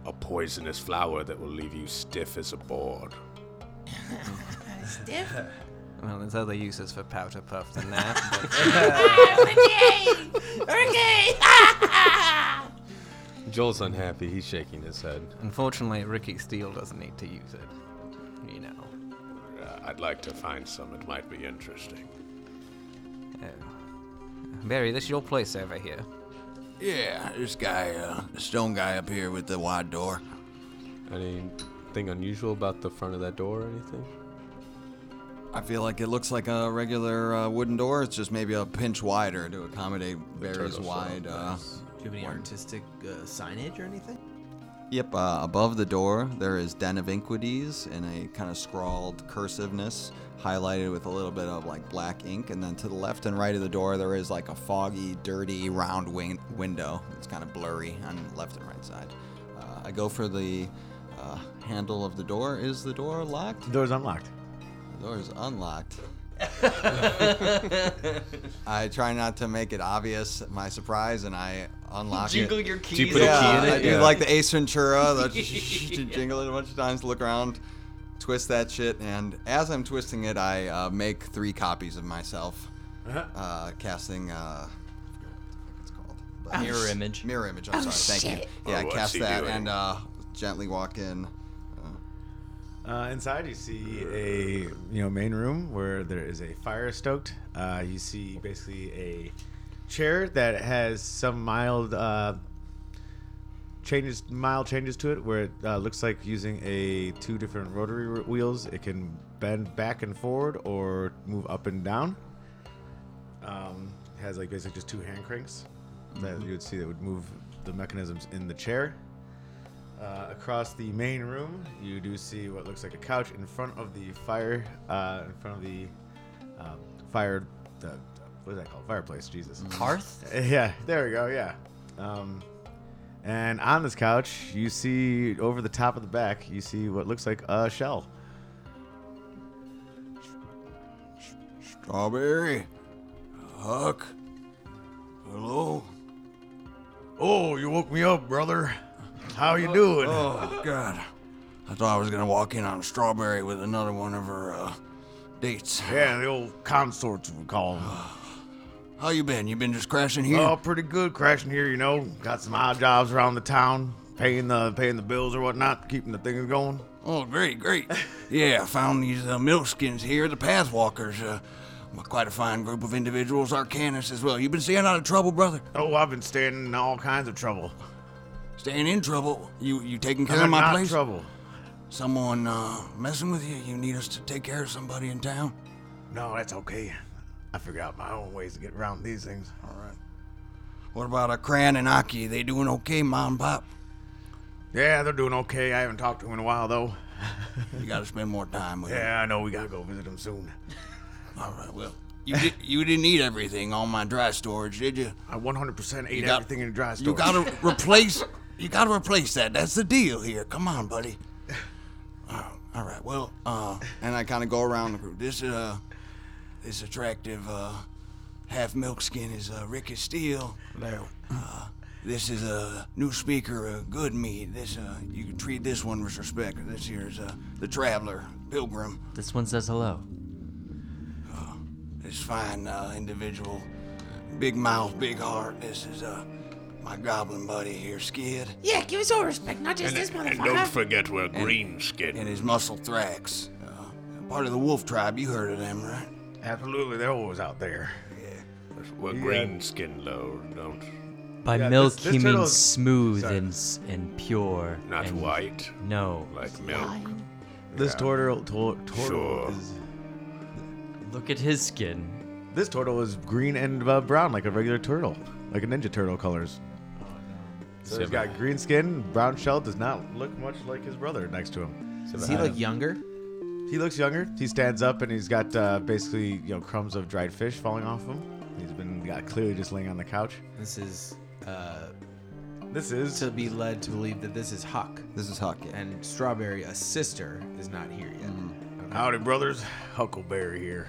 Speaker 5: a poisonous flower that will leave you stiff as a board.
Speaker 4: <laughs> Stiff?
Speaker 11: Well, there's other uses for powder puff than that.
Speaker 4: Ricky!
Speaker 11: uh,
Speaker 4: Ricky!
Speaker 10: Joel's unhappy. He's shaking his head.
Speaker 11: Unfortunately, Ricky Steele doesn't need to use it. You know.
Speaker 5: Uh, I'd like to find some, it might be interesting.
Speaker 11: Barry, this is your place over here.
Speaker 12: Yeah, this guy, uh, the stone guy up here with the wide door.
Speaker 10: Anything unusual about the front of that door or anything?
Speaker 12: I feel like it looks like a regular uh, wooden door. It's just maybe a pinch wider to accommodate Barry's wide. Uh,
Speaker 2: Do you have any artistic uh, signage or anything?
Speaker 12: yep, uh, above the door there is Den of Inquities in a kind of scrawled cursiveness, highlighted with a little bit of like black ink. And then to the left and right of the door there is like a foggy, dirty, round wing- window. It's kind of blurry on the left and right side. Uh, I go for the uh, handle of the door. Is the door locked? The
Speaker 8: door is unlocked.
Speaker 12: The door is unlocked. <laughs> I try not to make it obvious my surprise, and I unlock
Speaker 9: Jingle
Speaker 12: it.
Speaker 9: your Do you keys. put a
Speaker 12: yeah,
Speaker 9: key in it?
Speaker 12: I do
Speaker 9: Yeah.
Speaker 12: like the Ace Ventura. The
Speaker 9: <laughs>
Speaker 12: <laughs> jingle it a bunch of times, look around, twist that shit, and as I'm twisting it, I uh, make three copies of myself,
Speaker 9: Uh-huh.
Speaker 12: uh, casting. Uh,
Speaker 9: Oh, Mirror sh- image.
Speaker 12: Mirror image. I'm
Speaker 9: Oh,
Speaker 12: sorry. Thank
Speaker 9: shit.
Speaker 12: you. Yeah,
Speaker 9: Oh, what's
Speaker 12: cast
Speaker 9: he
Speaker 12: that
Speaker 9: doing?
Speaker 12: and uh, gently walk in.
Speaker 8: Uh, inside, you see a you know main room where there is a fire stoked. Uh, you see basically a chair that has some mild uh, changes, mild changes to it, where it uh, looks like using a two different rotary r- wheels, it can bend back and forward or move up and down. Um, it has like basically just two hand cranks that you would see that would move the mechanisms in the chair. Uh, across the main room, you do see what looks like a couch in front of the fire, uh, in front of the um, fire. The, what is that called? Fireplace. Jesus.
Speaker 9: Hearth?
Speaker 8: <laughs>
Speaker 16: Eh,
Speaker 8: yeah. There we go. Yeah. Um, and on this couch, you see over the top of the back, you see what looks like a shell.
Speaker 7: Strawberry. Huck. Hello.
Speaker 16: Oh, you woke me up, brother. How you
Speaker 7: doing?
Speaker 16: Oh God,
Speaker 7: I thought I was gonna walk in on Strawberry with another one of her uh, dates.
Speaker 16: Yeah, the old consorts we call them.
Speaker 7: <sighs> How you been? You been just crashing here?
Speaker 16: Oh, pretty good crashing here. You know, got some odd jobs around the town, paying the paying the bills or whatnot, keeping the things going.
Speaker 7: Oh,
Speaker 16: <laughs>
Speaker 7: great, great. Yeah, I found these uh, milkskins here, the Pathwalkers. Uh, quite a fine group of individuals, Arcanus as well. You been staying out of trouble, brother?
Speaker 16: Oh, I've been staying in all kinds of trouble.
Speaker 7: Staying in trouble? You you taking care
Speaker 16: I'm
Speaker 7: of my
Speaker 16: not
Speaker 7: place?
Speaker 16: trouble.
Speaker 7: Someone uh, messing with you? You need us to take care of somebody in town?
Speaker 16: No, that's okay. I figure out my own ways to get around these things. All right.
Speaker 7: What about a Cran and Aki? They doing okay, Mom, Pop?
Speaker 16: Yeah, they're doing okay. I haven't talked to them in a while though.
Speaker 7: <laughs> You gotta spend more time with 'em.
Speaker 16: Yeah, I know. We gotta go visit them soon.
Speaker 7: All right, well. You, did, you didn't eat everything on my dry storage, did you?
Speaker 16: I 100% ate
Speaker 7: You got-
Speaker 16: everything in the dry storage.
Speaker 7: You gotta replace. You gotta replace that. That's the deal here. Come on,
Speaker 16: <laughs>
Speaker 7: buddy. Uh, all right. Well, uh, and I kind of go around the group. This uh, this attractive uh, half milk skin is uh, Ricky Steele.
Speaker 16: Hello.
Speaker 7: Uh, this is a new speaker, uh, Goodmead. This uh, you can treat this one with respect. This here is uh, the traveler, Pilgrim.
Speaker 9: This one says hello.
Speaker 7: This fine uh, individual, big mouth, big heart. This is uh, my goblin buddy here, Skid.
Speaker 4: Yeah, give us all respect, not just this motherfucker.
Speaker 7: forget we're green skin. And his muscle thrax. Uh, part of the wolf tribe. You heard of them, right?
Speaker 16: Absolutely, they're always out there.
Speaker 5: Well, green skin though, don't.
Speaker 9: By
Speaker 5: Yeah,
Speaker 9: milk,
Speaker 5: this-
Speaker 9: he
Speaker 5: this
Speaker 9: means
Speaker 5: turtle's-
Speaker 9: smooth and, s- and pure.
Speaker 5: Not
Speaker 9: and-
Speaker 5: white.
Speaker 9: No.
Speaker 5: Like milk.
Speaker 8: This turtle, tor- turtle
Speaker 5: Sure.
Speaker 8: is.
Speaker 9: Look at his skin.
Speaker 8: This turtle is green and uh, brown, like a regular turtle, like a ninja turtle colors. So he's got green skin, brown shell. Does not look much like his brother next to him.
Speaker 2: Does he look younger?
Speaker 8: He looks younger. He stands up and he's got uh, basically you know crumbs of dried fish falling off him. He's been got clearly just laying on the couch.
Speaker 2: This is. Uh,
Speaker 8: this is
Speaker 2: to be led to believe that this is Huck.
Speaker 7: This is Huck.
Speaker 2: And Strawberry, a sister, is not here yet.
Speaker 7: Mm-hmm.
Speaker 16: Howdy, brothers. Huckleberry here.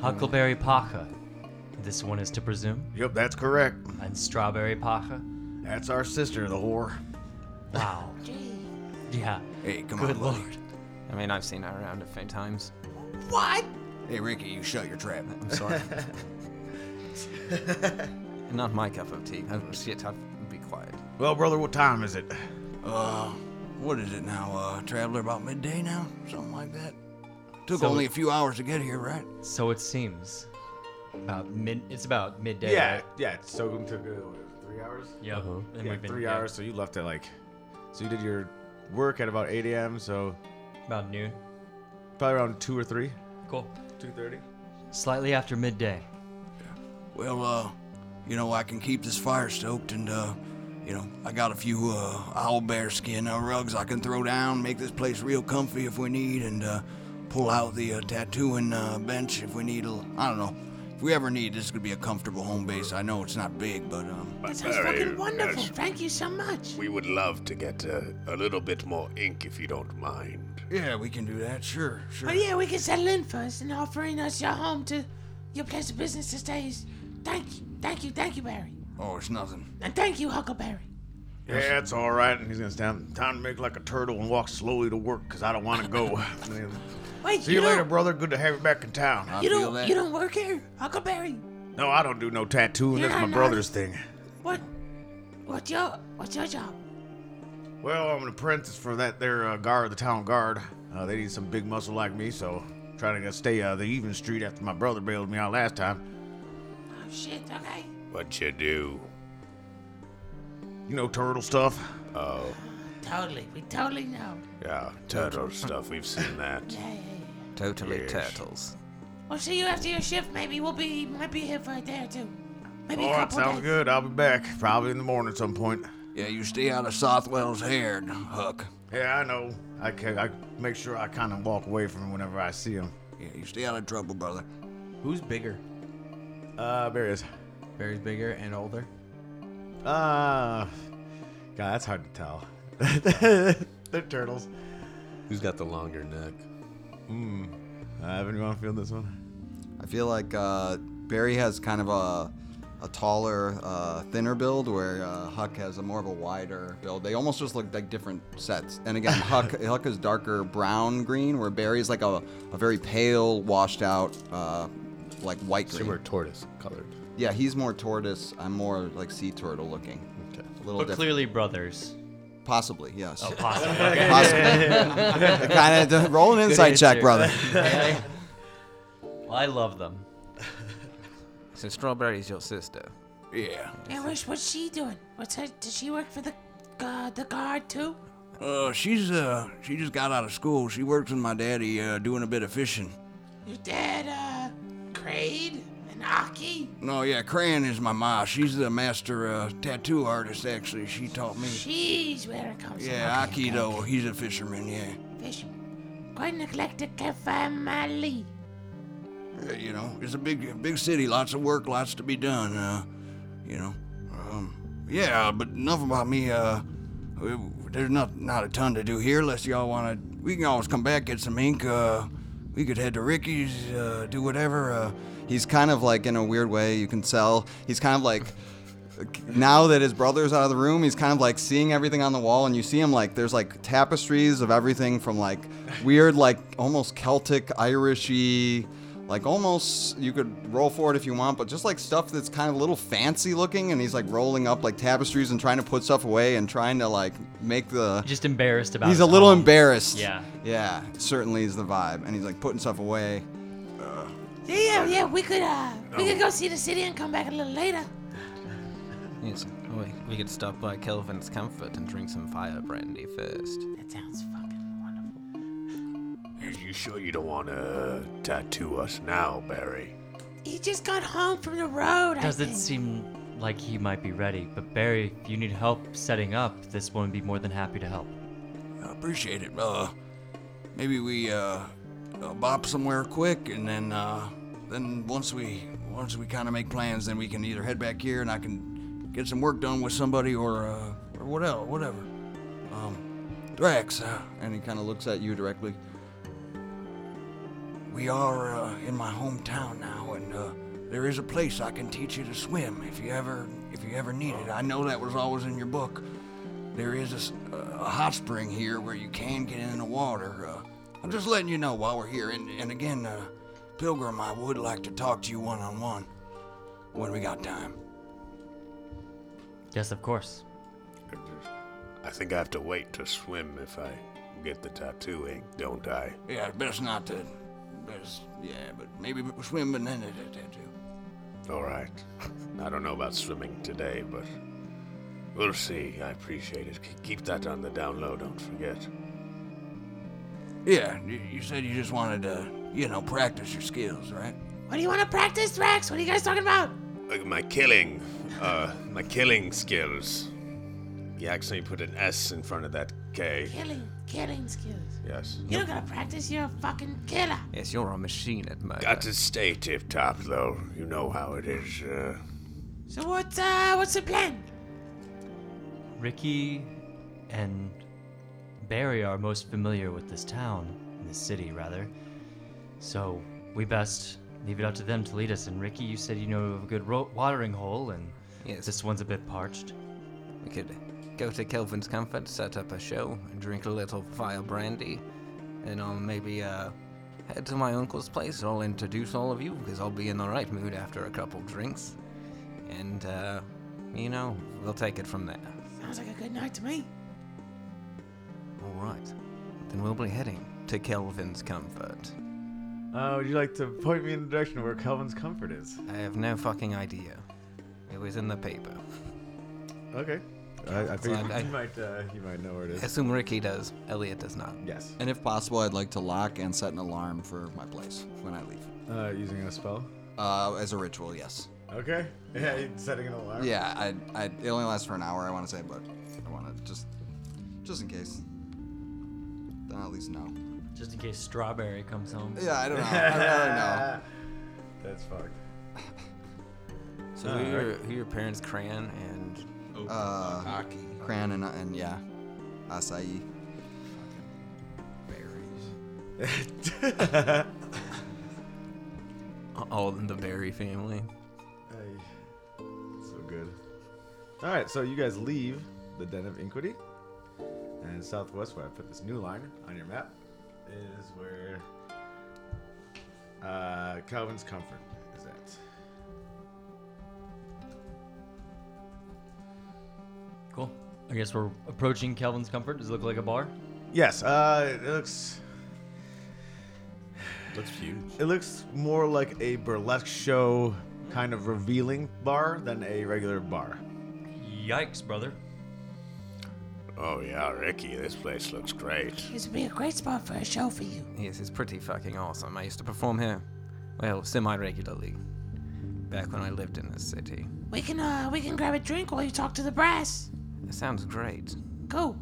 Speaker 9: Huckleberry Pacha. This one is to presume?
Speaker 16: Yep, that's correct.
Speaker 9: And Strawberry Pacha?
Speaker 16: That's our sister, the whore.
Speaker 9: Wow. yeah.
Speaker 7: Hey, come
Speaker 11: Good
Speaker 7: on, buddy.
Speaker 11: lord. I mean, I've seen her around a few times.
Speaker 4: What?
Speaker 7: Hey, Ricky, you shut your trap. I'm
Speaker 9: <laughs>
Speaker 11: sorry.
Speaker 8: <laughs>
Speaker 11: Not my cup of tea. Oh, shit, I'll be quiet.
Speaker 16: Well, brother, what time is it?
Speaker 7: Uh, what is it now, uh, Traveler? About midday now? Something like that? Took
Speaker 17: So-
Speaker 7: only a few hours to get here, right?
Speaker 17: So it seems. About mid. It's about midday.
Speaker 8: Yeah,
Speaker 17: right?
Speaker 8: yeah. It's so it took uh, what, three hours.
Speaker 17: Yep, Uh-huh. and
Speaker 8: Yeah,
Speaker 17: we've been-
Speaker 8: three
Speaker 17: yeah.
Speaker 8: hours. So you left at like, so you did your work at about 8 a.m. So
Speaker 9: about noon.
Speaker 8: Probably around two or three.
Speaker 17: Cool.
Speaker 8: 2:30.
Speaker 9: Slightly after midday.
Speaker 7: Well, uh, you know, I can keep this fire stoked and, uh, you know, I got a few uh, owl bear skin uh, rugs I can throw down, make this place real comfy if we need, and uh, pull out the uh, tattooing uh, bench if we need. A, I don't know. If we ever need, this could be a comfortable home base. I know it's not big, but um,
Speaker 4: That sounds fucking wonderful. Thank you so much.
Speaker 5: We would love to get a, a little bit more ink if you don't mind.
Speaker 7: Yeah, we can do that. Sure, sure.
Speaker 4: Oh yeah, we can settle in first and offering us your home to your place of business to stay is thank you, thank you, thank you, Barry.
Speaker 7: Oh, it's nothing.
Speaker 4: And thank you, Huckleberry.
Speaker 16: Yeah, it's all right. And he's gonna stand. Time to make like a turtle and walk slowly to work, cause I don't want to
Speaker 7: <laughs>
Speaker 16: go. <laughs>
Speaker 4: Wait,
Speaker 16: See you,
Speaker 4: you don't-
Speaker 16: later, brother. Good to have you back in town.
Speaker 4: you don't you don't work here? Huckleberry.
Speaker 16: No, I don't do no tattooing.
Speaker 4: You're
Speaker 16: That's my
Speaker 4: not-
Speaker 16: brother's thing.
Speaker 4: What what's your what's your job?
Speaker 16: Well, I'm an apprentice for that there uh, guard, the town guard. Uh, they need some big muscle like me, so trying to stay uh, the even street after my brother bailed me out last time.
Speaker 4: Oh, shit, okay.
Speaker 5: What you do?
Speaker 1: You know turtle stuff?
Speaker 5: Oh,
Speaker 4: Totally. We totally know.
Speaker 5: yeah, turtle stuff. We've seen that.
Speaker 11: Totally
Speaker 5: Yes.
Speaker 11: turtles.
Speaker 4: We'll see you after your shift. Maybe we'll be might be here for a day or two. Maybe
Speaker 8: Oh,
Speaker 1: All
Speaker 4: a
Speaker 1: right,
Speaker 4: couple
Speaker 1: sounds
Speaker 4: days.
Speaker 1: good. I'll be back probably in the morning at some point.
Speaker 7: Yeah, you stay out of Southwell's hair, Huck.
Speaker 1: Yeah, I know. I ca I make sure I kind of walk away from him whenever I see him.
Speaker 7: Yeah, you stay out of trouble, brother.
Speaker 2: Who's bigger?
Speaker 1: Uh, Barry is.
Speaker 2: Barry's bigger and older.
Speaker 1: Uh, God, that's hard to tell. <laughs> They're turtles.
Speaker 10: Who's got the longer neck?
Speaker 1: Hmm. Uh, anyone feel this one?
Speaker 12: I feel like uh, Barry has kind of a a taller, uh, thinner build, where uh, Huck has a more of a wider build. They almost just look like different sets. And again, Huck Huck is darker brown green, where Barry's like a, a very pale, washed out, uh, like white green.
Speaker 10: Similar tortoise colored.
Speaker 12: Yeah, he's more tortoise. I'm more like sea turtle looking. Okay. A little
Speaker 9: But
Speaker 12: different.
Speaker 9: clearly brothers.
Speaker 12: Possibly, yes.
Speaker 9: Oh, possibly. <laughs> Okay.
Speaker 12: Possibly. kind of roll an
Speaker 9: Good
Speaker 12: insight check,
Speaker 9: answer.
Speaker 12: brother.
Speaker 9: well, I love them.
Speaker 11: So Strawberry's your sister.
Speaker 7: Yeah.
Speaker 4: And what's, what's she doing? What's her? Does she work for the uh, the guard too?
Speaker 7: Uh, she's uh, she just got out of school. She works with my daddy, uh, doing a bit of fishing.
Speaker 4: Your dad, uh, Crade and Aki.
Speaker 7: No, yeah, Crayon is my ma. She's the master uh, tattoo artist. Actually, she taught me.
Speaker 4: She's where it comes
Speaker 7: Yeah,
Speaker 4: from.
Speaker 7: Akido. He's a fisherman. Yeah.
Speaker 4: Fisherman. Quite an eclectic family.
Speaker 7: Yeah, Uh, you know, it's a big, big city. Lots of work, lots to be done. Uh, you know, um, yeah. But enough about me. Uh, uh, there's not not a ton to do here unless y'all want to. We can always come back get some ink. Uh, we could head to Ricky's. Uh, do whatever. Uh,
Speaker 12: <laughs> He's kind of like in a weird way. You can tell he's kind of like now that his brother's out of the room, he's kind of like seeing everything on the wall, and you see him like there's like tapestries of everything from like weird, like almost Celtic, Irishy, like almost you could roll for it if you want, but just like stuff that's kind of a little fancy looking, and he's like rolling up like tapestries and trying to put stuff away and trying to like make the
Speaker 9: Just embarrassed about
Speaker 12: He's
Speaker 9: his
Speaker 12: a little
Speaker 9: home.
Speaker 12: embarrassed.
Speaker 9: Yeah.
Speaker 12: yeah, certainly is the vibe, and he's like putting stuff away. Uh,
Speaker 4: Yeah, yeah, yeah. We could, uh, we could go see the city and come back a little later.
Speaker 11: Yes. We, we could stop by Kelvin's Comfort and drink some fire brandy first.
Speaker 4: That sounds fucking.
Speaker 5: Are you sure you don't want to tattoo us now, Barry?
Speaker 4: He just got home from the road. I
Speaker 9: Doesn't
Speaker 4: think.
Speaker 9: seem like he might be ready, but Barry, if you need help setting up, this one would be more than happy to help.
Speaker 7: I appreciate it. Uh, maybe we uh, uh, bop somewhere quick, and then uh, then once we once we kind of make plans, then we can either head back here, and I can get some work done with somebody, or uh, or what else, whatever. Um, Drax, uh,
Speaker 12: and he kind of looks at you directly.
Speaker 7: we are uh, in my hometown now, and uh, there is a place I can teach you to swim if you ever if you ever need it. I know that was always in your book. There is a s- uh, a, hot spring here where you can get in the water. Uh, I'm just letting you know while we're here. And, and again, uh, Pilgrim, I would like to talk to you one on one when we got time.
Speaker 9: Yes, of course.
Speaker 5: I think I have to wait to swim if I get the tattoo ink, don't I?
Speaker 7: Yeah, best not to. Best, yeah, but maybe swim, but then it- it- it-
Speaker 5: All right. I don't know about swimming today, but we'll see. I appreciate it. K- Keep that on the down low. Don't forget.
Speaker 7: Yeah, you you said you just wanted to, you know, practice your skills, right?
Speaker 4: What do you want to practice, Rex? What are you guys talking about?
Speaker 5: Like my killing, uh, my killing skills. You actually put an S in front of that K.
Speaker 4: Killing, killing skills.
Speaker 5: Yes.
Speaker 4: You don't gotta practice. You're a fucking killer.
Speaker 11: Yes, you're a machine at murder.
Speaker 5: Got to stay tip top, though. You know how it is. Uh,
Speaker 4: So what's, uh, what's the plan?
Speaker 9: Ricky and Barry are most familiar with this town, this city, rather. So we best leave it up to them to lead us. And Ricky, you said you know of a good ro- watering hole, and this one's a bit parched.
Speaker 11: We could go to Kelvin's Comfort, set up a show, and drink a little fire brandy, and I'll maybe uh, head to my uncle's place. I'll introduce all of you because I'll be in the right mood after a couple drinks, and uh, you know we'll take it from there.
Speaker 4: Sounds like a good night to me.
Speaker 11: All right, then we'll be heading to Kelvin's Comfort.
Speaker 8: Uh, would you like to point me in the direction where Kelvin's comfort is?
Speaker 11: I have no fucking idea. It was in the paper.
Speaker 8: Okay. I, I
Speaker 11: So
Speaker 8: figured
Speaker 1: <laughs>
Speaker 11: I-
Speaker 8: you might uh, you might know where it is.
Speaker 11: assume Ricky does. Elliot does not.
Speaker 8: Yes.
Speaker 12: And if possible, I'd like to lock and set an alarm for my place when I leave.
Speaker 8: Uh, using a spell?
Speaker 12: Uh, as a ritual, yes.
Speaker 1: <laughs>
Speaker 8: Okay. Yeah, you're setting an alarm.
Speaker 12: Yeah, I, I, it only lasts for an hour, I want to say, but I want to just, just in case. Then at least know.
Speaker 9: Just in case Strawberry comes home.
Speaker 12: Yeah, I
Speaker 9: <laughs>
Speaker 12: don't know. I'd rather know.
Speaker 8: That's fucked.
Speaker 11: So
Speaker 12: All
Speaker 11: who, are your,
Speaker 12: right.
Speaker 11: who are your parents, Cran
Speaker 8: <laughs>
Speaker 11: and
Speaker 8: Oh,
Speaker 12: Uh, Cran and, uh, and yeah,
Speaker 8: <laughs>
Speaker 12: acai.
Speaker 11: Berries. All in the Berry family.
Speaker 8: Hey, so good. All right, so you guys leave the Den of Inquity, and southwest where I put this new line on your map is where uh, Calvin's Comfort is at.
Speaker 9: Cool. I guess we're approaching Kelvin's Comfort. Does it look like a bar?
Speaker 8: Yes, uh, it looks.
Speaker 10: Looks huge.
Speaker 8: It looks more like a burlesque show kind of revealing bar than a regular bar.
Speaker 9: Yikes, brother.
Speaker 5: Oh yeah, Ricky, this place looks great.
Speaker 4: This would be a great spot for a show for you.
Speaker 11: Yes, it's pretty fucking awesome. I used to perform here, well, semi regularly, back when I lived in this city.
Speaker 4: We can uh we can grab a drink while you talk to the brass.
Speaker 11: It sounds great.
Speaker 4: Go.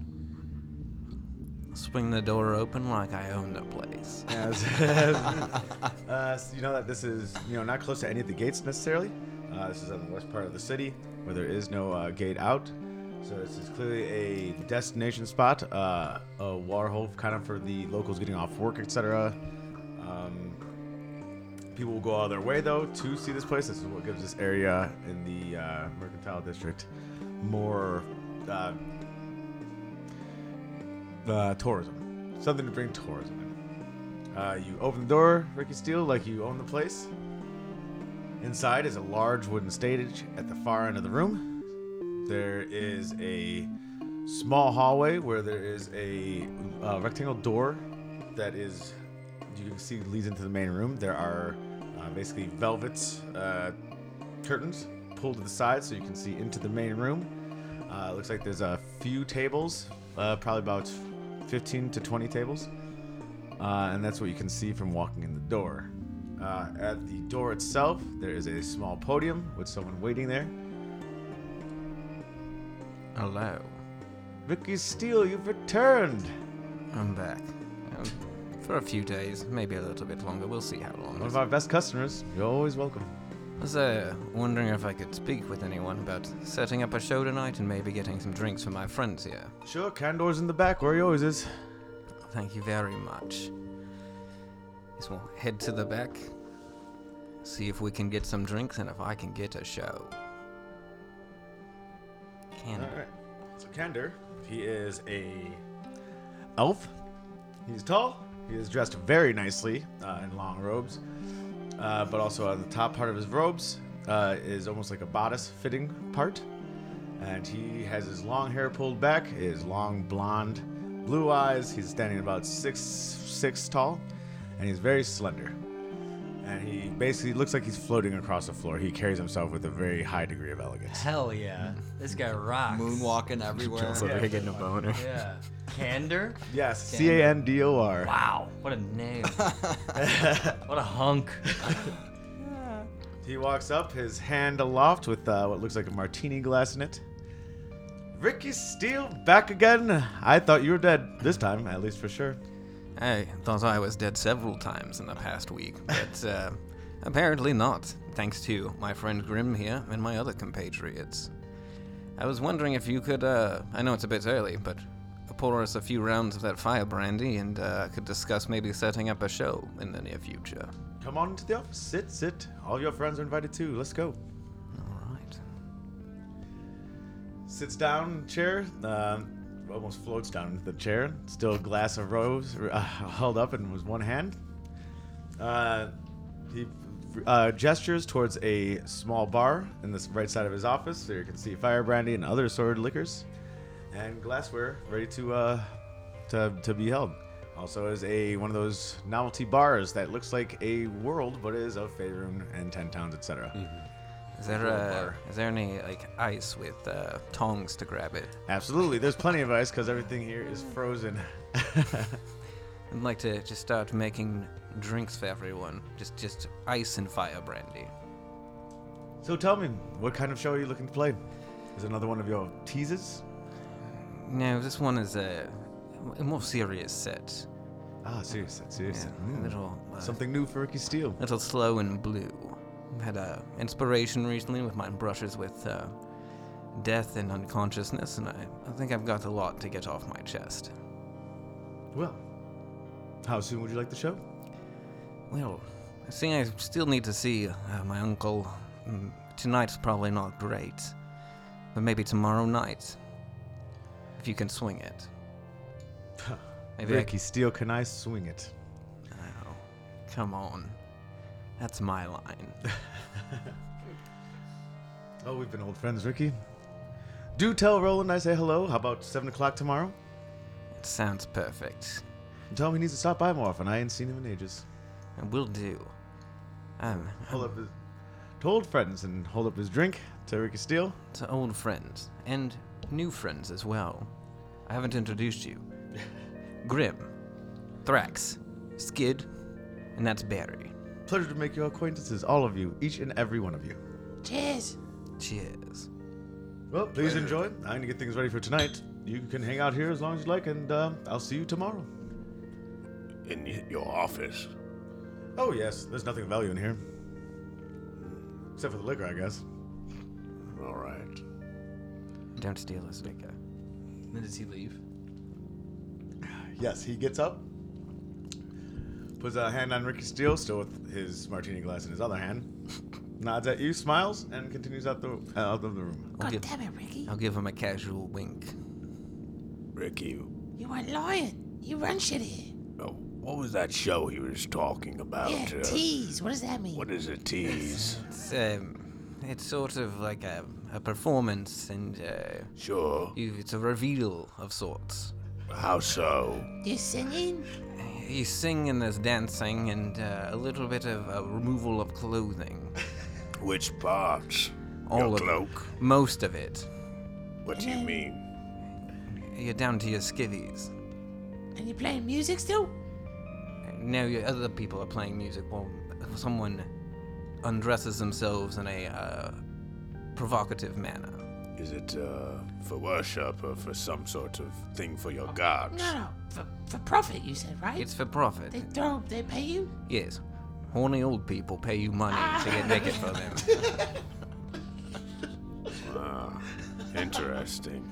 Speaker 11: Swing the door open like I own the place. <laughs> Um,
Speaker 8: <laughs> uh, so you know that this is you know not close to any of the gates necessarily. Uh, this is on the west part of the city where there is no uh, gate out. So this is clearly a destination spot, uh, a water hole kind of for the locals getting off work, etc. Um, people will go out of their way though to see this place. This is what gives this area in the uh, mercantile district more uh, uh, tourism, something to bring tourism in. Uh, you open the door, Ricky Steele, like you own the place. Inside is a large wooden stage at the far end of the room. There is a small hallway where there is a uh, rectangle door that is, you can see, leads into the main room. There are uh, basically velvet uh, curtains pulled to the side so you can see into the main room. Uh, it looks like there's a few tables, uh, probably about 15 to 20 tables. Uh, and that's what you can see from walking in the door. Uh, at the door itself, there is a small podium with someone waiting there.
Speaker 11: Hello.
Speaker 8: Ricky Steele, you've returned.
Speaker 11: I'm back. Um, for a few days, maybe a little bit longer. We'll see how long.
Speaker 8: One of our best customers. You're always welcome.
Speaker 11: I was uh, wondering if I could speak with anyone about setting up a show tonight and maybe getting some drinks for my friends here.
Speaker 8: Sure, Candor's in the back where he always is.
Speaker 11: Thank you very much. Guess we'll head to the back, see if we can get some drinks and if I can get a show. Candor.
Speaker 8: All right. So Candor, he is a elf. He's tall. He is dressed very nicely uh, in long robes, uh, but also on the top part of his robes uh, is almost like a bodice fitting part, and he has his long hair pulled back, his long blonde, blue eyes. He's standing about six six tall, and he's very slender. And he basically looks like he's floating across the floor. He carries himself with a very high degree of elegance.
Speaker 9: Hell yeah. This guy rocks.
Speaker 12: Moonwalking everywhere.
Speaker 8: Just over here getting a boner.
Speaker 9: Yeah. Candor?
Speaker 8: Yes, C A N D O R. <laughs>
Speaker 9: Wow. What a
Speaker 11: <laughs>
Speaker 9: name. what a hunk.
Speaker 8: He walks up, his hand aloft with uh, what looks like a martini glass in it. Ricky Steele back again. I thought you were dead this time, at least for sure.
Speaker 11: I thought I was dead several times in the past week,
Speaker 8: <laughs>
Speaker 11: but uh, apparently not, thanks to my friend Grim here and my other compatriots. I was wondering if you could, uh, I know it's a bit early, but pour us a few rounds of that fire brandy and uh, could discuss maybe setting up a show in the near future.
Speaker 8: Come on to the office. Sit, sit. All your friends are invited too. Let's go.
Speaker 11: All right.
Speaker 8: Sits down in the chair. Um almost floats down into the chair. Still a glass of rose uh, <laughs> held up in his one hand. Uh, he uh, gestures towards a small bar in the right side of his office, so you can see fire brandy and other assorted liquors, and glassware ready to uh, to, to be held. Also is a one of those novelty bars that looks like a world but is of Faerun and Ten Towns, etc.
Speaker 11: Mm-hmm. Is there a, is there any like ice with uh, tongs to grab it?
Speaker 8: Absolutely, there's plenty of ice because everything here is frozen. <laughs>
Speaker 11: I'd like to just start making drinks for everyone. Just just ice and fire brandy.
Speaker 8: So tell me, what kind of show are you looking to play? Is it another one of your teases?
Speaker 11: No, this one is a, a more serious set.
Speaker 8: Ah, serious set, serious set.
Speaker 11: a
Speaker 8: Mm.
Speaker 11: Little, uh,
Speaker 8: Something new for Ricky Steele.
Speaker 11: Little slow and blue. Had a inspiration recently with my brushes with uh, death and unconsciousness, and I, I think I've got a lot to get off my chest.
Speaker 8: Well, how soon would you like the show?
Speaker 11: Well, seeing I still need to see uh, my uncle, mm, tonight's probably not great, but maybe tomorrow night, if you can swing
Speaker 8: <laughs>
Speaker 11: it. Maybe I
Speaker 8: Ricky Steele, can I swing it?
Speaker 11: Oh, come on. That's my line.
Speaker 8: <laughs> Oh, we've been old friends, Ricky. Do tell Roland I say hello. How about seven o'clock tomorrow?
Speaker 11: It sounds perfect.
Speaker 8: Tell him he needs to stop by more often. I ain't seen him in ages.
Speaker 11: I will do. Um,
Speaker 8: hold up his, to old friends and hold up his drink to Ricky Steele.
Speaker 11: To old friends and new friends as well. I haven't introduced
Speaker 8: <laughs>
Speaker 11: you. Grim, Thrax, Skid, and that's Barry.
Speaker 8: Pleasure to make your acquaintances, all of you, each and every one of you.
Speaker 4: Cheers.
Speaker 11: Cheers.
Speaker 8: Well, please enjoy. I need to get things ready for tonight. You can hang out here as long as you like, and uh, I'll see you tomorrow.
Speaker 5: In y- your office.
Speaker 8: Oh yes, there's nothing of value in here, except for the liquor, I guess.
Speaker 5: All right.
Speaker 11: Don't steal his liquor.
Speaker 2: Then does he leave?
Speaker 8: Yes, he gets up, puts a hand on Ricky Steele, still with his martini glass in his other hand, <laughs> nods at you, smiles, and continues out the out of the room.
Speaker 11: I'll give, I'll give him a casual wink.
Speaker 5: Ricky, oh,
Speaker 4: You weren't lying. You run shit here.
Speaker 5: what was that show he was talking about? uh?
Speaker 4: Yeah, tease. What does that mean?
Speaker 5: Oh, What is a tease?
Speaker 11: It's, um, it's sort of like a, a performance and uh,
Speaker 5: sure.
Speaker 11: You, it's a reveal of sorts.
Speaker 5: How so?
Speaker 4: You singing?
Speaker 11: He's singing, there's dancing, and uh, a little bit of uh, removal of clothing.
Speaker 5: <laughs> Which parts?
Speaker 11: All
Speaker 5: Your
Speaker 11: of
Speaker 5: cloak?
Speaker 11: most of it.
Speaker 5: What do you mean?
Speaker 11: You're down to your skivvies.
Speaker 4: And you playing music still?
Speaker 11: Now your other people are playing music while someone undresses themselves in a uh, provocative manner.
Speaker 5: Is it uh, for worship or for some sort of thing for your gods?
Speaker 4: No, no. For, for profit, you said, right?
Speaker 11: It's for profit.
Speaker 4: They throw. They pay you.
Speaker 11: Yes. Horny old people pay you money to get naked for
Speaker 5: <laughs>
Speaker 11: them.
Speaker 5: Ah, interesting.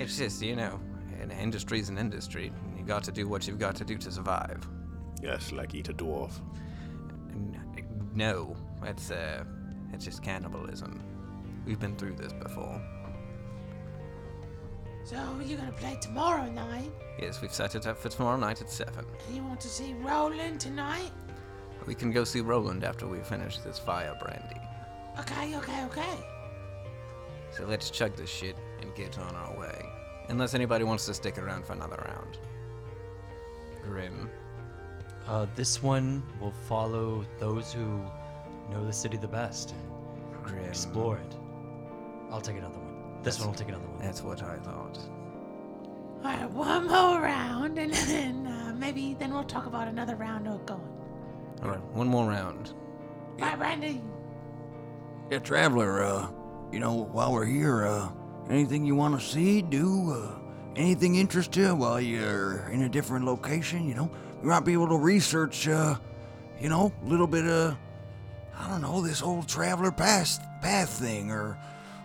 Speaker 11: It's just, you know, an industry's an industry. You got to do what you've got to do to survive.
Speaker 5: Yes, like eat a dwarf.
Speaker 11: No, it's uh, it's just cannibalism. We've been through this before.
Speaker 4: So you're gonna play tomorrow night,
Speaker 11: Yes, we've set it up for tomorrow night at seven.
Speaker 4: and you want to see Roland tonight?
Speaker 11: We can go see Roland after we finish this fire brandy.
Speaker 4: Okay, okay, okay.
Speaker 11: So let's chug this shit and get on our way. Unless anybody wants to stick around for another round. Grim.
Speaker 9: Uh, this one will follow those who know the city the best.
Speaker 11: Grim.
Speaker 9: Explore it. I'll take another one. This one will take another one.
Speaker 11: That's what I thought.
Speaker 4: All right, one more round, and then uh, maybe then we'll talk about another round of going.
Speaker 11: All right, one more round.
Speaker 4: Bye, Brandy.
Speaker 7: Yeah, traveler, uh, you know, while we're here, uh, anything you want to see, do, uh, anything interest you while you're in a different location, you know? You might be able to research, uh, you know, a little bit of, I don't know, this old traveler path, path thing, or,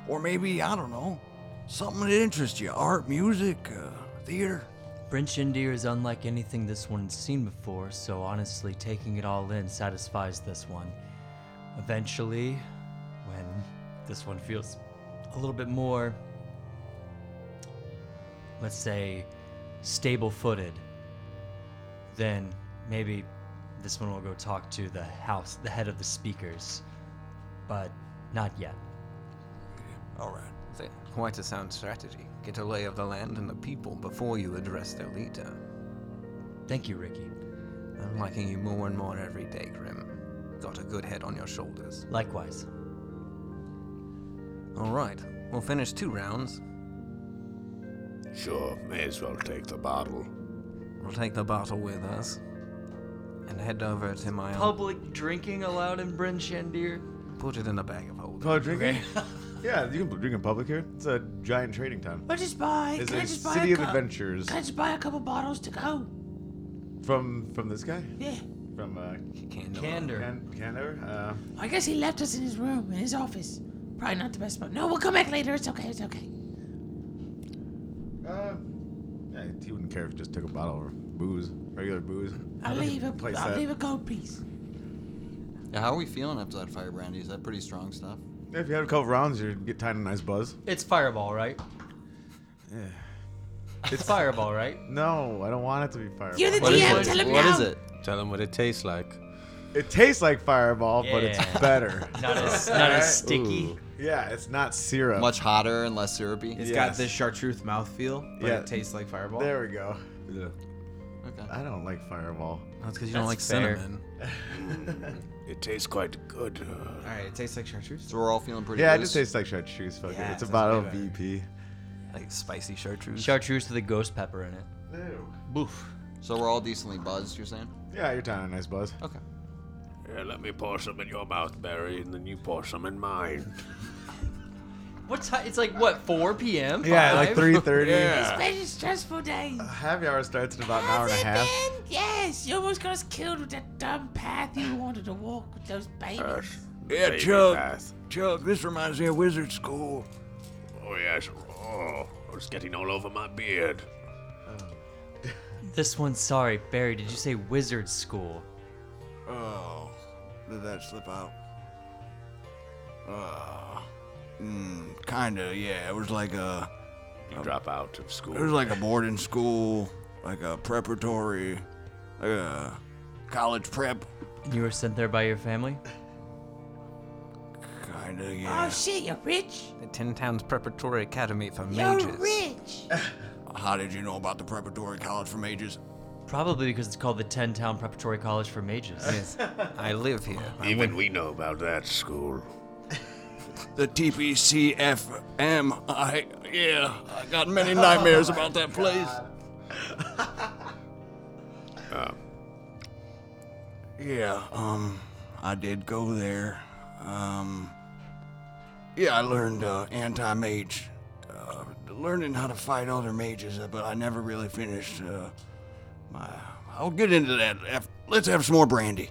Speaker 7: or maybe, I don't know, something that interests you, art, music, uh, theater.
Speaker 6: Brinchendir is unlike anything this one's seen before, so honestly, taking it all in satisfies this one. Eventually, when this one feels a little bit more, let's say, stable footed, then maybe this one will go talk to the house, the head of the speakers. But not yet.
Speaker 11: All right. Quite a sound strategy. Get a lay of the land and the people before you address their leader.
Speaker 6: Thank you, Ricky.
Speaker 11: I'm liking you more and more every day, Grim. Got a good head on your shoulders.
Speaker 6: Likewise.
Speaker 11: All right, we'll finish two rounds.
Speaker 5: Sure, may as well take the bottle.
Speaker 11: We'll take the bottle with us and head over to my own.
Speaker 9: Public drinking allowed in Bryn Shandir?
Speaker 11: Put it in a bag of holding.
Speaker 2: Oh,
Speaker 8: Public drinking? <laughs> yeah, you can drink in public here. It's a giant trading town.
Speaker 4: I'll just buy.
Speaker 8: It's
Speaker 4: can I
Speaker 8: a
Speaker 4: just buy
Speaker 8: city
Speaker 4: a
Speaker 8: of
Speaker 4: cou-
Speaker 8: adventures.
Speaker 4: Can I just buy a couple bottles to go?
Speaker 8: From from this guy?
Speaker 4: Yeah.
Speaker 8: From uh,
Speaker 11: Candor.
Speaker 9: Candor.
Speaker 8: Can- Candor. Uh,
Speaker 4: I guess he left us in his room, in his office. Probably not the best spot. No, we'll come back later. It's okay. It's okay.
Speaker 8: uh, yeah, he wouldn't care if he just took a bottle of booze, regular booze.
Speaker 4: I'll leave a,
Speaker 8: Place
Speaker 4: I'll
Speaker 8: that.
Speaker 4: leave a gold
Speaker 8: <laughs>
Speaker 4: piece.
Speaker 12: Yeah, how are we feeling after that fire brandy? Is that pretty strong stuff?
Speaker 8: If you had a couple rounds, you'd get tied in a nice buzz.
Speaker 9: It's Fireball, right?
Speaker 8: Yeah.
Speaker 9: It's Fireball, right?
Speaker 8: No, I don't want it to be fireball.
Speaker 9: You're the What is DM, it? tell him What is now. it?
Speaker 10: Tell him what it tastes like.
Speaker 8: It tastes like fireball, but it's
Speaker 10: Yeah.
Speaker 8: better.
Speaker 10: Not as- not as sticky.
Speaker 8: Ooh. Yeah, it's not syrup.
Speaker 12: Much hotter and less syrupy.
Speaker 2: It's got this chartreuse mouthfeel, but
Speaker 8: Yeah.
Speaker 2: it tastes like fireball.
Speaker 8: There we go. Yeah.
Speaker 12: Okay.
Speaker 8: I don't like fireball.
Speaker 2: That's
Speaker 12: 'cause you don't That's like fair. cinnamon.
Speaker 5: It tastes quite good. All
Speaker 2: right, it tastes like chartreuse.
Speaker 12: So we're all feeling pretty.
Speaker 8: uh. yeah, it
Speaker 12: loose.
Speaker 8: just tastes like chartreuse. Fuck
Speaker 12: Yeah,
Speaker 8: it. It's a
Speaker 12: sounds
Speaker 8: bottle
Speaker 12: way
Speaker 8: of VP.
Speaker 11: Like spicy chartreuse.
Speaker 9: Chartreuse with a ghost pepper in it.
Speaker 12: Boof. So we're all decently buzzed. You're saying?
Speaker 8: <laughs> Yeah, you're down a nice buzz.
Speaker 12: Okay.
Speaker 5: Here, let me pour some in your mouth, Barry, and then you pour some in mine.
Speaker 9: What time? It's like what? 4 p.m.
Speaker 8: Yeah, like
Speaker 9: Five? <laughs>
Speaker 8: 3:30.
Speaker 4: It's been a stressful day.
Speaker 8: Happy hour starts in about an hour and a half.
Speaker 4: And yes, you almost got us killed with that dumb path you wanted to walk with those babies.
Speaker 5: Yeah,
Speaker 4: Baby
Speaker 5: Chug.
Speaker 4: bath.
Speaker 5: Chug, this reminds me of wizard school. Oh, yes. Oh, it's getting all over my beard. Oh.
Speaker 9: This one's sorry, Barry. Did you say wizard school?
Speaker 5: Oh, did that slip out?
Speaker 12: Uh, mm, kinda. Yeah, it was like a.
Speaker 5: You drop out of school.
Speaker 12: It was like a <laughs> boarding school, like a preparatory, like a college prep.
Speaker 9: And you were sent there by your family?
Speaker 12: Kinda,
Speaker 4: Oh shit, you're rich.
Speaker 11: The Ten Towns Preparatory Academy for
Speaker 4: You're
Speaker 11: Mages. <laughs>
Speaker 4: rich.
Speaker 12: How did you know about the preparatory college for mages?
Speaker 9: Probably because it's called the Ten Town Preparatory College for <laughs> Mages.
Speaker 11: Yes. I live here.
Speaker 5: Even we know about that <laughs> school.
Speaker 12: The TPCFM. I yeah, I got many nightmares about that place.
Speaker 5: Um,
Speaker 12: Uh, yeah, um, I did go there. Um, yeah, I learned uh, anti-mage, uh, learning how to fight other mages, uh, but I never really finished. Uh, my, I'll get into that. af- Let's have some more brandy.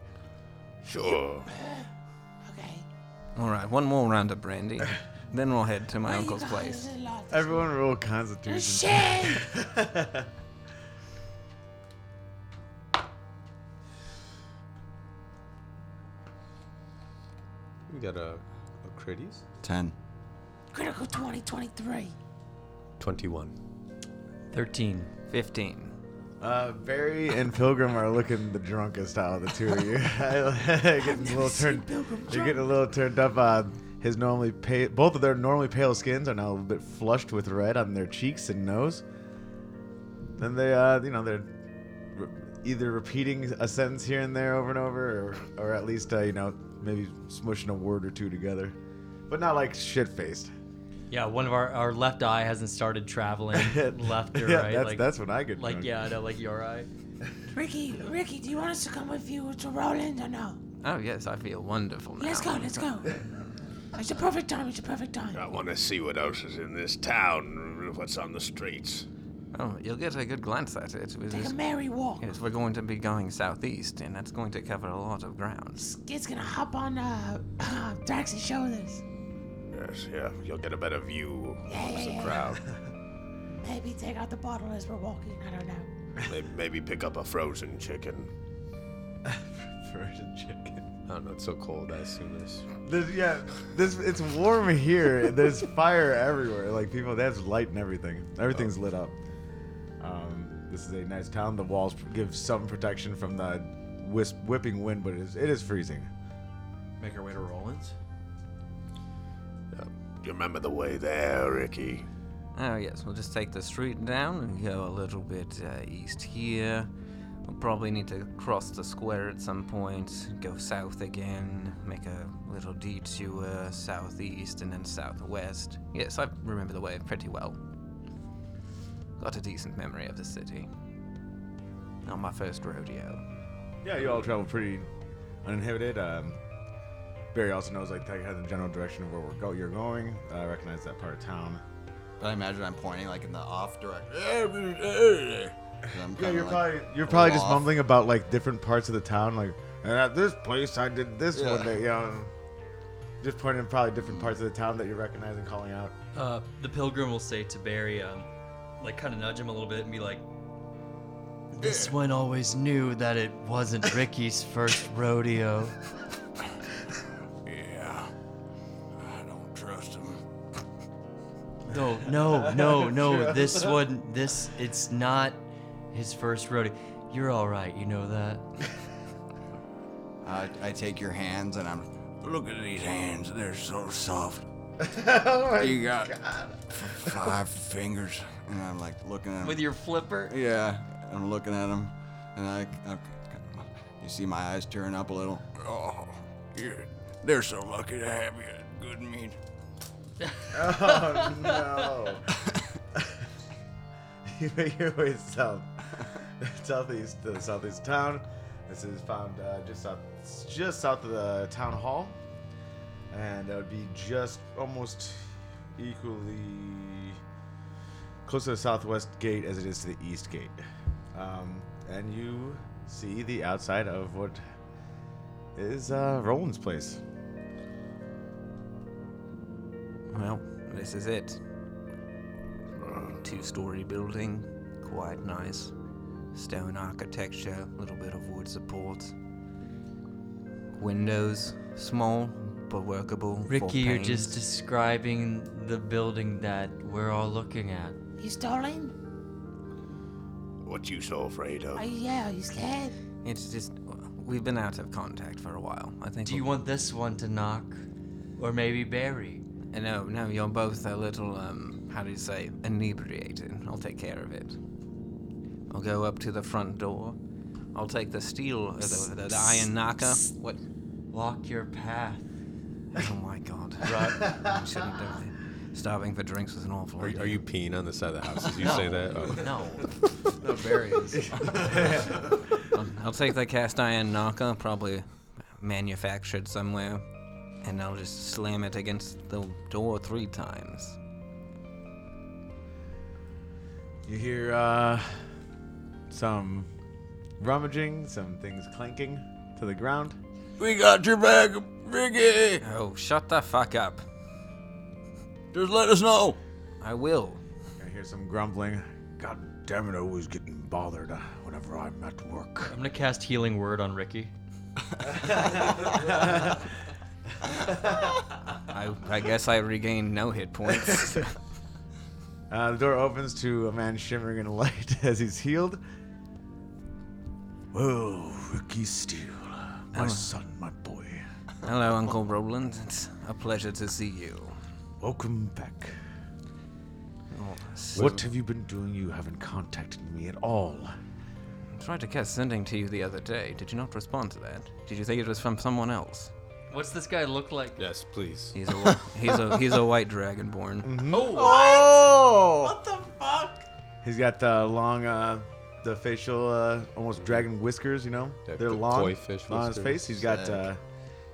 Speaker 5: Sure.
Speaker 11: All right, one more round
Speaker 4: <laughs>
Speaker 11: of brandy, then we'll head to my uncle's place.
Speaker 8: Everyone roll Constitution.
Speaker 10: You got a, a critties?
Speaker 12: Ten.
Speaker 4: Critical 2023.
Speaker 10: 21.
Speaker 9: 13.
Speaker 11: 15.
Speaker 8: <laughs> Uh, Barry and Pilgrim are looking the drunkest out of the two of you. <laughs> getting a little turned, you're getting a little turned up. Uh, his normally pale, both of their normally pale skins are now a little bit flushed with red on their cheeks and nose. Then they, uh, you know, they're re- either repeating a sentence here and there over and over, or, or at least, uh, you know, maybe smushing a word or two together, but not like shit faced.
Speaker 9: Yeah, one of our, our left eye hasn't started
Speaker 8: <laughs>
Speaker 9: traveling left or
Speaker 8: Yeah,
Speaker 9: right.
Speaker 8: that's-
Speaker 9: like,
Speaker 8: that's when I get
Speaker 9: Like,
Speaker 8: drunk.
Speaker 9: yeah, no, like your eye.
Speaker 4: Ricky, Ricky, do you want us to come with you to Roland or no?
Speaker 11: Oh, yes, I feel wonderful now.
Speaker 4: Let's go, let's
Speaker 11: <laughs>
Speaker 4: go. It's the perfect time, it's the perfect time.
Speaker 5: I want to see what else is in this town, what's on the streets.
Speaker 11: Oh, you'll get a good glance at it. with
Speaker 4: Take a
Speaker 11: this-
Speaker 4: merry walk.
Speaker 11: Yes, we're going to be going southeast, and that's going to cover a lot of ground.
Speaker 4: It's gonna hop on uh, uh <coughs> Drax's shoulders.
Speaker 5: Yes, yeah, you'll get a better view of the
Speaker 4: yeah, <laughs>
Speaker 5: crowd.
Speaker 4: Maybe take out the bottle as we're walking. I don't know.
Speaker 5: May- Maybe pick up a frozen chicken.
Speaker 8: <laughs> frozen chicken.
Speaker 10: I don't know, it's so cold, I assume this.
Speaker 8: There's, yeah, this it's warm here. There's fire everywhere. Like people, that's light and everything. Everything's lit up. Um, this is a nice town. The walls give some protection from the wisp, whipping wind, but it is, it is freezing.
Speaker 2: Make our way to Roland's.
Speaker 5: You remember the way there, Ricky?
Speaker 11: Oh, yes, we'll just take the street down and go a little bit uh, east here. We'll probably need to cross the square at some point, go south again, make a little detour southeast and then southwest. Yes, I remember the way pretty well. Got a decent memory of the city. Not my first rodeo.
Speaker 8: Yeah, you all travel pretty uninhibited. Um, Barry also knows like kind of the general direction of where we're go- you're going. I recognize that part of town.
Speaker 12: But I imagine I'm pointing like in the
Speaker 8: <laughs>
Speaker 12: off direction.
Speaker 8: Yeah, you're probably you're probably just mumbling about like different parts of the town, like and at this place I did this
Speaker 12: Yeah.
Speaker 8: one day, um. you know. and Just pointing at probably different parts of the town that you recognize and calling out. <laughs>
Speaker 9: Uh, the pilgrim will say to Barry, um, like, kind of nudge him a little bit and be like,
Speaker 6: This one always knew that it
Speaker 12: <laughs>
Speaker 6: wasn't Ricky's first rodeo.
Speaker 5: Yeah. I don't trust him.
Speaker 6: No, no, no,
Speaker 12: <laughs>
Speaker 6: no. This one, this, it's not his first rodeo. You're all right. You know that.
Speaker 12: <laughs> I, I take your hands and I'm.
Speaker 8: <laughs>
Speaker 5: Look at these hands. They're so
Speaker 14: <laughs>
Speaker 5: soft.
Speaker 14: Oh
Speaker 12: you got f- five fingers, and I'm like looking at him.
Speaker 9: with your flipper?
Speaker 12: Yeah, I'm looking at him, and I, I- you see my eyes tearing up a little.
Speaker 5: Oh, you're, they're so lucky to have you. Good meat.
Speaker 8: Oh no! you make your way south, southeast to the southeast town. This is found uh, just south, just south of the town hall, and that would be just almost equally close to the southwest gate as it is to the east gate. Um, and you see the outside of what is uh, Roland's place.
Speaker 11: Well, this is it. Two story building, quite nice. Stone architecture, little bit of wood support. Windows, small but workable. for
Speaker 6: Ricky, you're
Speaker 11: panes.
Speaker 6: just describing the building that we're all looking at.
Speaker 4: You stolen?
Speaker 11: What you so afraid
Speaker 4: Are you, yeah, are you scared?
Speaker 11: It's just we've been out of contact for a while. I think.
Speaker 6: Do you want this one to knock, or maybe Barry?
Speaker 11: Uh, No, no, you're both a little um, how do you say, inebriated. I'll take care of it. I'll go up to the front door. I'll take the steel, uh, the, the, the iron knocker. What?
Speaker 6: Walk your path.
Speaker 11: Oh my God. <laughs> I shouldn't do it. Starving for drinks was an awful.
Speaker 10: Are,
Speaker 11: idea.
Speaker 10: are you peeing on
Speaker 11: <laughs>
Speaker 10: the side of the house as you
Speaker 11: No.
Speaker 10: say that? Oh.
Speaker 11: No. No berries. I'll, Um, I'll take the cast iron knocker, probably manufactured somewhere, and I'll just slam it against the door three times.
Speaker 8: You hear uh, some rummaging, some things clanking to the ground. <laughs>
Speaker 5: We got your bag, Ricky.
Speaker 11: Oh, shut the fuck
Speaker 8: <laughs>
Speaker 11: up.
Speaker 5: Just let us know.
Speaker 11: I will.
Speaker 8: I hear some grumbling. God damn it, I always get bothered uh, whenever I'm at work.
Speaker 9: I'm gonna cast Healing Word on
Speaker 12: <laughs>
Speaker 9: Ricky.
Speaker 11: I, I guess I regained no hit points.
Speaker 8: <laughs> Uh, the door opens to a man shimmering in light as he's healed. Whoa, Ricky Steele, my
Speaker 11: Oh.
Speaker 8: son, my boy.
Speaker 11: Hello, Uncle Roland. It's a pleasure to see you.
Speaker 8: Welcome back.
Speaker 11: Oh, so-
Speaker 8: What have you been doing? You haven't contacted me at all.
Speaker 11: I tried to catch sending to you the other day. Did you not respond to that? Did you think it was from someone else?
Speaker 9: What's this guy look like?
Speaker 10: Yes, please.
Speaker 11: He's a he's a he's a
Speaker 8: <laughs>
Speaker 11: white dragonborn.
Speaker 9: Oh!
Speaker 8: Oh!
Speaker 9: What the fuck?
Speaker 8: He's got the long, uh, the facial, uh, almost dragon whiskers. You know,
Speaker 10: Yeah,
Speaker 8: they're
Speaker 10: the
Speaker 8: long
Speaker 10: koi fish
Speaker 8: on his
Speaker 10: whiskers.
Speaker 8: face. He's got,
Speaker 10: Sick.
Speaker 8: uh,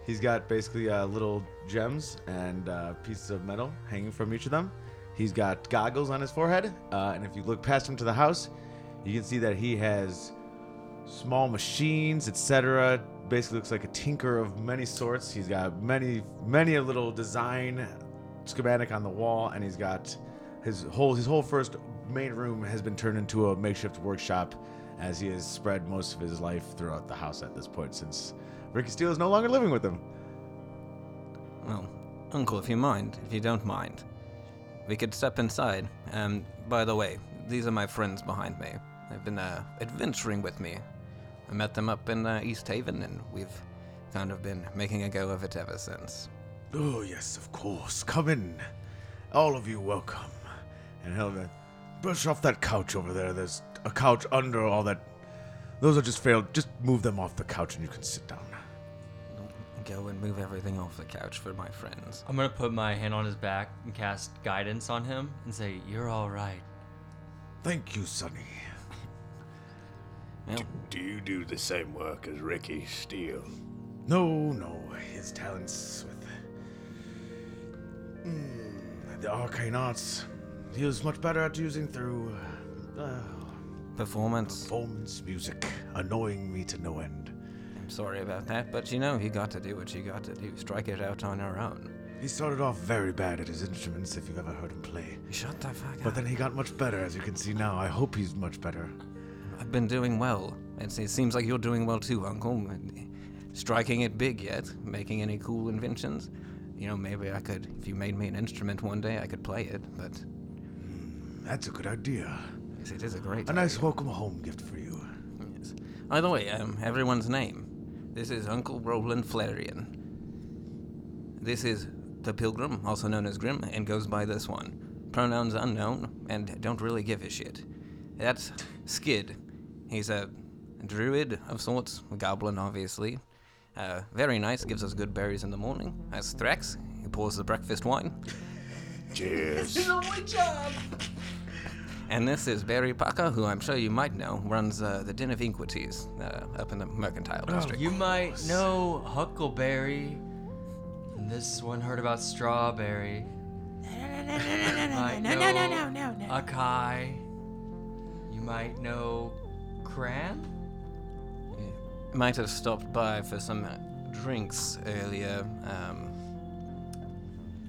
Speaker 8: he's got basically uh, little gems and uh, pieces of metal hanging from each of them. He's got goggles on his forehead, uh, and if you look past him to the house, you can see that he has small machines, etc. Basically, looks like a tinker of many sorts. He's got many, many a little design schematic on the wall, and he's got his whole his whole first main room has been turned into a makeshift workshop, as he has spread most of his life throughout the house at this point since Ricky Steele is no longer living with him.
Speaker 11: Well, Uncle, if you mind, if you don't mind, we could step inside. Um, by the way, these are my friends behind me. They've been uh, adventuring with me. I met them up in uh, East Haven, and we've kind of been making a go of it ever since.
Speaker 8: Oh yes, of course. Come in, all of you. Welcome. And he'll be, brush off that couch over there. There's a couch under all that
Speaker 1: Those are just failed. Just move them off the couch and you can sit down.
Speaker 11: Go and move everything off the couch for my friends.
Speaker 9: I'm gonna put my hand on his back and cast guidance on him and say, "You're all right."
Speaker 1: Thank you, Sonny.
Speaker 5: Do, do you do the same work as Ricky Steele?
Speaker 1: No,
Speaker 8: Oh,
Speaker 1: no, his talents with Mm, the arcane arts. He was much better at using through uh,
Speaker 11: Performance.
Speaker 1: performance music, annoying me to no end.
Speaker 11: I'm sorry about that, but you know, you got to do what you got to do. Strike it out on your own.
Speaker 1: He started off very bad at his instruments, if you've ever heard him play.
Speaker 11: Shut the fuck
Speaker 1: But then he got much better, as you can see now. I hope he's much better.
Speaker 11: I've been doing well. It's, it seems like you're doing well too, Uncle. Striking it big yet? Making any cool inventions? You know, maybe I could, if you made me an instrument one day, I could play it, but.
Speaker 1: Hmm, That's a good idea.
Speaker 11: Yes, it is a great
Speaker 1: A nice welcome home gift for you.
Speaker 11: By the way, um, everyone's name. This is Uncle Roland Flarion. This is the Pilgrim, also known as Grim, and goes by this one. Pronouns unknown, and don't really give a shit. That's Skid. He's a druid of sorts, a goblin, obviously. Uh, very nice, gives us good berries in the morning. That's Thrax. He pours the breakfast wine.
Speaker 5: Cheers.
Speaker 14: It's not my job.
Speaker 11: <laughs> And this is Barry Parker, who I'm sure you might know, runs uh, the Den of Inquities uh, up in the Mercantile District.
Speaker 9: you might know Huckleberry. And this one heard about Strawberry.
Speaker 14: no, no, no, no, no, no.
Speaker 9: Akai. You might know Cran.
Speaker 11: might have stopped by for some uh, drinks earlier. Um,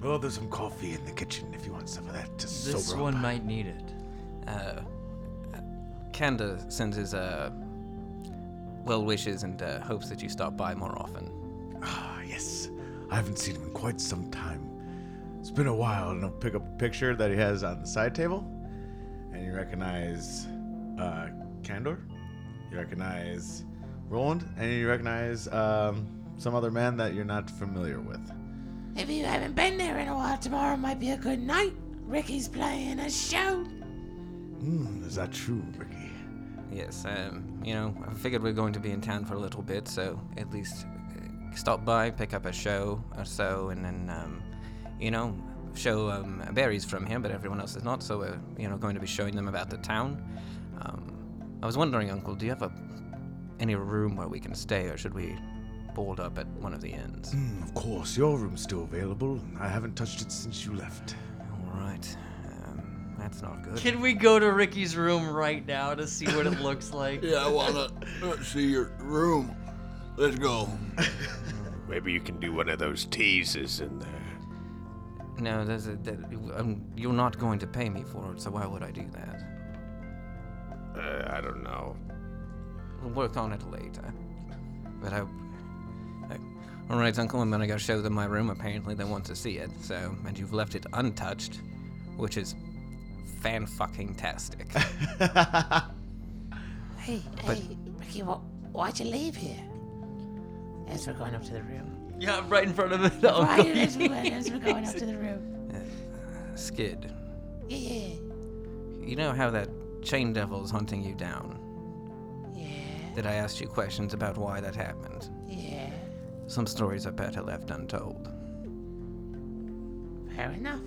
Speaker 1: Well, there's some coffee in the kitchen if you want some of that to
Speaker 11: This
Speaker 1: sober
Speaker 11: one
Speaker 1: up.
Speaker 11: might need it. Uh, Kanda sends his uh, well wishes and uh, hopes that you stop by more often.
Speaker 1: Ah, yes. I haven't seen him in quite some time. It's been a while, and I'll pick up a picture that he has on the side table. And you recognize uh, Candor. You recognize Roland. And you recognize um, some other man that you're not familiar with.
Speaker 4: If you haven't been there in a while, tomorrow might be a good night. Ricky's playing a show.
Speaker 1: Hmm, is that true, Ricky?
Speaker 11: Yes, um, you know, I figured we are going to be in town for a little bit, so at least uh, stop by, pick up a show or so, and then, um, you know, show um, berries from here, but everyone else is not, so we're, you know, going to be showing them about the town. Um, I was wondering, Uncle, do you have a, any room where we can stay, or should we board up at one of the inns?
Speaker 1: Hmm, of course, your room's still available. I haven't touched it since you left.
Speaker 11: All right. Um, that's not good.
Speaker 9: Can we go to Ricky's room right now to see what it looks like?
Speaker 12: Yeah, I wanna uh, see your room. Let's go.
Speaker 5: <laughs> Maybe you can do one of those teases in there.
Speaker 11: No, there's a, there, um, you're not going to pay me for it, so why would I do that?
Speaker 5: Uh, I don't know.
Speaker 11: We'll work on it later. But I. I all right, Uncle, I'm gonna go show them my room. Apparently, they want to see it. So, and you've left it untouched, which is fan fucking tastic.
Speaker 4: Hey, hey, Ricky, wh- why'd you leave here? As we're going up to the room.
Speaker 9: Yeah, right in front of the <laughs>
Speaker 11: Oh,
Speaker 9: the
Speaker 4: Why
Speaker 9: uncle.
Speaker 4: as, we, as we're going up to the room.
Speaker 11: <laughs> Skid,
Speaker 4: Yeah,
Speaker 11: you know how that chain devil's hunting you down? Yeah. That I asked you questions about why that happened.
Speaker 4: yeah.
Speaker 11: Some stories are better left untold.
Speaker 4: Fair enough.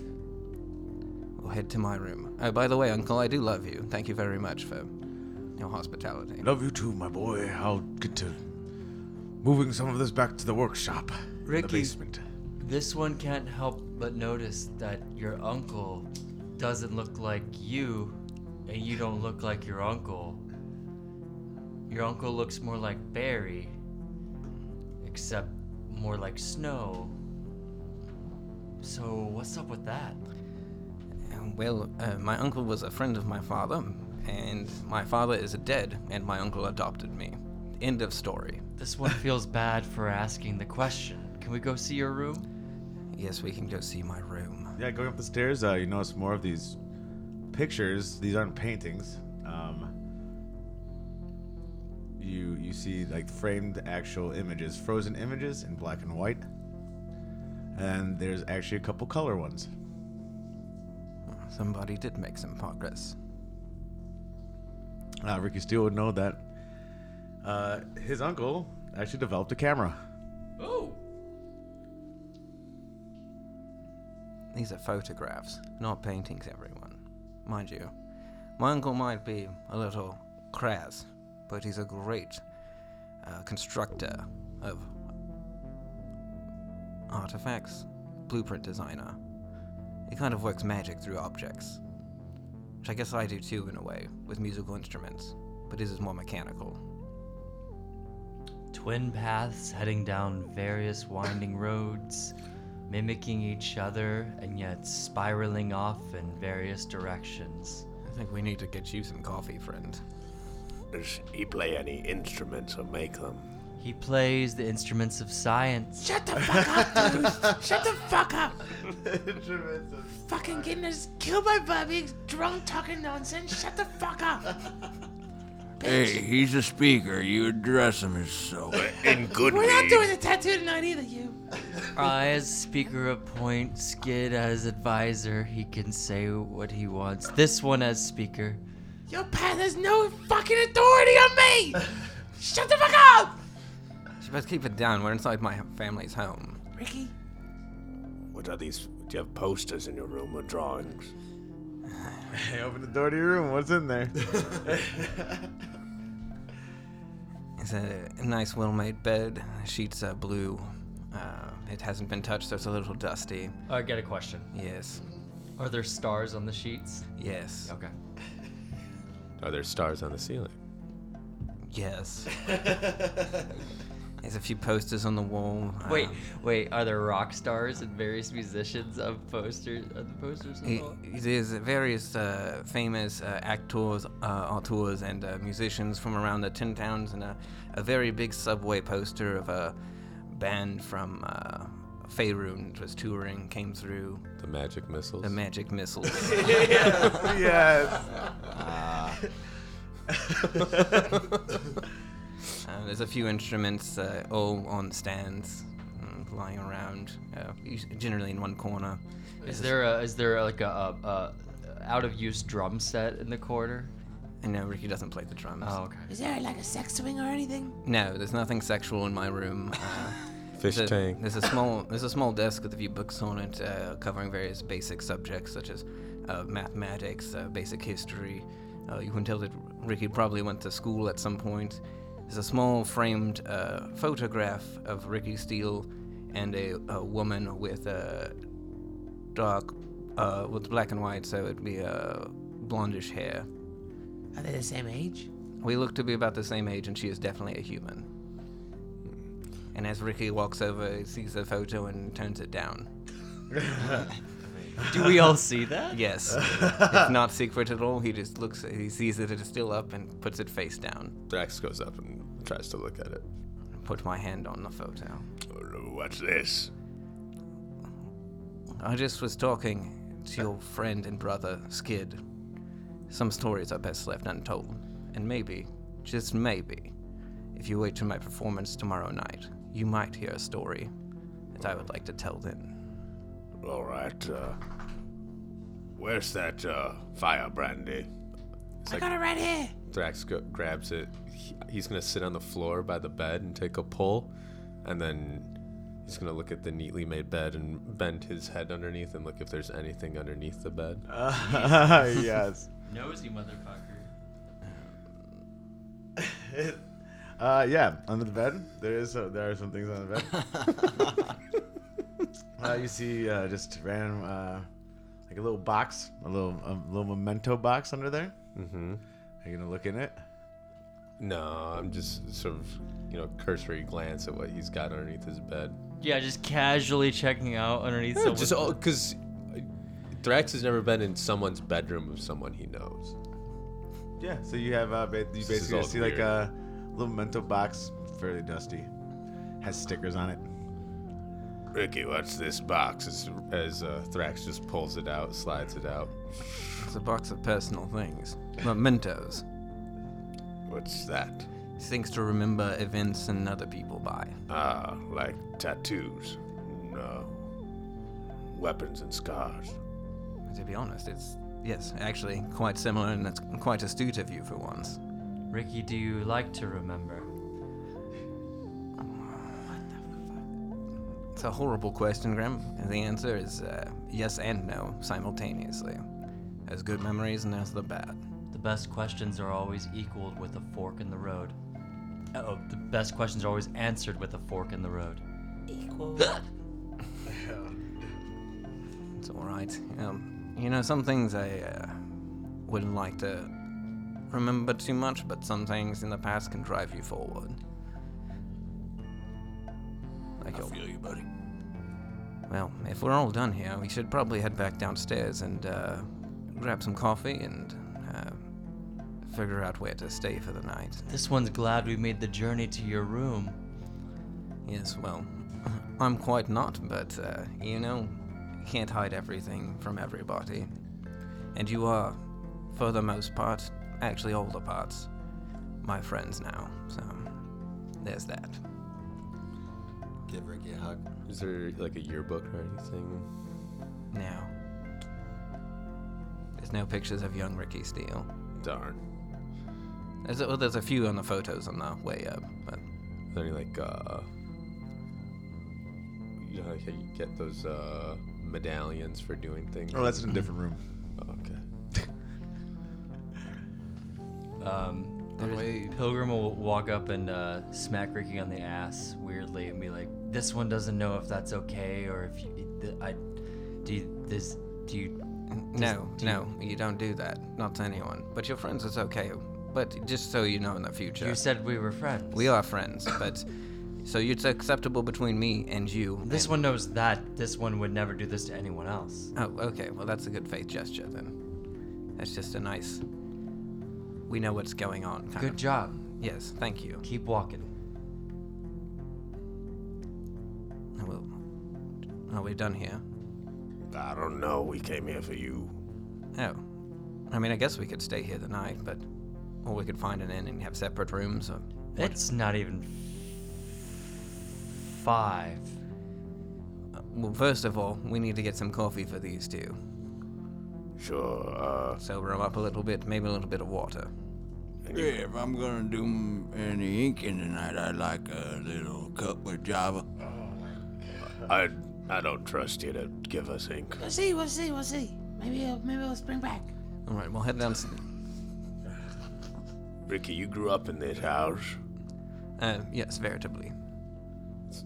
Speaker 11: We'll head to my room. Oh, by the way, Uncle, I do love you. Thank you very much for your hospitality.
Speaker 1: Love you too, my boy. I'll get to moving some of this back to the workshop. in the
Speaker 9: Ricky,
Speaker 1: basement.
Speaker 9: this one can't help but notice that your uncle doesn't look like you, and you don't look like your uncle. Your uncle looks more like Barry, except more like snow. So, what's up with that?
Speaker 11: Well, uh, my uncle was a friend of my father, and my father is dead, and my uncle adopted me. End of story.
Speaker 9: This one feels bad for asking the question. Can we go see your room?
Speaker 11: Yes, we can go see my room.
Speaker 8: Yeah, going up the stairs, uh, you notice more of these pictures. These aren't paintings. Um, you you see like framed actual images, frozen images in black and white, and there's actually a couple color ones.
Speaker 11: Somebody did make some progress.
Speaker 8: Uh, Ricky Steele would know that Uh, his uncle actually developed a camera.
Speaker 9: Oh.
Speaker 11: These are photographs, not paintings, everyone. Mind you, my uncle might be a little crass, but he's a great uh, constructor of artifacts, blueprint designer. He kind of works magic through objects, which I guess I do too in a way, with musical instruments, but his is more mechanical.
Speaker 18: Twin paths heading down various winding roads, mimicking each other and yet spiraling off in various directions.
Speaker 11: I think we need to get you some coffee, friend.
Speaker 5: Does he play any instruments or make them?
Speaker 18: He plays the instruments of science.
Speaker 4: Shut the fuck up, dude. Shut the fuck up.
Speaker 14: Fucking getting us killed by Bubby, drunk talking nonsense. Shut the fuck up.
Speaker 7: <laughs> Hey, he's a speaker. You address him as so.
Speaker 5: <laughs> In good
Speaker 14: We're not doing the tattoo tonight either, you.
Speaker 18: <laughs> I, as speaker, appoint Skid as advisor. He can say what he wants. This one as speaker.
Speaker 14: Your pal has no fucking authority on
Speaker 4: <laughs>
Speaker 14: me. Shut the fuck up.
Speaker 11: She best keep it down. We're inside my family's home.
Speaker 14: Ricky,
Speaker 5: What are these? Do you have posters in your room or drawings?
Speaker 8: Hey, open the door to your room. What's in there?
Speaker 11: It's a nice, well made bed. The sheets are blue. Uh, it hasn't been touched, so it's a little dusty.
Speaker 9: I got a question.
Speaker 11: Yes.
Speaker 9: Are there stars on the sheets?
Speaker 11: Yes.
Speaker 9: Okay.
Speaker 10: <laughs> Are there stars on the ceiling?
Speaker 9: <laughs>
Speaker 11: Yes. There's a few posters on the wall.
Speaker 9: Wait,
Speaker 11: um,
Speaker 9: wait. Are there rock stars and various musicians of posters? Are the posters? on the
Speaker 10: Eh,
Speaker 11: He-
Speaker 9: wall?
Speaker 11: There's various uh, famous uh, actors, uh, auteurs, and uh, musicians from around the Tin Towns, and a, a very big subway poster of a band from uh, Faerun that was touring came through.
Speaker 10: The Magic Missiles.
Speaker 11: The Magic Missiles. <laughs>
Speaker 8: yes.
Speaker 10: Ah.
Speaker 11: <laughs> Uh, there's a few instruments uh, all on stands, mm, lying around, uh, us- generally in one corner.
Speaker 9: Is there a, is there like a, a, a out of use drum set in the corner?
Speaker 11: I know Uh, Ricky doesn't play the drums.
Speaker 9: Oh, okay.
Speaker 14: is there like a sex swing or anything?
Speaker 11: No, there's nothing sexual in my room. Uh,
Speaker 10: <laughs> Fish
Speaker 11: there's a,
Speaker 10: tank.
Speaker 11: There's a small there's a small desk with a few books on it, uh, covering various basic subjects such as uh, mathematics, uh, basic history. Uh, you can tell that Ricky probably went to school at some point. There's a small framed uh, photograph of Ricky Steele and a, a woman with a dark, uh, with black and white, so it'd be uh, blondish hair.
Speaker 4: Are they the same age?
Speaker 11: We look to be about the same age, and she is definitely a human. And as Ricky walks over, he sees the photo and turns it down.
Speaker 18: Do we all see that?
Speaker 10: <laughs>
Speaker 11: Yes. it's not secret at all. He just looks, he sees that it is still up and puts it face down.
Speaker 10: Drax goes up and tries to look at it. Oh,
Speaker 11: Put my hand on the photo.
Speaker 5: What's this?
Speaker 11: I just was talking to your friend and brother, Skid. Some stories are best left untold. And maybe, just maybe, if you wait till my performance tomorrow night, you might hear a story that I would like to tell then.
Speaker 5: <laughs> All right. Uh, where's that uh, fire brandy?
Speaker 10: It's
Speaker 14: I got it right here.
Speaker 10: Drax go- grabs it. He- he's gonna sit on the floor by the bed and take a pull, and then he's gonna look at the neatly made bed and bend his head underneath and look if there's anything underneath
Speaker 14: <laughs>
Speaker 10: the bed. <laughs>
Speaker 8: yes.
Speaker 9: Nosy motherfucker.
Speaker 8: Uh, yeah, under the bed there is uh, there are some things on the
Speaker 10: <laughs>
Speaker 8: bed. uh, you see, uh, just random uh, like a little box, a little a little memento box under there.
Speaker 10: Mm-hmm.
Speaker 8: Are you gonna look in it?
Speaker 10: No, I'm just sort of, you know, cursory glance at what he's got underneath his bed.
Speaker 18: Yeah, just casually checking out underneath.
Speaker 10: Yeah,
Speaker 18: someone's-
Speaker 10: just all because Drax has never been in someone's bedroom of someone he knows.
Speaker 8: Yeah. So you have uh, ba- you
Speaker 10: This is
Speaker 8: basically
Speaker 10: all
Speaker 8: see like a little memento box, fairly dusty, has stickers on it.
Speaker 10: Ricky, what's this box? As, as uh, Thrax just pulls it out, slides it out.
Speaker 11: It's a box of personal things. Mementos.
Speaker 5: What's that?
Speaker 11: Things to remember events and other people by.
Speaker 5: Ah, like tattoos. No. Weapons and scars.
Speaker 11: To be honest, it's, yes, actually quite similar and it's quite astute of you for once.
Speaker 18: Ricky, do you like to remember?
Speaker 11: It's a horrible question, Grim. And the answer is uh, yes and no simultaneously. As good memories and as the bad.
Speaker 18: The best questions are always equaled with a fork in the road. Oh, the best questions are always answered with a fork in the road. <laughs>
Speaker 11: It's all right. Um, you know, some things I uh, wouldn't like to remember too much, but some things in the past can drive you forward. Like I feel you, buddy. Well, if we're all done here, we should probably head back downstairs and uh, grab some coffee and uh, figure out where to stay for the night.
Speaker 18: This one's glad we made the journey to your room.
Speaker 11: Yes, well, <laughs> I'm quite not, but uh, you know, you can't hide everything from everybody. And you are, for the most part, actually all the parts, my friends now, so there's that.
Speaker 12: Give Ricky a hug.
Speaker 10: Is there like a yearbook or anything?
Speaker 11: Now, there's no pictures of young Ricky Steele.
Speaker 10: Darn.
Speaker 11: There's a, well, there's a few on the photos on the way up, but
Speaker 10: Are there any like uh you know like how you get those uh medallions for doing things?
Speaker 8: Oh, that's in a different room.
Speaker 10: Okay.
Speaker 9: Um, Pilgrim will walk up and uh, smack Ricky on the ass weirdly and be like, "This one doesn't know if that's okay or if you, th- I do you, this do you does-
Speaker 11: No,
Speaker 9: do you-
Speaker 11: no, you don't do that. Not to anyone. But your friends is okay. But just so you know in the future.
Speaker 18: You said we were friends.
Speaker 11: We are friends, but so it's acceptable between me and you.
Speaker 18: This
Speaker 11: and-
Speaker 18: one knows that this one would never do this to anyone else.
Speaker 11: Oh, okay. Well, that's a good faith gesture then. That's just a nice. We know what's going on. Kind
Speaker 18: Good
Speaker 11: of.
Speaker 18: job.
Speaker 11: Yes, thank you.
Speaker 18: Keep walking.
Speaker 11: I will. Are we done here?
Speaker 5: I don't know. We came here for you.
Speaker 11: Oh. I mean, I guess we could stay here the night, but. Or we could find an inn and have separate rooms. Or
Speaker 18: It's not even five.
Speaker 11: Uh, Well, first of all, we need to get some coffee for these two.
Speaker 5: Sure. Uh,
Speaker 11: Sober them up a little bit, maybe a little bit of water.
Speaker 5: Yeah,
Speaker 12: if I'm gonna do m- any inking tonight, I'd like a little cup with Java.
Speaker 14: Oh,
Speaker 5: I I don't trust you to give us ink.
Speaker 14: We'll see, we'll see, we'll see. Maybe, uh, maybe we'll spring back.
Speaker 11: All right, we'll head down.
Speaker 5: Ricky, you grew up in this house.
Speaker 11: Uh, yes, veritably.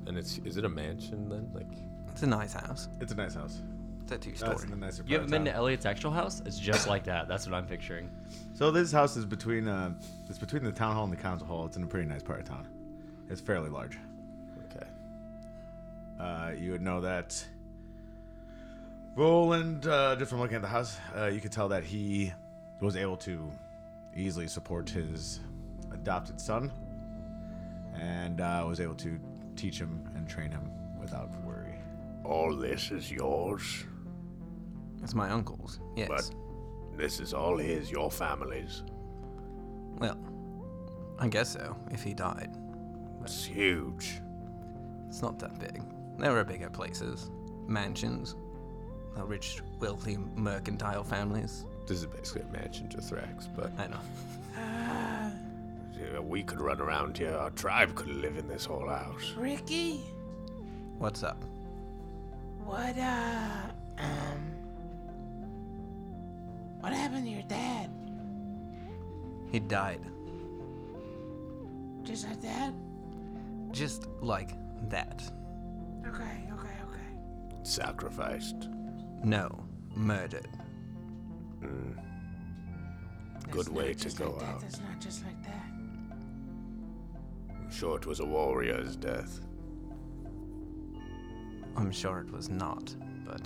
Speaker 10: And it's is it a mansion then? Like
Speaker 11: It's a nice house.
Speaker 8: It's a nice house.
Speaker 11: It's a two
Speaker 8: That's in a nicer
Speaker 9: You haven't
Speaker 8: part of
Speaker 9: been to
Speaker 8: town.
Speaker 9: Elliot's actual house? It's just like that. That's what I'm picturing.
Speaker 8: So this house is between uh, it's between the town hall and the council hall. It's in a pretty nice part of town. It's fairly large.
Speaker 10: Okay.
Speaker 8: Uh, you would know that. Roland, uh, just from looking at the house, uh, you could tell that he was able to easily support his adopted son, and uh, was able to teach him and train him without worry.
Speaker 5: All this is yours.
Speaker 11: It's my uncle's. Yes.
Speaker 5: But this is all his, your family's.
Speaker 11: Well, I guess so, if he died.
Speaker 5: It's huge.
Speaker 11: It's not that big. There are bigger places mansions, the rich, wealthy, mercantile families.
Speaker 10: This is basically a mansion to Thrax, but
Speaker 11: I know.
Speaker 14: Uh,
Speaker 5: Yeah, Uh, We could run around here. Our tribe could live in this whole house.
Speaker 14: Ricky,
Speaker 11: What's up?
Speaker 14: what, uh, um, what happened to your dad?
Speaker 11: He died
Speaker 14: Just like that?
Speaker 11: just like that.
Speaker 14: Okay, okay, okay.
Speaker 5: Sacrificed.
Speaker 11: No, murdered.
Speaker 10: Mm,
Speaker 5: Good way to
Speaker 14: Just
Speaker 5: go
Speaker 14: like that,
Speaker 5: out.
Speaker 14: that's not just like that.
Speaker 5: I'm sure it was a warrior's death.
Speaker 11: I'm sure it was not, but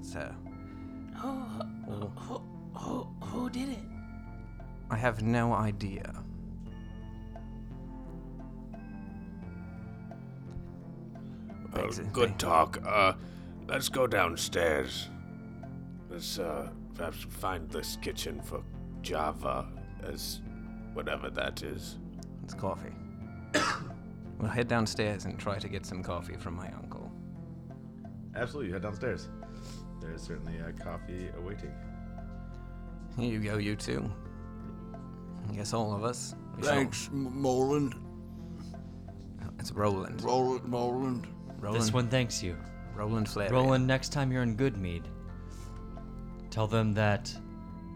Speaker 11: it's uh,
Speaker 14: Who,
Speaker 5: Oh.
Speaker 11: well,
Speaker 14: who, who, who did it?
Speaker 11: I have no idea.
Speaker 5: Oh, good talk. Uh, let's go downstairs. Let's uh, perhaps find this kitchen for Java, as whatever that is.
Speaker 11: It's coffee. <coughs> we'll head downstairs and try to get some coffee from my uncle.
Speaker 8: Absolutely, you head downstairs. There is certainly a coffee awaiting.
Speaker 11: Here you go, you two. I guess all of us. We shall-
Speaker 12: Thanks, M- Moreland.
Speaker 11: It's Roland.
Speaker 7: Roland. Roland.
Speaker 11: Roland.
Speaker 9: This one thanks you.
Speaker 11: Roland Flair.
Speaker 9: Roland, next time you're in Goodmead, tell them that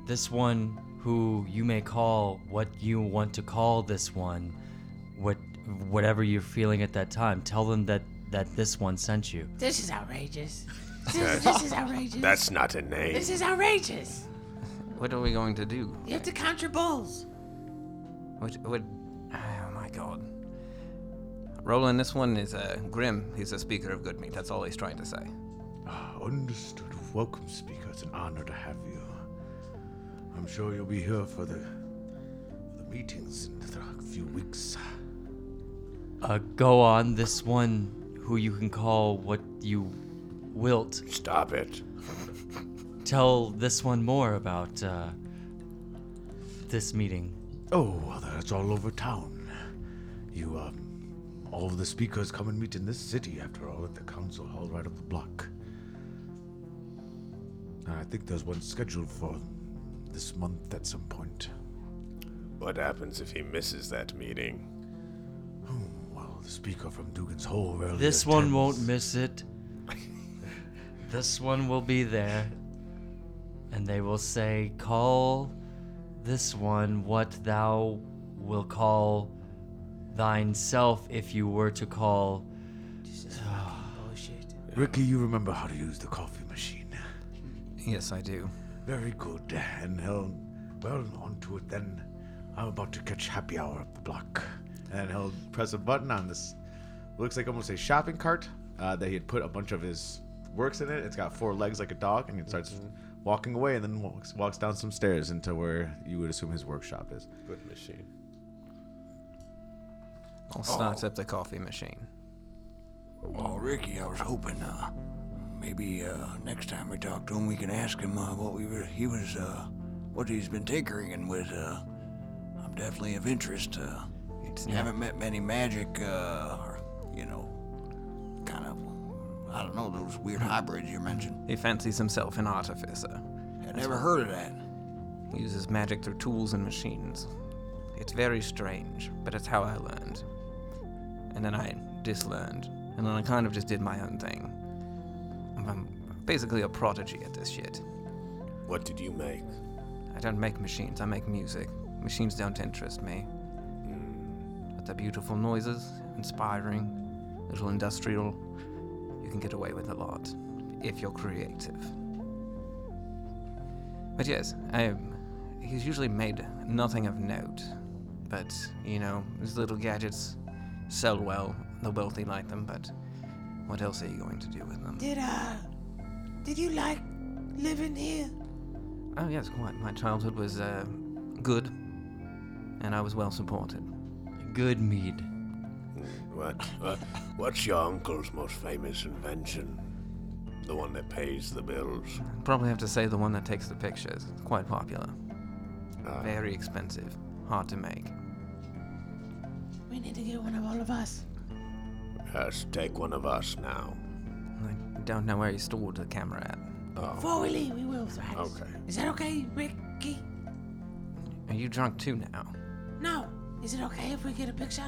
Speaker 9: this one, who you may call what you want to call this one, what whatever you're feeling at that time, tell them that that this one sent you.
Speaker 4: This is
Speaker 5: <laughs>
Speaker 4: outrageous. This, this is outrageous.
Speaker 5: That's not a name.
Speaker 4: This is outrageous.
Speaker 11: What are we going to do?
Speaker 4: You have to conjure bulls.
Speaker 11: What? What? Oh my God. Roland, this one is uh, grim. He's a speaker of good meat. That's all he's trying to say.
Speaker 1: Ah, Understood. Welcome, speaker. It's an honor to have you. I'm sure you'll be here for the, for the meetings in a few weeks.
Speaker 9: Uh, go on, this one, who you can call what you wilt.
Speaker 7: Stop it.
Speaker 9: Tell this one more about uh, this meeting.
Speaker 1: Oh, well, that's all over town. You, um, all of the speakers come and meet in this city, after all, at the council hall right up the block. And I think there's one scheduled for this month at some point.
Speaker 5: What happens if he misses that meeting?
Speaker 1: Well, the speaker from Dugan's Hole earlier.
Speaker 9: This one won't miss it. this one will be there. And they will say, Call this one what thou will call thine self if you were to call.
Speaker 4: Bullshit.
Speaker 1: Ricky, you remember how to use the coffee machine.
Speaker 11: Yes, I do.
Speaker 1: Very good. And he'll, well, on to it then. I'm about to catch happy hour up the block.
Speaker 8: and he'll press a button on this. Looks like almost a shopping cart uh, that he had put a bunch of his works in it. It's got four legs like a dog, and it starts
Speaker 5: Mm-hmm.
Speaker 8: walking away, and then walks, walks down some stairs into where you would assume his workshop is.
Speaker 5: Good machine.
Speaker 11: I'll start up the coffee machine.
Speaker 7: Well, Ricky, I was hoping uh, maybe uh, next time we talk to him, we can ask him uh, what we were, he was uh, what he's been tinkering with. Uh, I'm definitely of interest. Uh,
Speaker 11: it's
Speaker 7: haven't met many magic, uh, or, you know, kind of I don't
Speaker 1: Oh,
Speaker 7: know those weird hybrids you mentioned.
Speaker 11: He fancies himself an artificer.
Speaker 7: I never heard of that.
Speaker 11: He uses magic through tools and machines. It's very strange, but it's how I learned. And then I dislearned, and then I kind of just did my own thing. I'm basically a prodigy at this shit.
Speaker 5: What did you make?
Speaker 11: I don't make machines, I make music. Machines don't interest me. But they're beautiful noises, inspiring, little industrial. You can get away with a lot if you're creative. But yes, um, he's usually made nothing of note. But, you know, his little gadgets sell well. The wealthy like them, but what else are you going to do with them?
Speaker 19: Did uh, did you like living here?
Speaker 11: Oh, yes, quite. My childhood was uh, good, and I was well supported.
Speaker 9: Good mead.
Speaker 7: What,
Speaker 5: what? What's your uncle's most famous invention? The one that pays the bills.
Speaker 11: Probably have to say the one that takes the pictures. It's quite popular.
Speaker 5: Uh,
Speaker 11: Very expensive, hard to make.
Speaker 4: We need to get one of all of us.
Speaker 5: Yes, take one of us now.
Speaker 11: I don't know where he stored the camera at.
Speaker 5: Oh.
Speaker 4: Before we leave, we will, Thrax.
Speaker 11: Oh. Okay.
Speaker 4: Is that okay, Ricky?
Speaker 11: Are you drunk too now?
Speaker 4: No. Is it okay if we get a picture?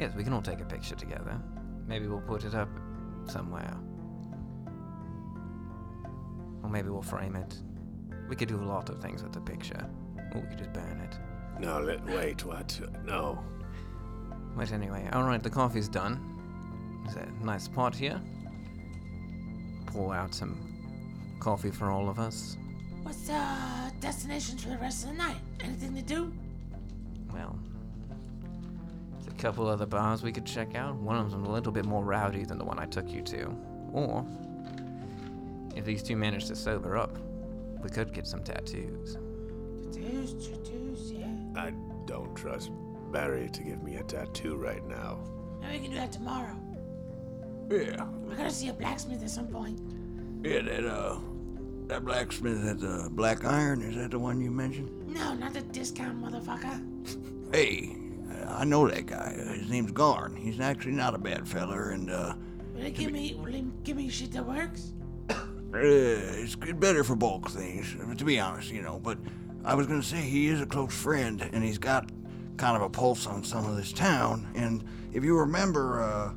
Speaker 11: Yes, we can all take a picture together. Maybe we'll put it up somewhere. Or maybe we'll frame it. We could do a lot of things with the picture. Or we could just burn it.
Speaker 5: No, let, wait, what? No.
Speaker 11: But anyway, alright, the coffee's done. There's a nice pot here. Pour out some coffee for all of us.
Speaker 4: What's uh destinations for the rest of the night? Anything to do?
Speaker 11: Well, there's a couple other bars we could check out. One of them's a little bit more rowdy than the one I took you to. Or, if these two manage to sober up, we could get some tattoos.
Speaker 4: Tattoos, tattoos, yeah.
Speaker 5: I don't trust Barry to give me a tattoo right now.
Speaker 4: Maybe we can do that tomorrow.
Speaker 7: Yeah.
Speaker 4: We gotta see a blacksmith at some point.
Speaker 7: Yeah, that uh, that blacksmith at the Black Iron is that the one you mentioned?
Speaker 4: No, not the discount, motherfucker.
Speaker 7: Hey, I know that guy. His name's Garn. He's actually not a bad feller, and uh,
Speaker 4: Will they give me, will they give me shit that works?
Speaker 7: Uh,
Speaker 5: Eh,
Speaker 7: it's good- better for bulk things, to be honest, you know. But I was gonna say he is a close friend, and he's got
Speaker 5: kind of a pulse on some of this town. And if you remember, uh,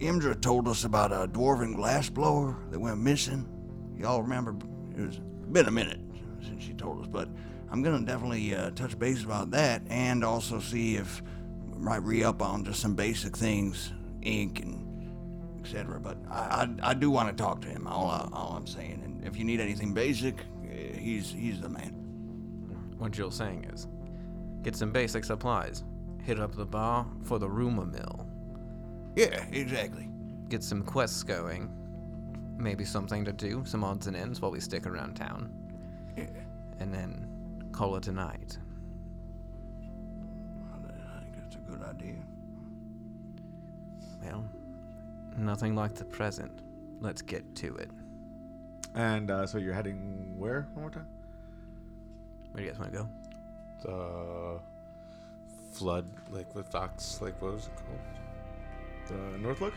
Speaker 5: Imdra told us about a dwarven glassblower that went missing. Y'all remember? It was been a minute since she told us, but I'm gonna definitely uh, touch base about that, and also see if I might re-up on just some basic things, ink and etc. But I, I, I do want to talk to him. All, I, all I'm saying, and if you need anything basic, eh, he's he's the man.
Speaker 11: What Jill's saying is get some basic supplies, hit up the bar for the rumor mill.
Speaker 5: Yeah, exactly.
Speaker 11: Get some quests going, maybe something to do, some odds and ends while we stick around town. And then call it a night.
Speaker 5: That's a good idea.
Speaker 11: Well, nothing like the present. Let's get to it.
Speaker 8: And uh, so you're heading where one more time?
Speaker 11: Where do you guys want to go?
Speaker 10: The uh, flood, like the Fox, like what was it
Speaker 8: called? The North Look?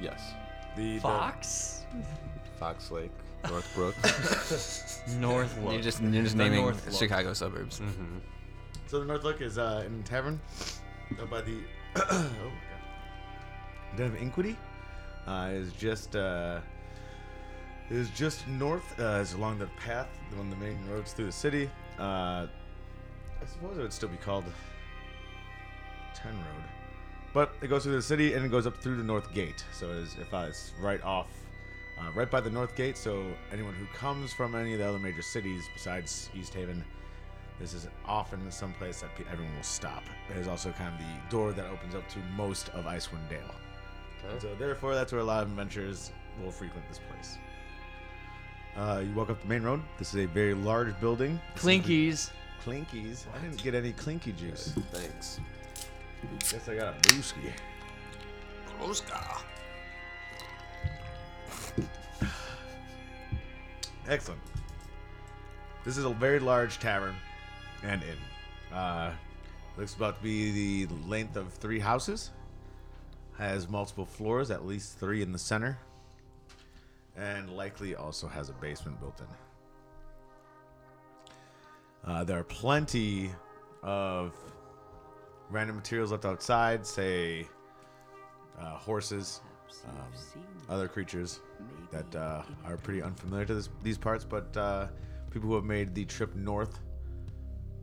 Speaker 10: Yes.
Speaker 8: Uh, The
Speaker 18: Fox?
Speaker 10: Fox Lake,
Speaker 11: <laughs>
Speaker 10: Northbrook.
Speaker 18: North
Speaker 11: You're just, you're just
Speaker 8: The
Speaker 11: naming
Speaker 8: North Look.
Speaker 11: Chicago suburbs.
Speaker 10: Mm-hmm.
Speaker 8: So the North Look is uh, in tavern uh, by the. <clears throat> oh my god. Den of Inquity uh, is just uh, is just north. Uh, is along the path, one of the main roads through the city. Uh, I suppose it would still be called Ten Road, but it goes through the city and it goes up through the North Gate. So it is, if I, it's right off, uh, right by the North Gate. So anyone who comes from any of the other major cities besides East Haven, this is often someplace that pe- everyone will stop. It is also kind of the door that opens up to most of Icewind Dale.
Speaker 10: Okay.
Speaker 8: So therefore, that's where a lot of adventurers will frequent this place. Uh, you walk up the main road. This is a very large building.
Speaker 18: Clinkies.
Speaker 8: Clinkies. I didn't get any clinky juice.
Speaker 10: Thanks.
Speaker 8: Guess I got a brewski.
Speaker 5: Oscar.
Speaker 8: Excellent. This is a very large tavern and inn. Uh, looks about to be the length of three houses. Has multiple floors, at least three in the center. And likely also has a basement built in. Uh, there are plenty of random materials left outside, say uh, horses, um, other creatures that uh, are pretty unfamiliar to this, these parts, but uh, people who have made the trip north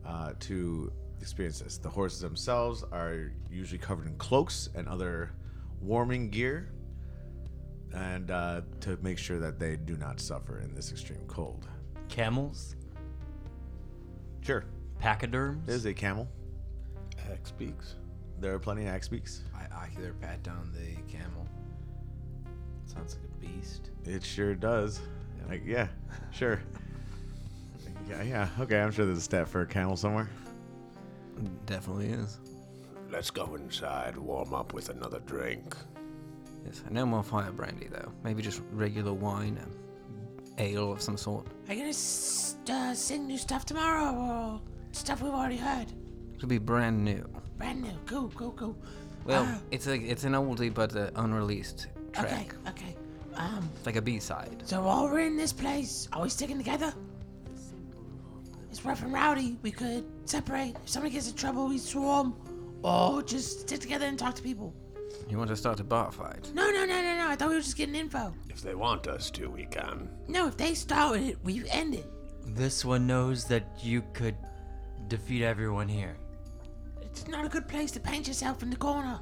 Speaker 8: uh, to experience this. The horses themselves are usually covered in cloaks and other warming gear, and uh, to make sure that they do not suffer in this extreme cold.
Speaker 18: Camels?
Speaker 8: Sure.
Speaker 18: Pachyderms?
Speaker 8: There's a camel.
Speaker 10: Axe beaks.
Speaker 8: There are plenty of axe beaks.
Speaker 2: I either pat down the camel. Sounds like a beast.
Speaker 8: It sure does. Like, yeah, sure. <laughs> yeah, yeah. Okay, I'm sure there's a stat for a camel somewhere.
Speaker 11: Definitely is.
Speaker 5: Let's go inside, warm up with another drink.
Speaker 11: Yes, no more fire brandy though. Maybe just regular wine, um, ale of some sort.
Speaker 4: Are you gonna s- uh, send new stuff tomorrow or stuff we've already heard?
Speaker 11: It'll be brand new.
Speaker 4: Brand new. Cool, cool, cool.
Speaker 11: Well,
Speaker 4: Ah,
Speaker 11: it's a, it's an oldie but uh, unreleased
Speaker 4: okay,
Speaker 11: track,
Speaker 4: okay. Um,
Speaker 11: like a B side.
Speaker 4: so while we're in this place, are we sticking together? It's rough and rowdy. We could separate. If somebody gets in trouble, we swarm, or just stick together and talk to people.
Speaker 11: You want to start a bar fight?
Speaker 4: No, no, no, no, no. I thought we were just getting info.
Speaker 5: If they want us to, we can.
Speaker 4: No, if they started it, we end it.
Speaker 18: This one knows that you could defeat everyone here.
Speaker 4: It's not a good place to paint yourself in the corner.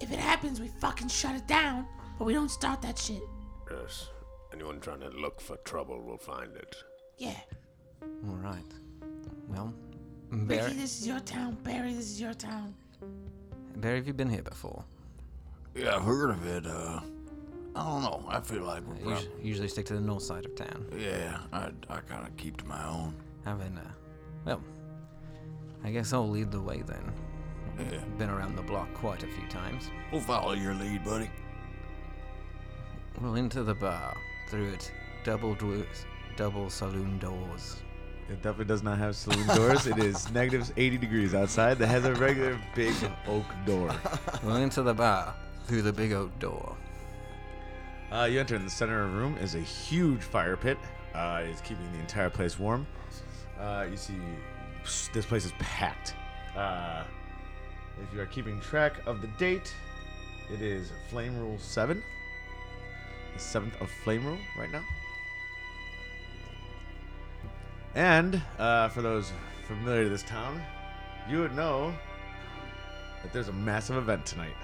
Speaker 4: If it happens, we fucking shut it down, but we don't start that shit.
Speaker 5: Yes. Anyone trying to look for trouble will find it.
Speaker 4: Yeah.
Speaker 11: All right. Well,
Speaker 4: Ricky,
Speaker 11: Barry,
Speaker 4: this is your town. Barry, this is your town.
Speaker 11: Barry, have you been here before?
Speaker 5: Yeah, I've heard of it. Uh, I don't know. I feel like we're
Speaker 11: Usu- usually stick to the north side of town.
Speaker 5: Yeah, I, I kind of keep to my own.
Speaker 11: Having uh, well, I guess I'll lead the way then.
Speaker 5: Yeah.
Speaker 11: Been around the block quite a few times.
Speaker 5: We'll follow your lead, buddy.
Speaker 11: Well, into the bar through it, double doors, double saloon doors.
Speaker 8: It definitely does not have saloon doors. it
Speaker 11: <laughs>
Speaker 8: is negative 80 degrees outside. That has a regular big
Speaker 11: Uh,
Speaker 8: oak <laughs> door.
Speaker 11: well, into the bar through the big oak door.
Speaker 8: Uh, you enter in the center of the room is a huge fire pit. Uh, it's keeping the entire place warm. Uh, you see, this place is packed. Uh, If you are keeping track of the date, it is Flame Rule 7. The 7th of Flame Rule right now. And uh, for those familiar to this town, you would know that there's a massive event tonight.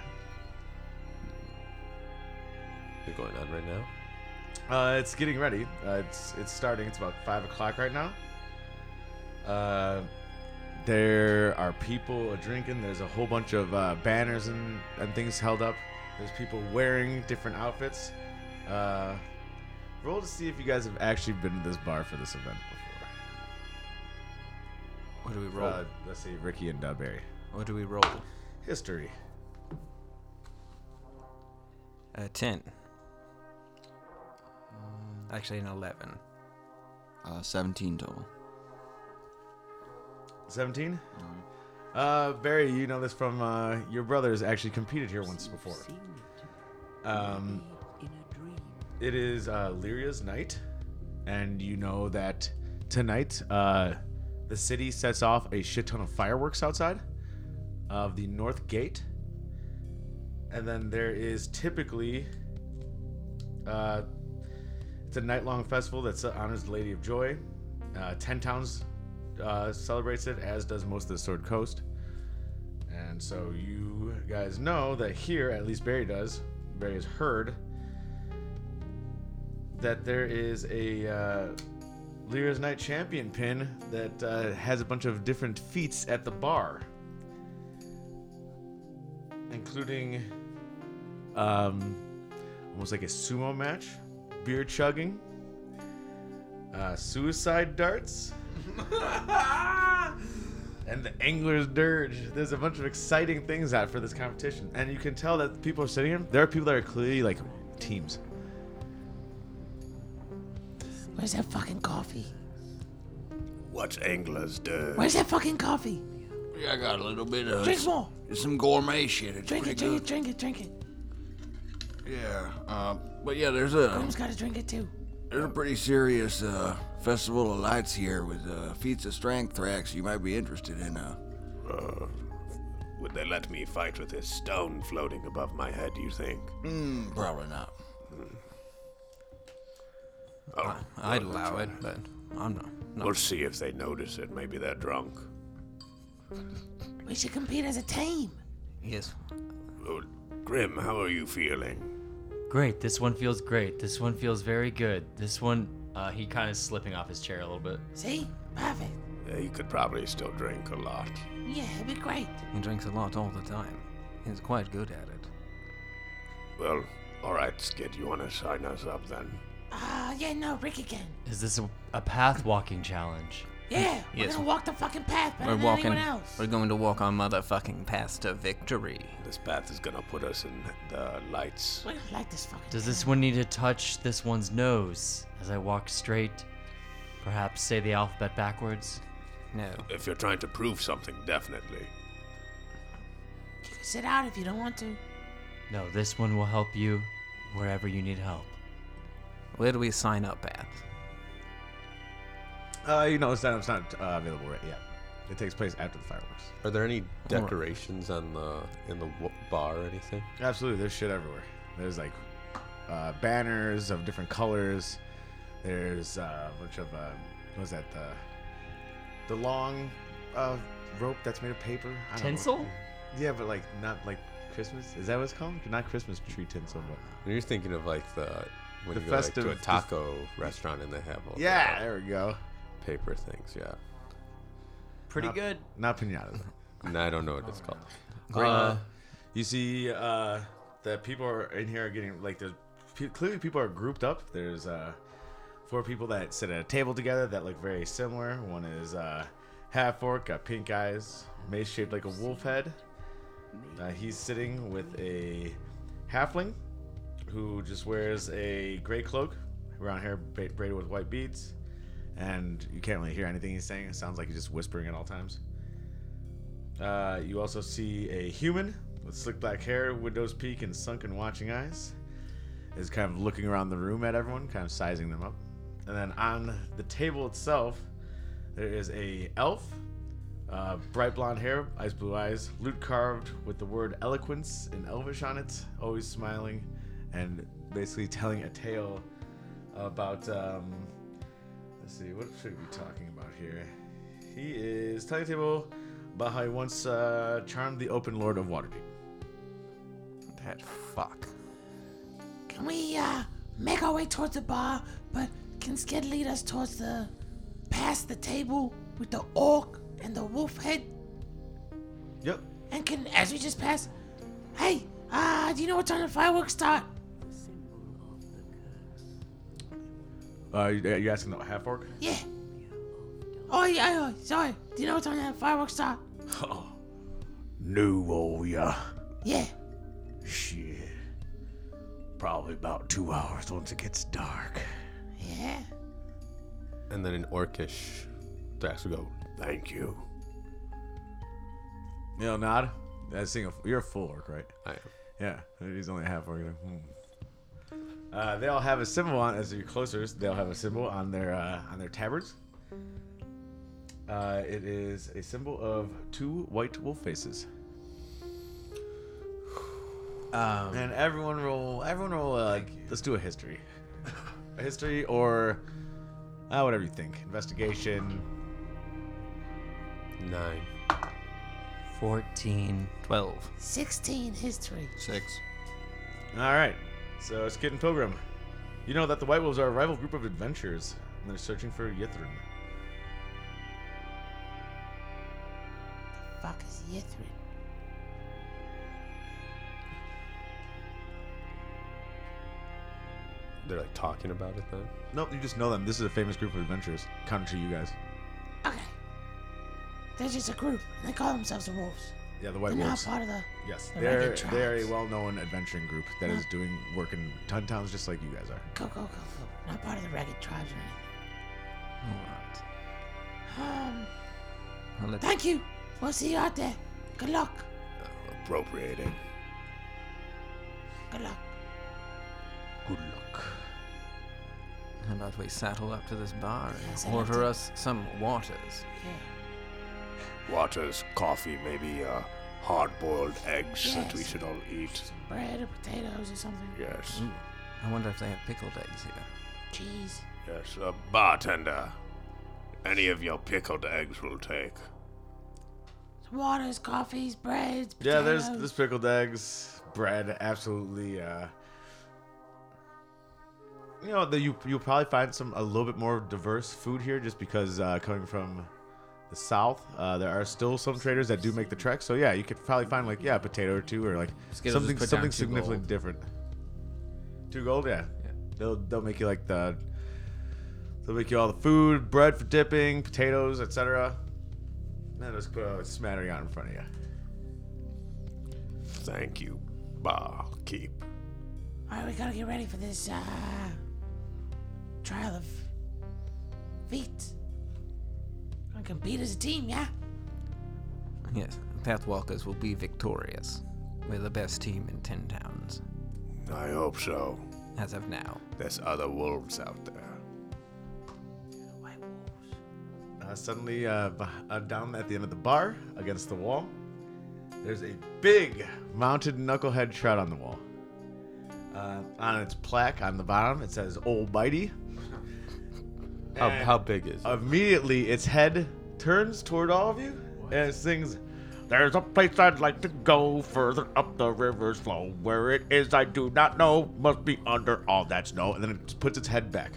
Speaker 10: Is it going on right now?
Speaker 8: Uh, it's getting ready. Uh, it's it's starting. It's about five o'clock right now. Uh, there are people drinking. There's a whole bunch of uh, banners and, and things held up. There's people wearing different outfits. Uh, roll to see if you guys have actually been to this bar for this event before.
Speaker 10: What do we roll?
Speaker 8: Uh, let's see, Ricky and Dubberry.
Speaker 11: What do we roll?
Speaker 8: History.
Speaker 11: A 10. Actually, an 11.
Speaker 12: Uh, 17 total.
Speaker 8: 17? Uh, Barry, you know this from uh, your brothers actually competed here once before. Um, it is uh, Lyria's night, and you know that tonight uh, the city sets off a shit ton of fireworks outside of the North Gate. And then there is typically uh, it's a night long festival that ce- honors the Lady of Joy. Uh, Ten Towns uh, celebrates it, as does most of the Sword Coast. And so you guys know that here, at least Barry does, Barry has heard that there is a uh, Lyra's Night champion pin that uh, has a bunch of different feats at the bar, including um, almost like a sumo match, beer chugging, uh,
Speaker 10: <laughs>
Speaker 8: suicide darts, and the angler's dirge. There's a bunch of exciting things out for this competition, and you can tell that people are sitting here. There are people that are clearly like teams.
Speaker 4: Where's that fucking coffee?
Speaker 5: What's Angler's do?
Speaker 4: Where's that fucking coffee?
Speaker 5: Yeah, I got a little bit of.
Speaker 4: Drink more.
Speaker 5: It's some gourmet shit. It's
Speaker 4: Drink it,
Speaker 5: pretty
Speaker 4: drink
Speaker 5: good.
Speaker 4: it, drink it, drink it.
Speaker 5: Yeah. Uh, but yeah, there's
Speaker 11: Uh-huh.
Speaker 5: a.
Speaker 4: Graham's gotta drink it too.
Speaker 5: There's a pretty serious uh, festival of lights here with uh, feats of strength tracks you might be interested in. Uh,
Speaker 20: Would they let me fight with this stone floating above my head, you think?
Speaker 11: Hmm,
Speaker 20: Hmm.
Speaker 5: mm, probably not.
Speaker 20: Oh,
Speaker 11: I'd
Speaker 20: well,
Speaker 11: allow it, but I'm not. not
Speaker 20: We'll see if they notice it. Maybe they're drunk.
Speaker 4: We should compete as a team.
Speaker 11: Yes.
Speaker 20: Oh, Grim, how are you feeling?
Speaker 18: Great. This one feels great.
Speaker 9: This one feels very good. This one, uh, he kind of slipping off his chair a little bit.
Speaker 4: See? Perfect.
Speaker 20: Yeah, you could probably still drink a lot.
Speaker 4: Yeah, it'd be great.
Speaker 11: He drinks a lot all the time. He's quite good at it.
Speaker 20: Well, all right, Skid, you want to sign us up then?
Speaker 4: Ah, yeah, no, Ricky can.
Speaker 9: Is this a, a path walking challenge?
Speaker 4: Yeah, we're
Speaker 11: Yes.
Speaker 4: gonna walk the fucking path better
Speaker 11: We're
Speaker 4: than
Speaker 11: walking.
Speaker 4: anyone else.
Speaker 11: We're going to walk our motherfucking path to victory.
Speaker 20: This path is gonna put us in the lights.
Speaker 4: We're gonna light this fucking.
Speaker 18: Does this one need to touch this one's nose as I walk straight? Perhaps say the alphabet backwards?
Speaker 11: No.
Speaker 20: If you're trying to prove something, definitely.
Speaker 4: You can sit out if you don't want to.
Speaker 18: No, this one will help you wherever you need help.
Speaker 11: Where do we sign up at?
Speaker 8: Uh, you know, it's not, it's not uh, available right yet. It takes place after the fireworks.
Speaker 10: Are there any decorations on the in the w- bar or anything?
Speaker 8: Absolutely, there's shit everywhere. There's like uh, banners of different colors. There's uh, a bunch of uh, what was that the the long uh, rope that's made of paper? I don't know.
Speaker 9: Tinsel?
Speaker 8: Yeah, but like not like Christmas. Is that what it's called? Not Christmas tree tinsel, but
Speaker 10: You're thinking of like the when
Speaker 8: The
Speaker 10: you go like,
Speaker 8: festive-
Speaker 10: to a
Speaker 8: the-
Speaker 10: taco restaurant and they have all the,
Speaker 8: Yeah,
Speaker 10: like,
Speaker 8: there we go.
Speaker 10: paper things. Yeah,
Speaker 9: Pretty
Speaker 8: Not-
Speaker 9: good.
Speaker 8: Not pinata. though.
Speaker 10: and I don't know what it's called.
Speaker 8: Uh, you see uh, that people are in here are getting like there's pe- clearly people are grouped up. There's uh, four people that sit at a table together that look very similar. One is uh, half orc, got pink eyes, mace shaped like a wolf head. Uh, he's sitting with a halfling who just wears a gray cloak, brown hair ba- braided with white beads, and you can't really hear anything he's saying. It sounds like he's just whispering at all times. Uh, you also see a human with slick black hair, widow's peak, and sunken watching eyes. Is kind of looking around the room at everyone, kind of sizing them up. And then on the table itself, there is a elf Uh, bright blonde hair, ice blue eyes, lute carved with the word eloquence in Elvish on it, always smiling, and basically <laughs> telling a tale about. Um, let's see, what should we be talking about here? He is telling a tale about how he once uh, charmed the open lord of Waterdeep.
Speaker 11: That fuck.
Speaker 4: Can we uh, make our way towards the bar, but can Skid lead us towards the past the table with the orc and the wolf head?
Speaker 8: Yep.
Speaker 4: And can as we just pass, hey, uh, do you know what time the fireworks start?
Speaker 8: Uh, you, you asking the half orc?
Speaker 4: Yeah. Oh, yeah, oh, sorry. Do you know what time the fireworks start?
Speaker 11: Oh.
Speaker 20: New all ya.
Speaker 4: Yeah.
Speaker 20: Shit. Probably about two hours once it gets dark.
Speaker 4: Yeah.
Speaker 10: And then an orcish Dax will go,
Speaker 20: Thank you.
Speaker 8: You know, nod. I sing a, you're a full orc, right?
Speaker 10: I am.
Speaker 8: Yeah, he's only a half orc. he's like, hmm. Uh, they all have a symbol on as you're closer. They'll have a symbol on their uh, on their tabards. Uh, it is a symbol of two white wolf faces.
Speaker 2: Um,
Speaker 8: and everyone roll. Everyone roll. Uh, like, let's do a history, a history or uh, whatever you think. Investigation.
Speaker 10: Nine.
Speaker 6: 14.
Speaker 11: 12.
Speaker 4: 16 history.
Speaker 12: Six.
Speaker 8: All right. So Skid and Pilgrim, you know that the White Wolves are a rival group of adventurers, and they're searching for Yithrin.
Speaker 4: Fuck is Yithrin?
Speaker 10: They're like talking about it then.
Speaker 8: Nope, you just know them. This is a famous group of adventurers. Counter to you guys.
Speaker 4: They're just a group. and They call themselves the wolves.
Speaker 8: Yeah, the White
Speaker 4: They're
Speaker 8: Wolves.
Speaker 4: Not part of the.
Speaker 8: Yes,
Speaker 4: the
Speaker 8: they're
Speaker 4: regular tribe.
Speaker 8: they're a well-known adventuring group that is doing work in ton towns just like you guys are.
Speaker 4: Go go go go. Not part of the ragged tribes or anything. Oh, Um.
Speaker 11: I'll let-
Speaker 4: Thank you. We'll see you out there. Good luck.
Speaker 20: Appropriating.
Speaker 4: Good luck.
Speaker 20: Good luck.
Speaker 11: How about we saddle up to this bar and
Speaker 20: saddle up
Speaker 11: order
Speaker 20: to-
Speaker 11: us some waters?
Speaker 20: Waters, coffee, maybe uh, hard boiled eggs that we
Speaker 4: Yes.
Speaker 20: should all eat.
Speaker 4: Bread or potatoes or something.
Speaker 20: Yes.
Speaker 11: I wonder if they have pickled eggs here.
Speaker 4: Cheese.
Speaker 20: Yes, uh, bartender. Any of your pickled eggs will take.
Speaker 4: Waters, coffees, breads.
Speaker 8: Yeah, there's
Speaker 4: potatoes.
Speaker 8: there's pickled eggs, bread, absolutely. Uh, you know, the, you you'll probably find some a little bit more diverse food here, just because uh, coming from the south, uh, there are still some traders that do make the trek. So yeah, you could probably find like yeah, a potato or two, or like
Speaker 1: Skittles
Speaker 8: something
Speaker 1: just put
Speaker 8: something
Speaker 1: down two
Speaker 8: significantly
Speaker 1: gold.
Speaker 8: different. Two gold, yeah. They'll they'll make you like the they'll make you all the food, bread for dipping, potatoes, etc. And they'll just put a smattering out in front of you.
Speaker 20: Thank you, barkeep.
Speaker 4: All right, we gotta get ready for this uh, trial of feet. I can beat as a team, yeah.
Speaker 11: Yes, Pathwalkers will be victorious. We're the best team in Ten Towns.
Speaker 20: I hope so.
Speaker 11: As of now.
Speaker 20: There's other wolves out there.
Speaker 8: Uh, suddenly, uh, beh- uh, down at the end of the bar, against the wall, there's a big mounted knucklehead shroud on the wall. Uh, on its plaque on the bottom, it says "Old Bitey."
Speaker 10: <laughs> How-
Speaker 8: And
Speaker 10: how big is it?
Speaker 8: Immediately, its head turns toward all of you and it sings, "There's a place I'd like to go further up the river's flow. Where it is, I do not know. Must be under all that snow." And then it puts its head back.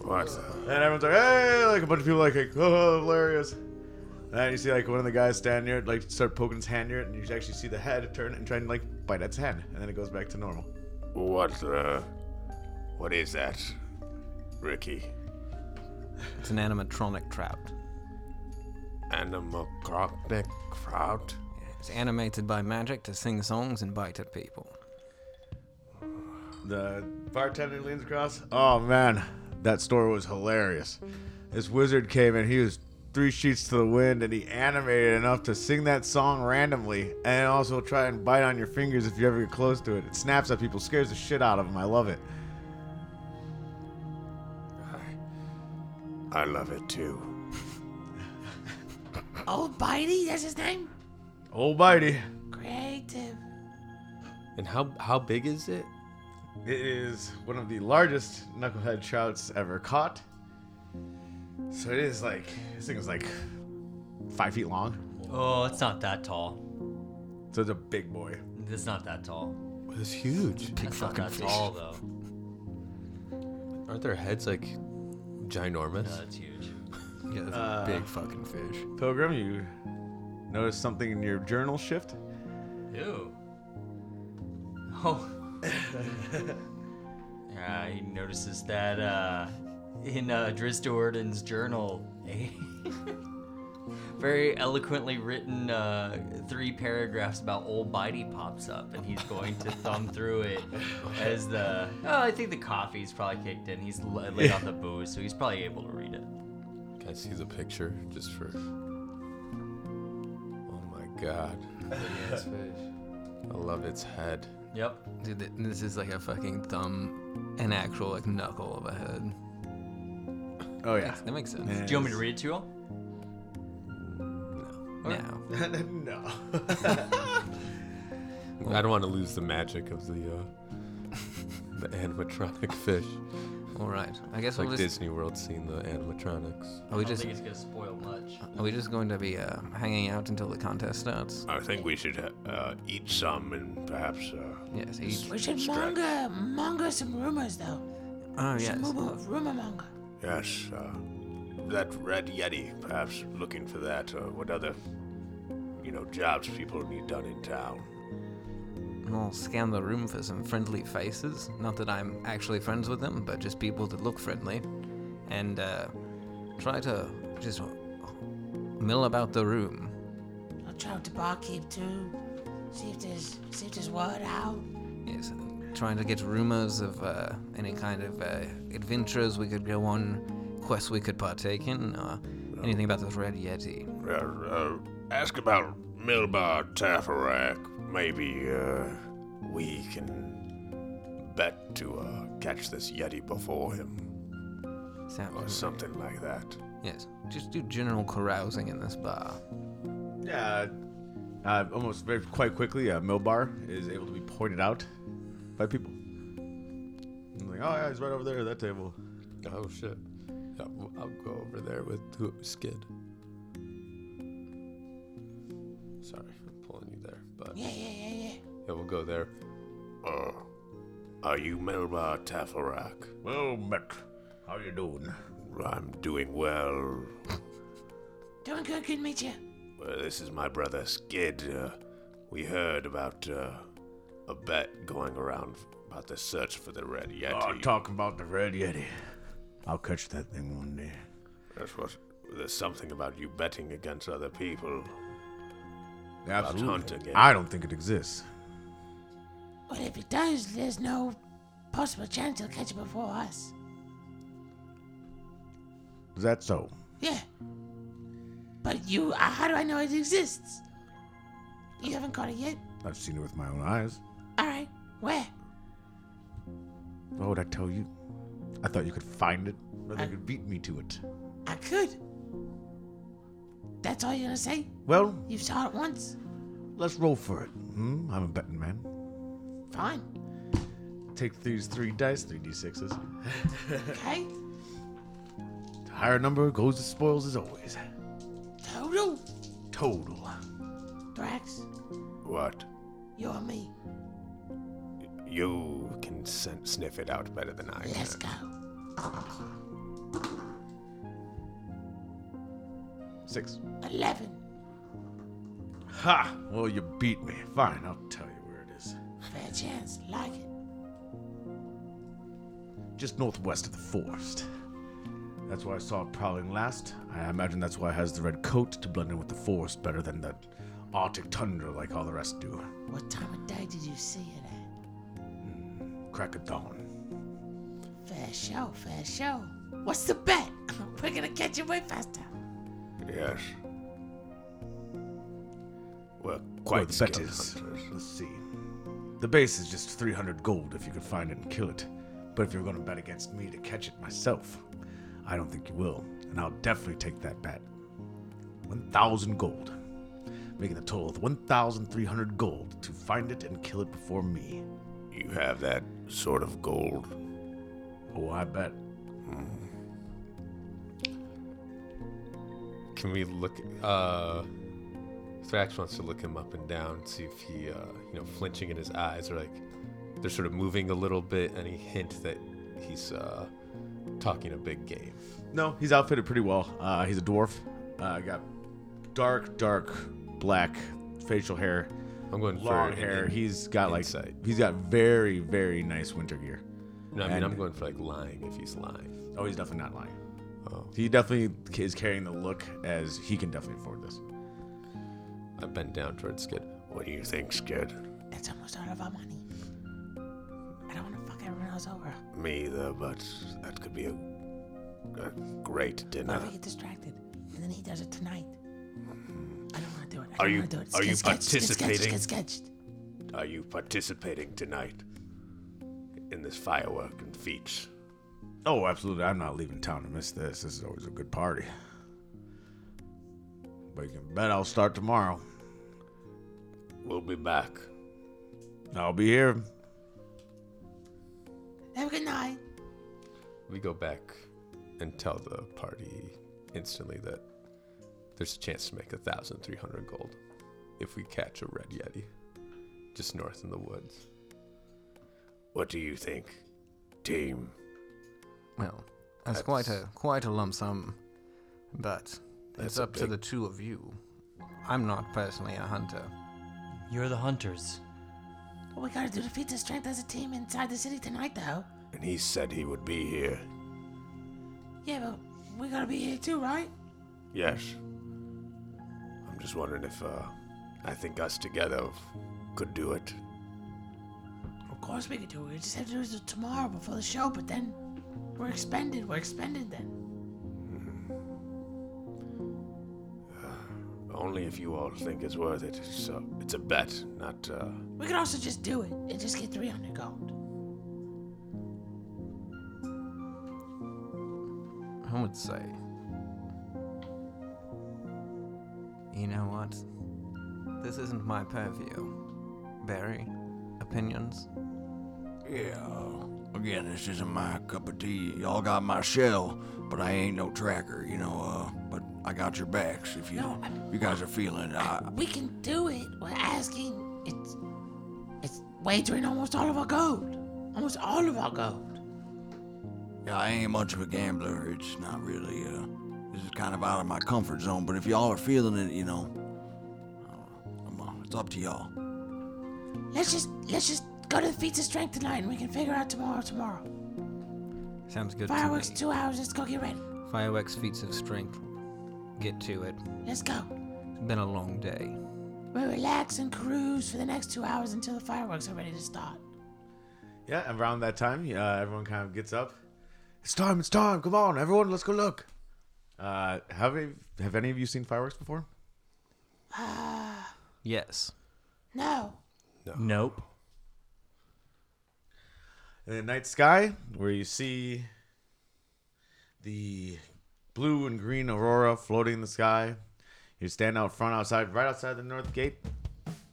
Speaker 20: What?
Speaker 8: And everyone's like, hey, like a bunch of people like, like oh, hilarious. And you see like one of the guys stand near it, like start poking his hand near it, and you actually see the head turn and try and like bite its hand, and then it goes back to normal.
Speaker 20: What the? What is that, Ricky?
Speaker 11: It's an animatronic trout.
Speaker 20: Animatronic trout?
Speaker 11: It's animated by magic to sing songs and bite at people.
Speaker 8: The bartender leans across. Uh, Oh man, that story was hilarious. This wizard came in, he was three sheets to the wind, and he animated enough to sing that song randomly, and also try and bite on your fingers if you ever get close to it. It snaps at people, scares the shit out of them. I love it.
Speaker 20: I love it too.
Speaker 4: Old Bitey, that's his name?
Speaker 8: Old Bitey.
Speaker 4: Creative.
Speaker 8: And how how big is it? It is one of the largest knucklehead trouts ever caught. So it is like this thing is like five feet long.
Speaker 9: Oh, it's not that tall.
Speaker 8: So it's a big boy.
Speaker 9: It's not that tall.
Speaker 10: It's huge.
Speaker 9: Big That's not fucking that fish. tall, though.
Speaker 10: Aren't their heads like ginormous?
Speaker 9: No, it's
Speaker 8: <laughs>
Speaker 9: huge.
Speaker 10: yeah, that's
Speaker 8: Uh,
Speaker 10: a big fucking fish.
Speaker 8: Pilgrim, you notice something in your journal shift?
Speaker 9: Ew. Oh.
Speaker 8: <laughs>
Speaker 9: uh, he notices that uh, in uh, Drisdordan's journal, <laughs> a very eloquently written uh, three paragraphs about old Bitey pops up, and he's going to thumb through it as the. Oh, I think the coffee's probably kicked in. He's la- laid off the booze, so he's probably able to read it.
Speaker 10: Can I see the picture just for? Oh my god.
Speaker 9: Yes,
Speaker 10: I love its head.
Speaker 9: Yep.
Speaker 11: Dude, th- this is like a fucking thumb, an actual like knuckle of a head.
Speaker 8: Oh yeah,
Speaker 11: that makes sense.
Speaker 9: Do you want me to read it to you all?
Speaker 11: No.
Speaker 10: <laughs>
Speaker 8: no.
Speaker 10: I don't want to lose the magic of the uh, the <laughs> animatronic fish.
Speaker 11: All right, I guess
Speaker 10: like
Speaker 11: we'll just-
Speaker 10: Disney World seeing the animatronics.
Speaker 11: Are we
Speaker 9: I don't
Speaker 11: just?
Speaker 9: think it's gonna spoil much.
Speaker 11: Are we just going to be uh, hanging out until the contest starts?
Speaker 5: I think we should ha- uh, eat some and perhaps. Uh,
Speaker 11: Yes, eat.
Speaker 4: We should
Speaker 5: strike-
Speaker 4: manga, manga some rumors, though.
Speaker 11: Oh
Speaker 4: We
Speaker 11: yes.
Speaker 4: should rumor, rumor manga.
Speaker 5: Yes, uh, that red yeti. Perhaps looking for that, or what other, you know, jobs people need done in town.
Speaker 11: And I'll scan the room for some friendly faces. Not that I'm actually friends with them, but just people that look friendly. And uh, try to just mill about the room.
Speaker 4: I'll try out the barkeep, too. See if there's, see if there's word out.
Speaker 11: Yes, trying to get rumors of uh, any kind of uh, adventures we could go on, quests we could partake in, or anything about this red yeti.
Speaker 5: Uh, uh, ask about Milbar Tafarak. Maybe uh, we can bet to uh, catch this Yeti before him. or something like that.
Speaker 11: Yes, just do general carousing in this bar.
Speaker 8: Yeah, uh, almost very quite quickly, uh, Milbar is able to be pointed out by people. I'm like, oh yeah, he's right over there at that table.
Speaker 10: Oh shit! I'll, I'll go over there with who- Skid. Sorry for pulling you there, but
Speaker 4: Yeah, yeah, yeah, yeah.
Speaker 10: yeah, we'll go there.
Speaker 5: Uh, are you Melbar Tafarak? Well met. How you doing? I'm doing well.
Speaker 4: Doing good, good to meet you.
Speaker 5: Well, this is my brother Skid. Uh, we heard about uh, a bet going around about the search for the Red Yeti.
Speaker 1: Oh, talk about the Red Yeti. I'll catch that thing one day.
Speaker 5: That's what. There's something about you betting against other people. About hunting eh?
Speaker 1: Absolutely.
Speaker 5: it.
Speaker 1: I don't think it exists.
Speaker 4: Well, if he does, there's no possible chance he'll catch it before us.
Speaker 1: Is that so?
Speaker 4: Yeah. But you, uh, how do I know it exists? You haven't caught it yet?
Speaker 1: I've seen it with my own eyes.
Speaker 4: All right. Where?
Speaker 1: Why would I tell you? I thought you could find it, or they could beat me to it.
Speaker 4: I could. That's all you're gonna say?
Speaker 1: Well,
Speaker 4: You saw it once?
Speaker 1: let's roll for it. Hmm? I'm a betting man.
Speaker 4: Fine.
Speaker 8: Take these three dice, three d6s.
Speaker 4: Okay.
Speaker 1: The higher number goes to spoils as always.
Speaker 4: Total.
Speaker 1: Total.
Speaker 4: Drax,
Speaker 5: What?
Speaker 4: you and me.
Speaker 5: You can sen- sniff it out better than I can.
Speaker 4: Let's go.
Speaker 8: Six.
Speaker 4: Eleven.
Speaker 1: Ha! Well, you beat me. Fine, I'll tell you where it is.
Speaker 4: Fair chance. Like it.
Speaker 1: Just northwest of the forest. That's where I saw it prowling last. I imagine that's why it has the red coat to blend in with the forest better than that Arctic tundra like all the rest do.
Speaker 4: What time of day did you see it at?
Speaker 1: Crack of dawn.
Speaker 4: Fair show, fair show. What's the bet? <laughs> We're gonna catch it way faster.
Speaker 5: Yes. Well,
Speaker 1: Well,
Speaker 5: quite
Speaker 1: the bet
Speaker 5: skilled
Speaker 1: is.
Speaker 5: hunters.
Speaker 1: Let's see. The base is just 300 gold if you could find it and kill it. But if you're going to bet against me to catch it myself, I don't think you will. And I'll definitely take that bet. 1,000 gold, making the total of 1,300 gold to find it and kill it before me.
Speaker 5: You have that sort of gold.
Speaker 1: Oh, I bet.
Speaker 10: Can we look? Uh, Thrax wants to look him up and down, see if he, uh, you know, flinching in his eyes, or like they're sort of moving a little bit. Any hint that he's uh, talking a big game?
Speaker 8: No, he's outfitted pretty well. Uh, he's a dwarf. Uh, got dark, dark black facial hair.
Speaker 10: I'm going for
Speaker 8: long
Speaker 10: an
Speaker 8: hair.
Speaker 10: in-
Speaker 8: he's got like
Speaker 10: insight.
Speaker 8: he's got very, very nice winter gear.
Speaker 10: No, I mean
Speaker 8: And-
Speaker 10: I'm going for like lying if he's lying.
Speaker 8: Oh, he's definitely not lying. He definitely is carrying the look as he can definitely afford this.
Speaker 10: I bend down towards Skid. What do you think, Skid?
Speaker 4: That's almost all of our money. I don't want to fuck everyone else over.
Speaker 5: Me either, but that could be a, a great
Speaker 4: What
Speaker 5: dinner.
Speaker 4: if we get distracted? And then he does it tonight. I don't want to do it. I
Speaker 5: Are
Speaker 4: don't
Speaker 5: you-
Speaker 4: want to do it.
Speaker 5: are you
Speaker 4: sketch, sketch, sketch,
Speaker 5: participating?
Speaker 4: Sketch, sketch, sketch.
Speaker 5: Are you participating tonight in this firework and feats?
Speaker 1: Oh, absolutely. I'm not leaving town to miss this. This is always a good party. But you can bet I'll start tomorrow.
Speaker 5: We'll be back.
Speaker 1: I'll be here.
Speaker 4: Have a good night.
Speaker 10: We go back and tell the party instantly that there's a chance to make a thousand three hundred gold if we catch a red yeti just north in the woods.
Speaker 5: What do you think, team?
Speaker 11: Well, that's, quite a quite a lump sum, but
Speaker 5: That's
Speaker 11: it's
Speaker 5: a
Speaker 11: up to
Speaker 5: big-
Speaker 11: the two of you. I'm not personally a hunter.
Speaker 21: You're the hunters.
Speaker 4: Well, we gotta do the feats of strength as a team inside the city tonight, though.
Speaker 5: And he said he would be here.
Speaker 4: Yeah, but we gotta be here too, right?
Speaker 5: Yes. I'm just wondering if uh, I think us together could do it.
Speaker 4: Of course we could do it. We just have to do it till tomorrow before the show, but then we're expended. We're expended then.
Speaker 5: Mm-hmm. Uh, Only if you all think it's worth it. It's a, it's a bet, not. Uh,
Speaker 4: We could also just do it and just get 300 gold.
Speaker 11: I would say. You know what? This isn't my purview. Barry, opinions?
Speaker 7: Yeah. Again, this isn't my cup of tea. Y'all got my shell, but I ain't no tracker, you know. Uh, but I got your backs if you
Speaker 4: No, I-
Speaker 7: if you guys are feeling. it. I,
Speaker 4: We can do it. We're asking. It's it's wagering almost all of our gold. Almost all of our gold.
Speaker 7: yeah, I ain't much of a gambler. It's not really. Uh, this is kind of out of my comfort zone. But if y'all are feeling it, you know, I don't know. I'm, uh, it's up to y'all.
Speaker 4: Let's just let's just go to the feats of strength tonight, and we can figure out tomorrow. Tomorrow.
Speaker 11: Sounds good
Speaker 4: Fireworks
Speaker 11: to
Speaker 4: two hours. Let's go get ready.
Speaker 11: me. Fireworks feats of strength. Get to it.
Speaker 4: Let's go.
Speaker 11: It's been a long day.
Speaker 4: We relax and cruise for the next two hours until the fireworks are ready to start.
Speaker 8: Yeah, around that time, uh, everyone kind of gets up.
Speaker 1: It's time. It's time. Come on, everyone. Let's go look.
Speaker 8: Uh, have any, have any of you seen fireworks before?
Speaker 11: Yes.
Speaker 4: Uh, No.
Speaker 8: Nope. And then night sky, where you see the blue and green aurora floating in the sky. You stand out front, outside, right outside the north gate,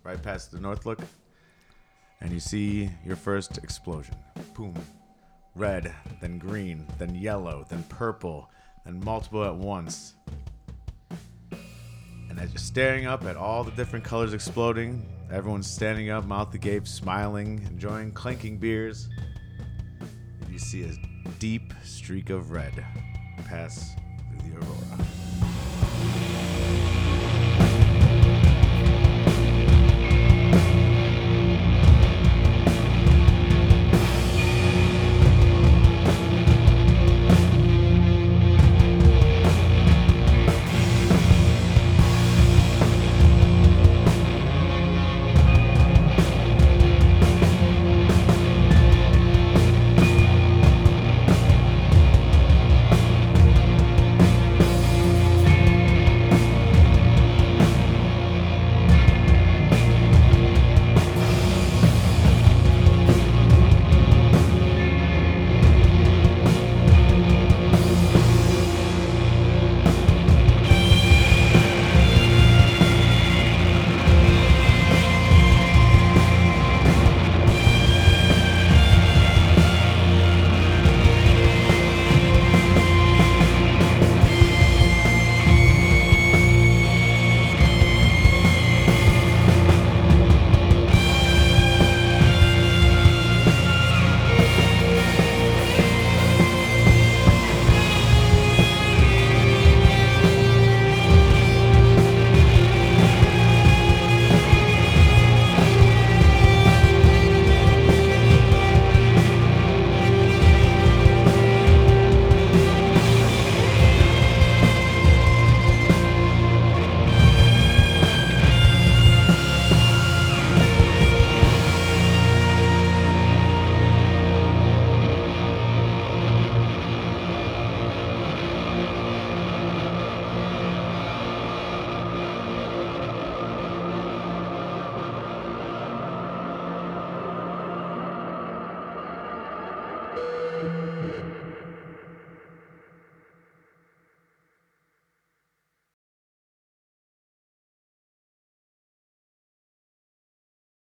Speaker 8: right past the north look, and you see your first explosion. Boom. Red, then green, then yellow, then purple, then multiple at once. And as you're staring up at all the different colors exploding, everyone's standing up, mouth agape, smiling, enjoying clanking beers. And you see a deep streak of red pass through the aurora.